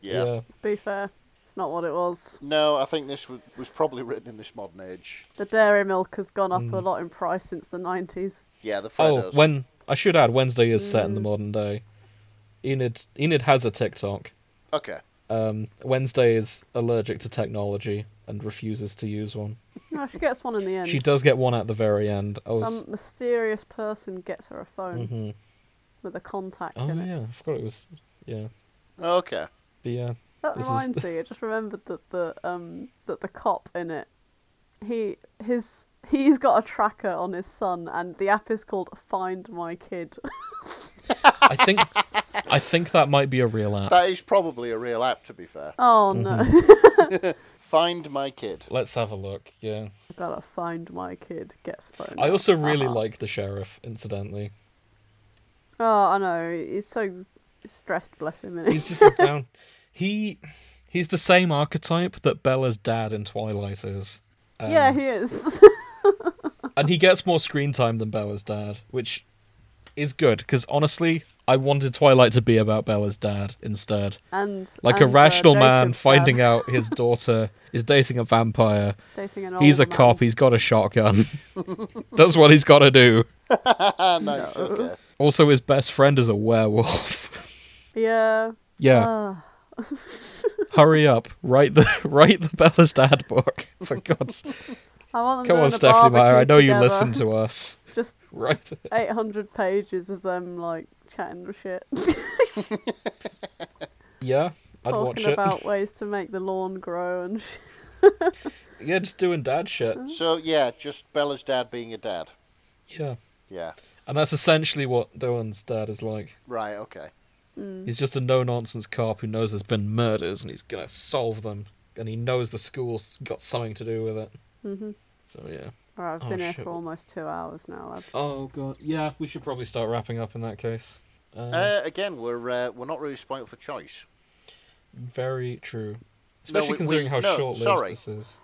Speaker 3: Yeah.
Speaker 1: Be fair, it's not what it was.
Speaker 3: No, I think this was, was probably written in this modern age.
Speaker 1: The dairy milk has gone up a
Speaker 2: Mm.
Speaker 1: lot in price since the nineties.
Speaker 3: Yeah, the
Speaker 2: Oh,
Speaker 3: Freddos.
Speaker 2: when I should add, Wednesday is set in the modern day. Enid Enid has a TikTok.
Speaker 3: Okay.
Speaker 2: Um, Wednesday is allergic to technology and refuses to use one.
Speaker 1: No, she gets one in the end.
Speaker 2: She oh, does get one at the very end. I was...
Speaker 1: Some mysterious person gets her a phone
Speaker 2: Mhm.
Speaker 1: with a contact
Speaker 2: Oh
Speaker 1: in it.
Speaker 2: yeah, I forgot it was. Yeah, uh,
Speaker 3: Okay.
Speaker 2: but yeah,
Speaker 1: That
Speaker 2: This is
Speaker 1: reminds me. I just remembered that the um that the cop in it, he his he's got a tracker on his son, and the app is called Find My Kid. [laughs]
Speaker 2: I think I think that might be a real app.
Speaker 3: That is probably a real app, to be fair.
Speaker 1: Oh
Speaker 2: Mm-hmm.
Speaker 1: no,
Speaker 3: Find my kid.
Speaker 2: Let's have a look. Yeah,
Speaker 1: [laughs] gotta find my kid. Gets phone.
Speaker 2: I
Speaker 1: out.
Speaker 2: also really
Speaker 1: Uh-huh.
Speaker 2: like the sheriff. Incidentally,
Speaker 1: Oh, I know. He's so stressed, bless him. Isn't he?
Speaker 2: He's just a down. He he's the same archetype that Bella's dad in Twilight is. And-
Speaker 1: [laughs] yeah, he
Speaker 2: [laughs]
Speaker 1: is.
Speaker 2: and he gets more screen time than Bella's dad, which is good because honestly, I wanted Twilight to be about Bella's dad instead.
Speaker 1: and
Speaker 2: Like a
Speaker 1: and, uh,
Speaker 2: rational man
Speaker 1: Jacob's
Speaker 2: finding
Speaker 1: [laughs] dad
Speaker 2: out his daughter is dating a vampire.
Speaker 1: dating an
Speaker 2: he's a
Speaker 1: older
Speaker 2: cop.
Speaker 1: man.
Speaker 2: He's got a shotgun. That's what he's got to do.
Speaker 3: Ah, nice. Okay.
Speaker 2: Also, his best friend is a werewolf. [laughs]
Speaker 1: Yeah.
Speaker 2: yeah,
Speaker 1: Ah. Uh.
Speaker 2: hurry up! Write the [laughs] write the Bella's dad book [laughs]
Speaker 1: [laughs]
Speaker 2: for God's.
Speaker 1: I want them
Speaker 2: Come
Speaker 1: doing
Speaker 2: on,
Speaker 1: a
Speaker 2: Stephanie Meyer. I
Speaker 1: barbecue
Speaker 2: know you
Speaker 1: together.
Speaker 2: listen to us.
Speaker 1: [laughs]
Speaker 2: [laughs]
Speaker 1: Just
Speaker 2: Write it.
Speaker 1: 800 pages of them like chatting shit,
Speaker 2: Yeah, I'd watch
Speaker 1: talking
Speaker 2: it.
Speaker 1: about ways to make the lawn grow and [laughs] shit.
Speaker 2: [laughs] Yeah, just doing dad shit.
Speaker 1: Mm.
Speaker 3: So yeah, just Bella's dad being a dad.
Speaker 2: Yeah.
Speaker 3: Yeah.
Speaker 2: And that's essentially what Dylan's dad is like.
Speaker 3: Right. Okay.
Speaker 2: He's just a no nonsense cop who knows there's been murders and he's going to solve them. And he knows the school's got something to do with it.
Speaker 1: Mhm.
Speaker 2: So, yeah.
Speaker 1: All right, I've
Speaker 2: Oh,
Speaker 1: been here
Speaker 2: shit.
Speaker 1: for almost two hours now. lads.
Speaker 2: Oh, God. Yeah, we should probably start wrapping up in that case. Uh,
Speaker 3: Uh, again, we're uh, we're not really spoiled for choice.
Speaker 2: very true. Especially
Speaker 3: we-
Speaker 2: considering
Speaker 3: we-
Speaker 2: how
Speaker 3: no,
Speaker 2: short lived
Speaker 3: sorry.
Speaker 2: this is.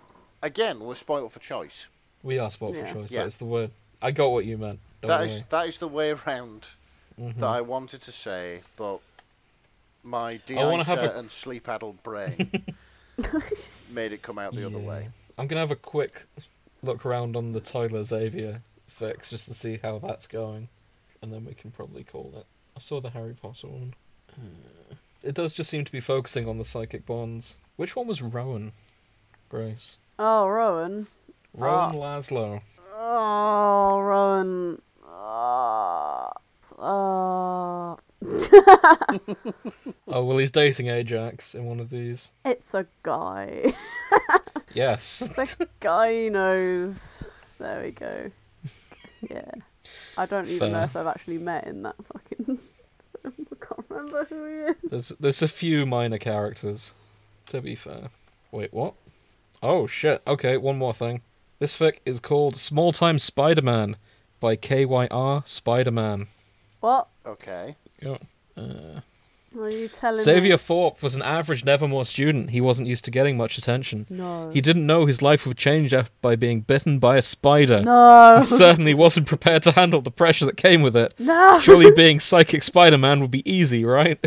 Speaker 3: Again, we're spoiled for choice.
Speaker 2: We are spot
Speaker 1: Yeah.
Speaker 2: for choice.
Speaker 3: Yeah.
Speaker 2: That's the word. I got what you meant. Don't
Speaker 3: That
Speaker 2: worry.
Speaker 3: is that is the way round
Speaker 2: Mhm.
Speaker 3: that I wanted to say, but my
Speaker 2: wanna have
Speaker 3: dehydrated
Speaker 2: a-
Speaker 3: and sleep-addled brain
Speaker 2: [laughs]
Speaker 3: made it come out the other
Speaker 2: Yeah.
Speaker 3: way.
Speaker 2: I'm going to have a quick look around on the Tyler Xavier fix just to see how that's going. And then we can probably call it. I saw the Harry Potter one. Uh, It does just seem to be focusing on the psychic bonds. Which one was Rowan? Grace.
Speaker 1: Oh, Rowan.
Speaker 2: Rowan Laszlo.
Speaker 1: Oh, Rowan. Ah. Ah.
Speaker 2: Oh, well, he's dating Ajax in one of these.
Speaker 1: it's a guy. [laughs]
Speaker 2: Yes.
Speaker 1: It's a guy who knows. There we
Speaker 2: [laughs]
Speaker 1: go. Yeah. I don't even know
Speaker 2: Fair.
Speaker 1: if I've actually met in that fucking. [laughs] I can't remember who he is.
Speaker 2: There's, there's a few minor characters, to be fair. Wait, what? Oh, shit. Okay, one more thing. This fic is called Small Time Spider Man by KYR Spider Man.
Speaker 1: What?
Speaker 3: Okay.
Speaker 2: Yeah.
Speaker 1: Are you telling
Speaker 2: Xavier
Speaker 1: me?
Speaker 2: Thorpe was an average Nevermore student. He wasn't used to getting much attention.
Speaker 1: No.
Speaker 2: He didn't know his life would change af- by being bitten by a spider.
Speaker 1: No.
Speaker 2: [laughs] He certainly wasn't prepared to handle the pressure that came with it.
Speaker 1: No. [laughs]
Speaker 2: Surely being psychic Spider Man would be easy, right?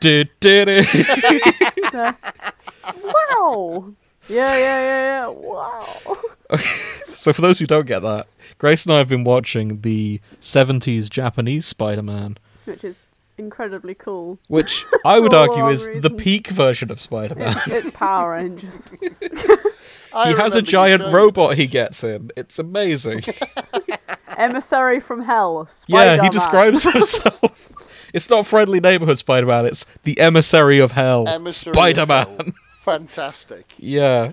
Speaker 2: Did did it?
Speaker 1: wow. [laughs] Yeah, yeah, yeah, yeah. Wow.
Speaker 2: So for those who don't get that, Grace and I have been watching the '70s Japanese Spider-Man,
Speaker 1: [laughs] Which is incredibly cool.
Speaker 2: which
Speaker 3: [laughs]
Speaker 2: I would
Speaker 1: For all
Speaker 2: argue
Speaker 1: wrong
Speaker 2: is the
Speaker 1: reasons.
Speaker 2: peak version of Spider-Man.
Speaker 1: [laughs] It's, it's Power [laughs] Rangers.
Speaker 3: I
Speaker 2: he has a
Speaker 3: remember you
Speaker 2: giant
Speaker 3: showing me
Speaker 2: robot
Speaker 3: this.
Speaker 2: he gets in. It's amazing.
Speaker 1: Emissary from Hell.
Speaker 2: yeah, he
Speaker 1: Spider-Man.
Speaker 3: [laughs]
Speaker 2: describes himself. It's not friendly neighborhood Spider-Man. It's the emissary of hell,
Speaker 3: Emissary of
Speaker 2: Spider-Man.
Speaker 3: [laughs] Hell. Fantastic. [laughs]
Speaker 2: Yeah.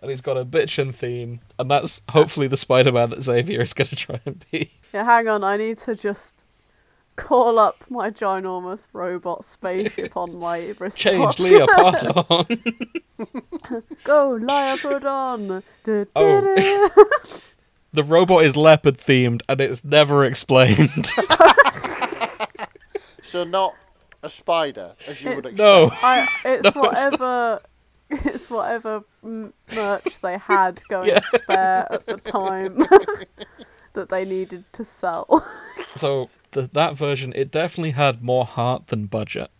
Speaker 2: and he's got a bitchin' theme, and that's hopefully the Spider-Man that Xavier is going to try and be.
Speaker 1: Yeah, hang on. I need to just call up my ginormous robot spaceship on my [laughs] wristwatch.
Speaker 2: Change
Speaker 3: [laughs]
Speaker 2: Leopard on.
Speaker 1: Go,
Speaker 2: [laughs]
Speaker 1: Leopardon! Du- du-
Speaker 2: Oh.
Speaker 1: du.
Speaker 3: [laughs]
Speaker 2: The robot is leopard themed and it's never
Speaker 3: [laughs]
Speaker 2: explained.
Speaker 3: So not a spider, as you would
Speaker 1: It's-
Speaker 3: expect.
Speaker 2: no. [laughs]
Speaker 1: I, it's
Speaker 2: No, it's
Speaker 1: whatever. It's, whatever m- merch they
Speaker 2: [laughs]
Speaker 1: had going
Speaker 2: Yeah.
Speaker 1: spare at the time [laughs] that they needed to sell. [laughs]
Speaker 2: So th that version, it definitely had more heart than budget.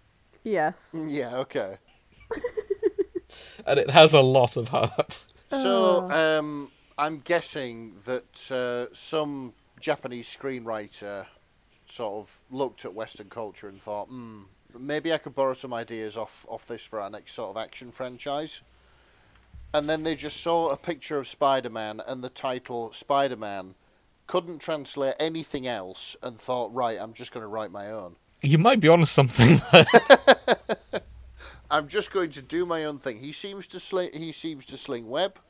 Speaker 1: yes.
Speaker 3: Yeah. Okay.
Speaker 2: And it has a lot of heart.
Speaker 3: So um, I'm guessing that uh, some Japanese screenwriter sort of looked at Western culture and thought, hmm, maybe I could borrow some ideas off off this for our next sort of action franchise. And then they just saw a picture of Spider-Man and the title Spider-Man, couldn't translate anything else, and thought, right, I'm just going to write my own.
Speaker 2: You might be onto something [laughs] there.
Speaker 3: I'm just going to do my own thing. He seems to sling. He seems to sling web.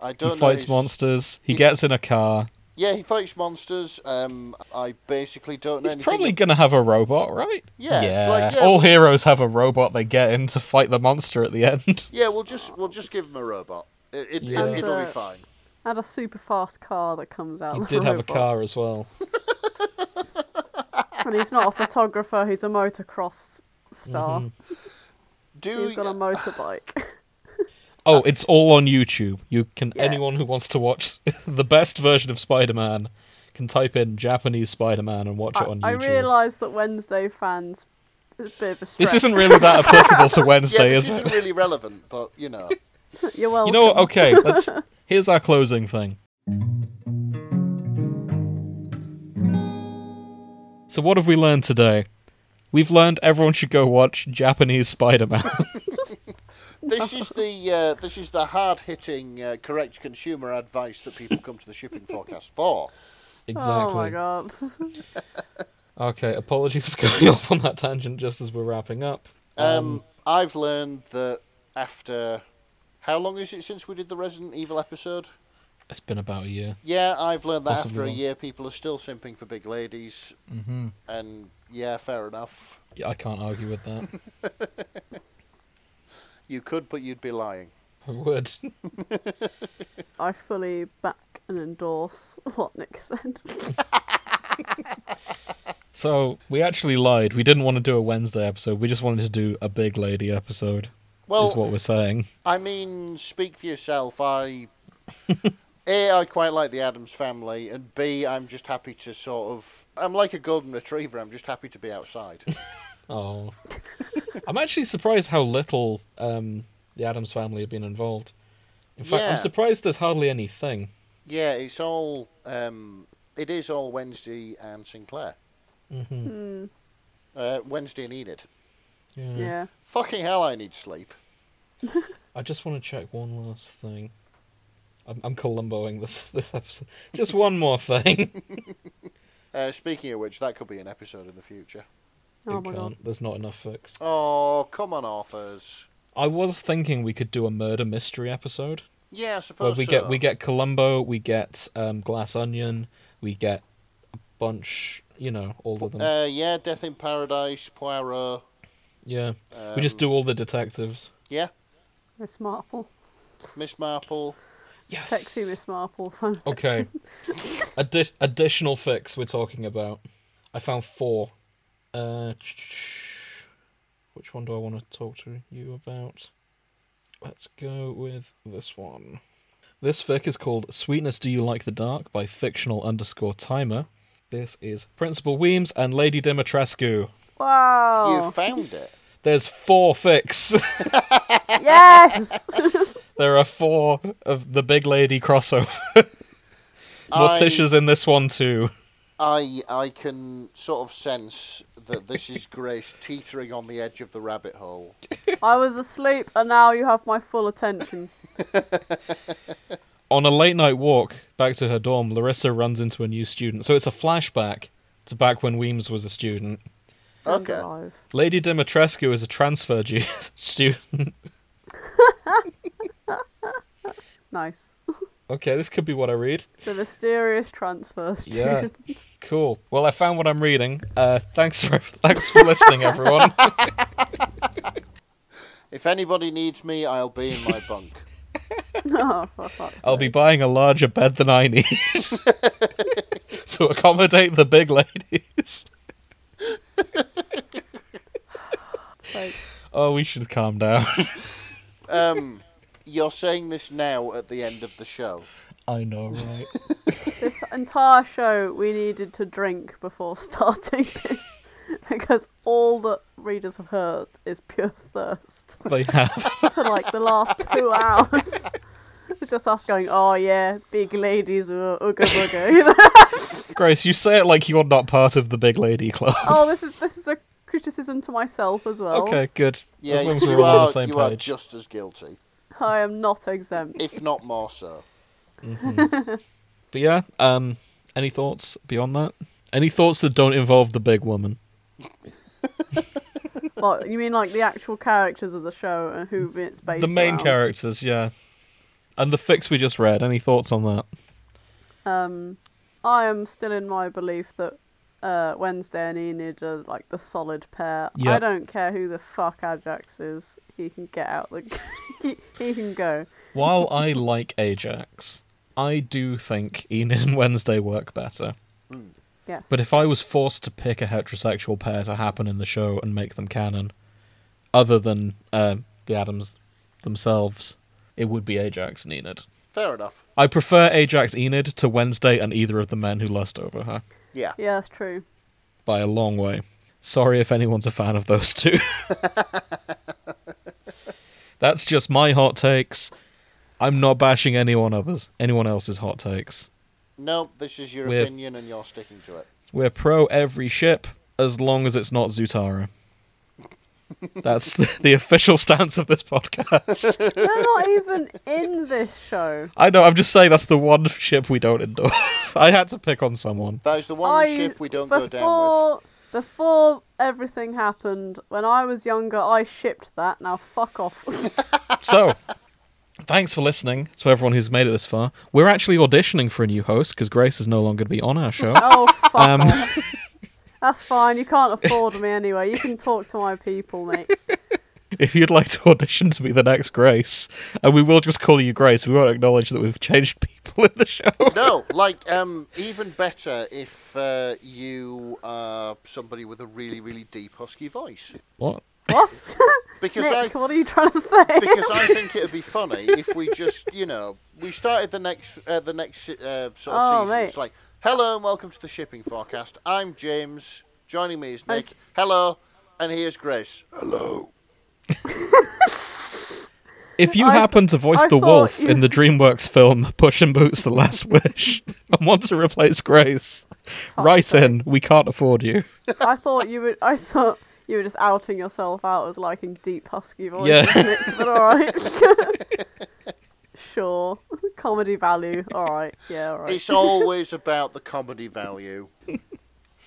Speaker 3: I
Speaker 2: He
Speaker 3: don't know.
Speaker 2: fights
Speaker 3: his-
Speaker 2: monsters, he
Speaker 3: Oh, he-
Speaker 2: gets in a car.
Speaker 3: Yeah, he fights monsters. Um, I basically don't know
Speaker 2: He's
Speaker 3: anything.
Speaker 2: probably gonna have a robot, right?
Speaker 3: Yeah, it's like, yeah,
Speaker 2: All
Speaker 3: well-
Speaker 2: heroes have a robot they get in to fight the monster at the end.
Speaker 3: Yeah, we'll just we'll just give him a robot. It, it,
Speaker 2: Yeah.
Speaker 3: it, will be
Speaker 1: Uh,
Speaker 3: fine.
Speaker 1: Had a super fast car that comes out.
Speaker 2: He
Speaker 1: of the
Speaker 2: did have a
Speaker 1: robot.
Speaker 2: car as well.
Speaker 1: and he's not a photographer. He's a motocross star.
Speaker 2: Mm-hmm.
Speaker 3: Do
Speaker 1: He's got a motorbike.
Speaker 2: Oh, it's all on YouTube. You can
Speaker 1: Yeah.
Speaker 2: anyone who wants to watch [laughs] the best version of Spider-Man can type in Japanese Spider-Man and watch it
Speaker 1: I,
Speaker 2: on YouTube.
Speaker 1: I realise that Wednesday fans, it's a bit of a stretch.
Speaker 2: This isn't really that applicable to
Speaker 3: yeah,
Speaker 2: Wednesday,
Speaker 3: this
Speaker 2: is
Speaker 3: isn't
Speaker 2: it?
Speaker 3: really relevant, but you
Speaker 1: [laughs]
Speaker 3: know,
Speaker 1: You're welcome.
Speaker 2: You know what? Okay, let's. Here's our closing thing. So, what have we learned today? We've learned everyone should go watch Japanese Spider [laughs] Man.
Speaker 3: this is the uh, this is the hard hitting uh, correct consumer advice that people come to the shipping forecast for.
Speaker 1: Oh my god. [laughs]
Speaker 2: Okay, apologies for [laughs] going off on that tangent just as we're wrapping up.
Speaker 3: Um, I've learned that after how long is it since we did the Resident Evil episode?
Speaker 2: It's been about a year.
Speaker 3: Yeah, I've learned that
Speaker 2: Possibly
Speaker 3: after a
Speaker 2: not.
Speaker 3: year, people are still simping for big ladies,
Speaker 2: Mm-hmm.
Speaker 3: and yeah, fair enough.
Speaker 2: Yeah, I can't argue with that. [laughs]
Speaker 3: You could, but you'd be lying.
Speaker 2: I would.
Speaker 1: I fully back and endorse what Nick said.
Speaker 2: So, we actually lied. We didn't want to do a Wednesday episode. We just wanted to do a big lady episode, is what
Speaker 3: Well,
Speaker 2: we're saying.
Speaker 3: I mean, speak for yourself.
Speaker 2: [laughs]
Speaker 3: I a I quite like the Adams family, and b I'm just happy to sort of I'm like a golden retriever. I'm just happy to
Speaker 2: [laughs]
Speaker 3: be outside.
Speaker 2: Oh. I'm actually surprised how little um, the Adams family have been involved. In fact,
Speaker 3: Yeah.
Speaker 2: I'm surprised there's hardly anything.
Speaker 3: yeah, it's all um, it is all Wednesday and Sinclair.
Speaker 2: Mm-hmm.
Speaker 1: Hmm.
Speaker 3: Uh, Wednesday and Enid.
Speaker 2: Yeah.
Speaker 1: yeah.
Speaker 3: Fucking hell, I need sleep.
Speaker 2: I just want to check one last thing. I'm, I'm Columboing this [laughs] this episode. Just one more thing.
Speaker 3: Uh, speaking of which, that could be an episode in the future.
Speaker 1: Oh
Speaker 2: we
Speaker 1: my
Speaker 2: can't.
Speaker 1: god.
Speaker 2: There's not enough fix.
Speaker 3: Oh, come on, authors.
Speaker 2: I was thinking we could do a murder mystery episode
Speaker 3: Yeah, I
Speaker 2: where
Speaker 3: suppose
Speaker 2: we
Speaker 3: so.
Speaker 2: get we get Columbo, we get um, Glass Onion, we get a bunch. You know, all of them.
Speaker 3: Uh, yeah, Death in Paradise, Poirot.
Speaker 2: yeah,
Speaker 3: Um,
Speaker 2: we just do all the detectives.
Speaker 3: Yeah,
Speaker 1: Miss Marple.
Speaker 3: Miss Marple.
Speaker 2: Yes.
Speaker 1: Sexy Miss Marple. [laughs]
Speaker 2: Okay. Addi- additional fix we're talking about. I found four. Uh, ch- ch- which one do I want to talk to you about? Let's go with this one. This fic is called Sweetness Do You Like the Dark by fictional underscore timer. This is Principal Weems and Lady Dimitrescu.
Speaker 1: Wow. Oh.
Speaker 3: You found it.
Speaker 2: There's four fics. [laughs]
Speaker 1: yes.
Speaker 3: [laughs]
Speaker 2: there are four of the big lady crossover. [laughs] Morticia's in this one too.
Speaker 3: I I can sort of sense that this is Grace [laughs] teetering on the edge of the rabbit hole.
Speaker 1: I was asleep and now you have my full attention.
Speaker 2: On a late night walk back to her dorm, Larissa runs into a new student. So it's a flashback to back when Weems was a student.
Speaker 1: Friends
Speaker 3: Okay.
Speaker 1: alive.
Speaker 2: Lady Dimitrescu is a transfer [laughs] ju- student.
Speaker 1: Nice.
Speaker 2: Okay, this could be what I read.
Speaker 1: The mysterious transfer.
Speaker 2: Yeah. [laughs] Cool. Well, I found what I'm reading. Uh, thanks for [laughs] thanks for listening, everyone.
Speaker 3: If anybody needs me, I'll be in my
Speaker 1: [laughs]
Speaker 3: bunk.
Speaker 1: [laughs] oh, for fuck's
Speaker 2: I'll be
Speaker 1: sake.
Speaker 2: buying a larger bed than I need [laughs] to accommodate the big ladies.
Speaker 1: Like,
Speaker 2: Oh, we should calm down. [laughs]
Speaker 3: Um, you're saying this now at the end of the show.
Speaker 2: I know, right?
Speaker 1: this entire show, we needed to drink before [laughs] starting this because all that readers have heard is pure thirst
Speaker 2: They have. [laughs]
Speaker 1: for like the last two hours. It's just us going, oh yeah, big ladies, uh, ooga booga. [laughs] you know?
Speaker 2: Grace, you say it like you're not part of the big lady club.
Speaker 1: oh, this is this is a criticism to myself as well.
Speaker 2: Okay, good.
Speaker 3: Yeah,
Speaker 2: as long as
Speaker 3: you,
Speaker 2: we're all
Speaker 3: are,
Speaker 2: on the same
Speaker 3: you are
Speaker 2: page.
Speaker 3: just as guilty,
Speaker 1: I am not exempt.
Speaker 3: if not more so.
Speaker 2: But yeah, um, any thoughts beyond that? Any thoughts that don't involve the big woman?
Speaker 1: But you mean like the actual characters of the show and who it's based
Speaker 2: the main
Speaker 1: around?
Speaker 2: characters, yeah. And the fix we just read. Any thoughts on that?
Speaker 1: Um, I am still in my belief that uh, Wednesday and Enid are like the solid pair. I
Speaker 2: Yep.
Speaker 1: don't care who the fuck Ajax is. [laughs] He can get out the. he, he can go. [laughs]
Speaker 2: While I like Ajax, I do think Enid and Wednesday work better.
Speaker 1: Yes.
Speaker 2: But if I was forced to pick a heterosexual pair to happen in the show and make them canon, other than uh, the Adams themselves, it would be Ajax and Enid.
Speaker 3: Fair enough.
Speaker 2: I prefer Ajax Enid to Wednesday and either of the men who lust over her
Speaker 3: Yeah.
Speaker 1: yeah, that's true.
Speaker 2: by a long way. Sorry if anyone's a fan of those two. That's just my hot takes. I'm not bashing anyone others, anyone else's hot takes.
Speaker 3: No, this is your
Speaker 2: We're-
Speaker 3: opinion and you're sticking to it.
Speaker 2: We're pro every ship as long as it's not Zutara. That's the, the official stance of
Speaker 1: [laughs]
Speaker 2: this podcast.
Speaker 1: They're
Speaker 2: [laughs]
Speaker 1: not even in this show.
Speaker 2: I know, I'm just saying that's the one ship we don't endorse. [laughs] I had to pick on someone.
Speaker 3: That is the one
Speaker 1: I-
Speaker 3: ship we don't
Speaker 1: before,
Speaker 3: go down with.
Speaker 1: Before everything happened, when I was younger, I shipped that. Now fuck off. [laughs]
Speaker 2: Oh. So, thanks for listening to everyone who's made it this far. We're actually auditioning for a new host because Grace is no longer going to be on our
Speaker 1: [laughs]
Speaker 2: show.
Speaker 1: oh, fuck
Speaker 2: Um.
Speaker 1: off. That's fine. You can't afford me anyway. You can talk to my people,
Speaker 2: [laughs]
Speaker 1: mate.
Speaker 2: if you'd like to audition to be the next Grace, and we will just call you Grace, we won't acknowledge that we've changed [laughs] people in the show.
Speaker 3: No, like um, even better if uh, you are somebody with a really, really deep husky voice.
Speaker 2: What?
Speaker 1: What? [laughs]
Speaker 3: Because I,
Speaker 1: Nick,
Speaker 3: th-
Speaker 1: what are you trying to say?
Speaker 3: [laughs] because I think it'd be funny if we just, you know, we started the next uh, the next uh, sort of
Speaker 1: Oh,
Speaker 3: season.
Speaker 1: mate.
Speaker 3: It's like, hello and welcome to the shipping forecast. I'm James. Joining me is
Speaker 1: I
Speaker 3: Nick.
Speaker 1: s-
Speaker 3: Hello, and here's Grace. Hello.
Speaker 2: If you
Speaker 1: I-
Speaker 2: happen to voice
Speaker 1: I
Speaker 2: the
Speaker 1: thought
Speaker 2: wolf
Speaker 1: you-
Speaker 2: in the DreamWorks film [laughs] Push and Boots: The Last Wish, [laughs] and want to replace Grace,
Speaker 1: Oh,
Speaker 2: write in. We can't afford you.
Speaker 1: [laughs] I thought you would. I thought you were just outing yourself out as liking deep husky voices.
Speaker 2: Yeah.
Speaker 1: Nick, but all right.
Speaker 3: [laughs]
Speaker 1: sure, [laughs] comedy value. All right. Yeah. All right.
Speaker 3: It's always about the comedy value.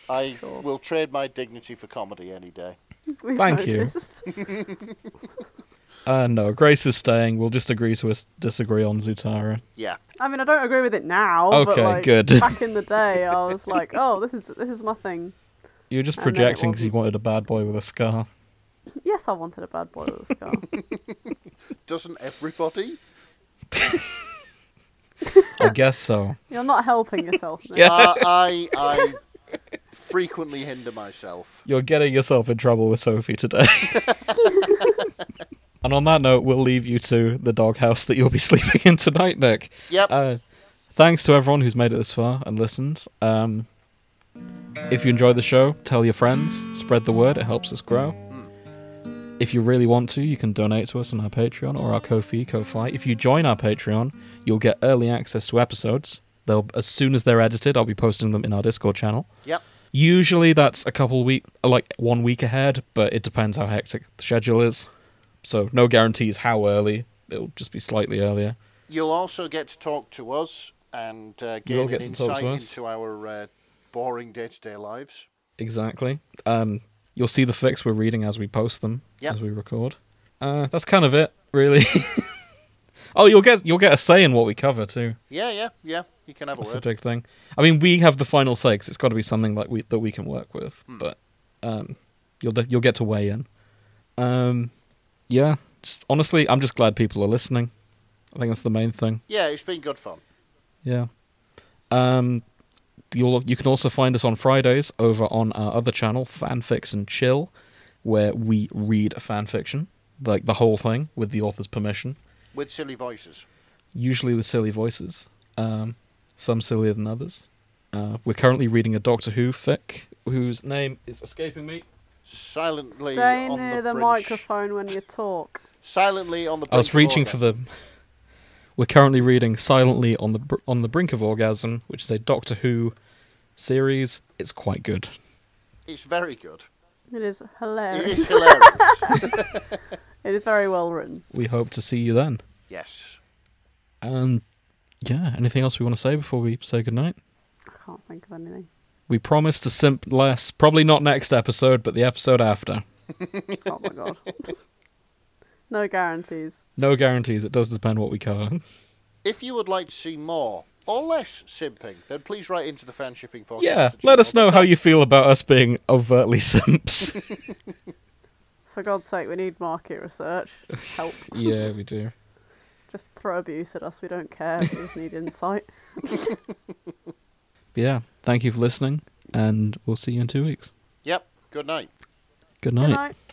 Speaker 3: I will trade my dignity for comedy any day.
Speaker 1: We've
Speaker 2: Thank you.
Speaker 1: noticed.
Speaker 2: Uh, no, Grace is staying. We'll just agree to us disagree on Zutara.
Speaker 3: Yeah.
Speaker 1: I mean, I don't agree with it now. but
Speaker 2: Okay,
Speaker 1: like,
Speaker 2: good.
Speaker 1: Back in the day, I was like, "Oh, this is this is my thing."
Speaker 2: You were just
Speaker 1: And then it
Speaker 2: projecting because you
Speaker 1: wasn't.
Speaker 2: wanted a bad boy with a scar.
Speaker 1: Yes, I wanted a bad boy with a scar.
Speaker 3: Doesn't everybody?
Speaker 2: I guess so.
Speaker 1: You're not helping yourself. Nick.
Speaker 2: Yeah. [laughs]
Speaker 3: Uh, I I frequently hinder myself.
Speaker 2: You're getting yourself in trouble with Sophie today. and on that note, we'll leave you to the doghouse that you'll be [laughs] sleeping in tonight, Nick.
Speaker 3: Yep.
Speaker 2: Uh, thanks to everyone who's made it this far and listened. Um, if you enjoyed the show, tell your friends, spread the word, it helps us grow. If you really want to, you can donate to us on our Patreon or our Ko-fi, Ko-fi. If you join our Patreon, you'll get early access to episodes. They'll as soon as they're edited, I'll be posting them in our Discord channel.
Speaker 3: yep.
Speaker 2: Usually that's a couple week, like one week ahead, but it depends how hectic the schedule is. So no guarantees how early. It'll just be slightly earlier.
Speaker 3: You'll also get to talk to us and uh,
Speaker 2: You'll
Speaker 3: gain an
Speaker 2: get to talk
Speaker 3: insight
Speaker 2: to us.
Speaker 3: into our uh, boring day-to-day lives.
Speaker 2: Exactly. Um, you'll see the fix we're reading as we post them,
Speaker 3: Yep.
Speaker 2: as we record. Uh, that's kind of it, really. [laughs] oh, you'll get you'll get a say in what we cover too.
Speaker 3: Yeah, yeah, yeah. You can have a
Speaker 2: That's
Speaker 3: word.
Speaker 2: a big thing. I mean, we have the final say 'cause it's got to be something like we that we can work with. But um, you'll de- you'll get to weigh in. Um, yeah. It's, honestly, I'm just glad people are listening. I think that's the main thing.
Speaker 3: Yeah, it's been good fun.
Speaker 2: Yeah. Um, you'll you can also find us on Fridays over on our other channel, Fanfics and Chill, where we read a fanfiction, like the whole thing with the author's permission,
Speaker 3: With silly voices.
Speaker 2: usually with silly voices, um, some sillier than others. Uh, we're currently reading a Doctor Who fic whose name is escaping me.
Speaker 3: Silently
Speaker 1: Stay
Speaker 3: on
Speaker 1: near
Speaker 3: the,
Speaker 1: the,
Speaker 3: bridge.
Speaker 1: microphone when you talk.
Speaker 3: Silently on the
Speaker 2: I was
Speaker 3: brink of
Speaker 2: reaching for
Speaker 3: orgasm.
Speaker 2: the. We're currently reading Silently on the Br- on the Brink of Orgasm, which is a Doctor Who series. It's quite good.
Speaker 3: It's very good.
Speaker 1: It is
Speaker 3: It
Speaker 1: hilarious.
Speaker 3: is [laughs] hilarious.
Speaker 1: it is very well written.
Speaker 2: We hope to see you then.
Speaker 3: yes.
Speaker 2: Um, yeah. Anything else we want to say before we say goodnight?
Speaker 1: I can't think of anything.
Speaker 2: We promise to simp less. Probably not next episode, but the episode after.
Speaker 1: Oh my god. no guarantees.
Speaker 2: No guarantees. It does depend what we cover. [laughs]
Speaker 3: If you would like to see more or less simping, then please write into the fan shipping forecast.
Speaker 2: yeah.
Speaker 3: at
Speaker 2: Let us know
Speaker 3: gmail.com.
Speaker 2: how you feel about us being overtly [laughs] simps.
Speaker 1: For God's sake, we need market research. Help.
Speaker 2: yeah, we do.
Speaker 1: Just throw abuse at us. We don't care. We just need insight.
Speaker 2: Yeah. Thank you for listening, and we'll see you in two weeks.
Speaker 3: Yep. Good night.
Speaker 1: Good
Speaker 2: Good night.
Speaker 1: night.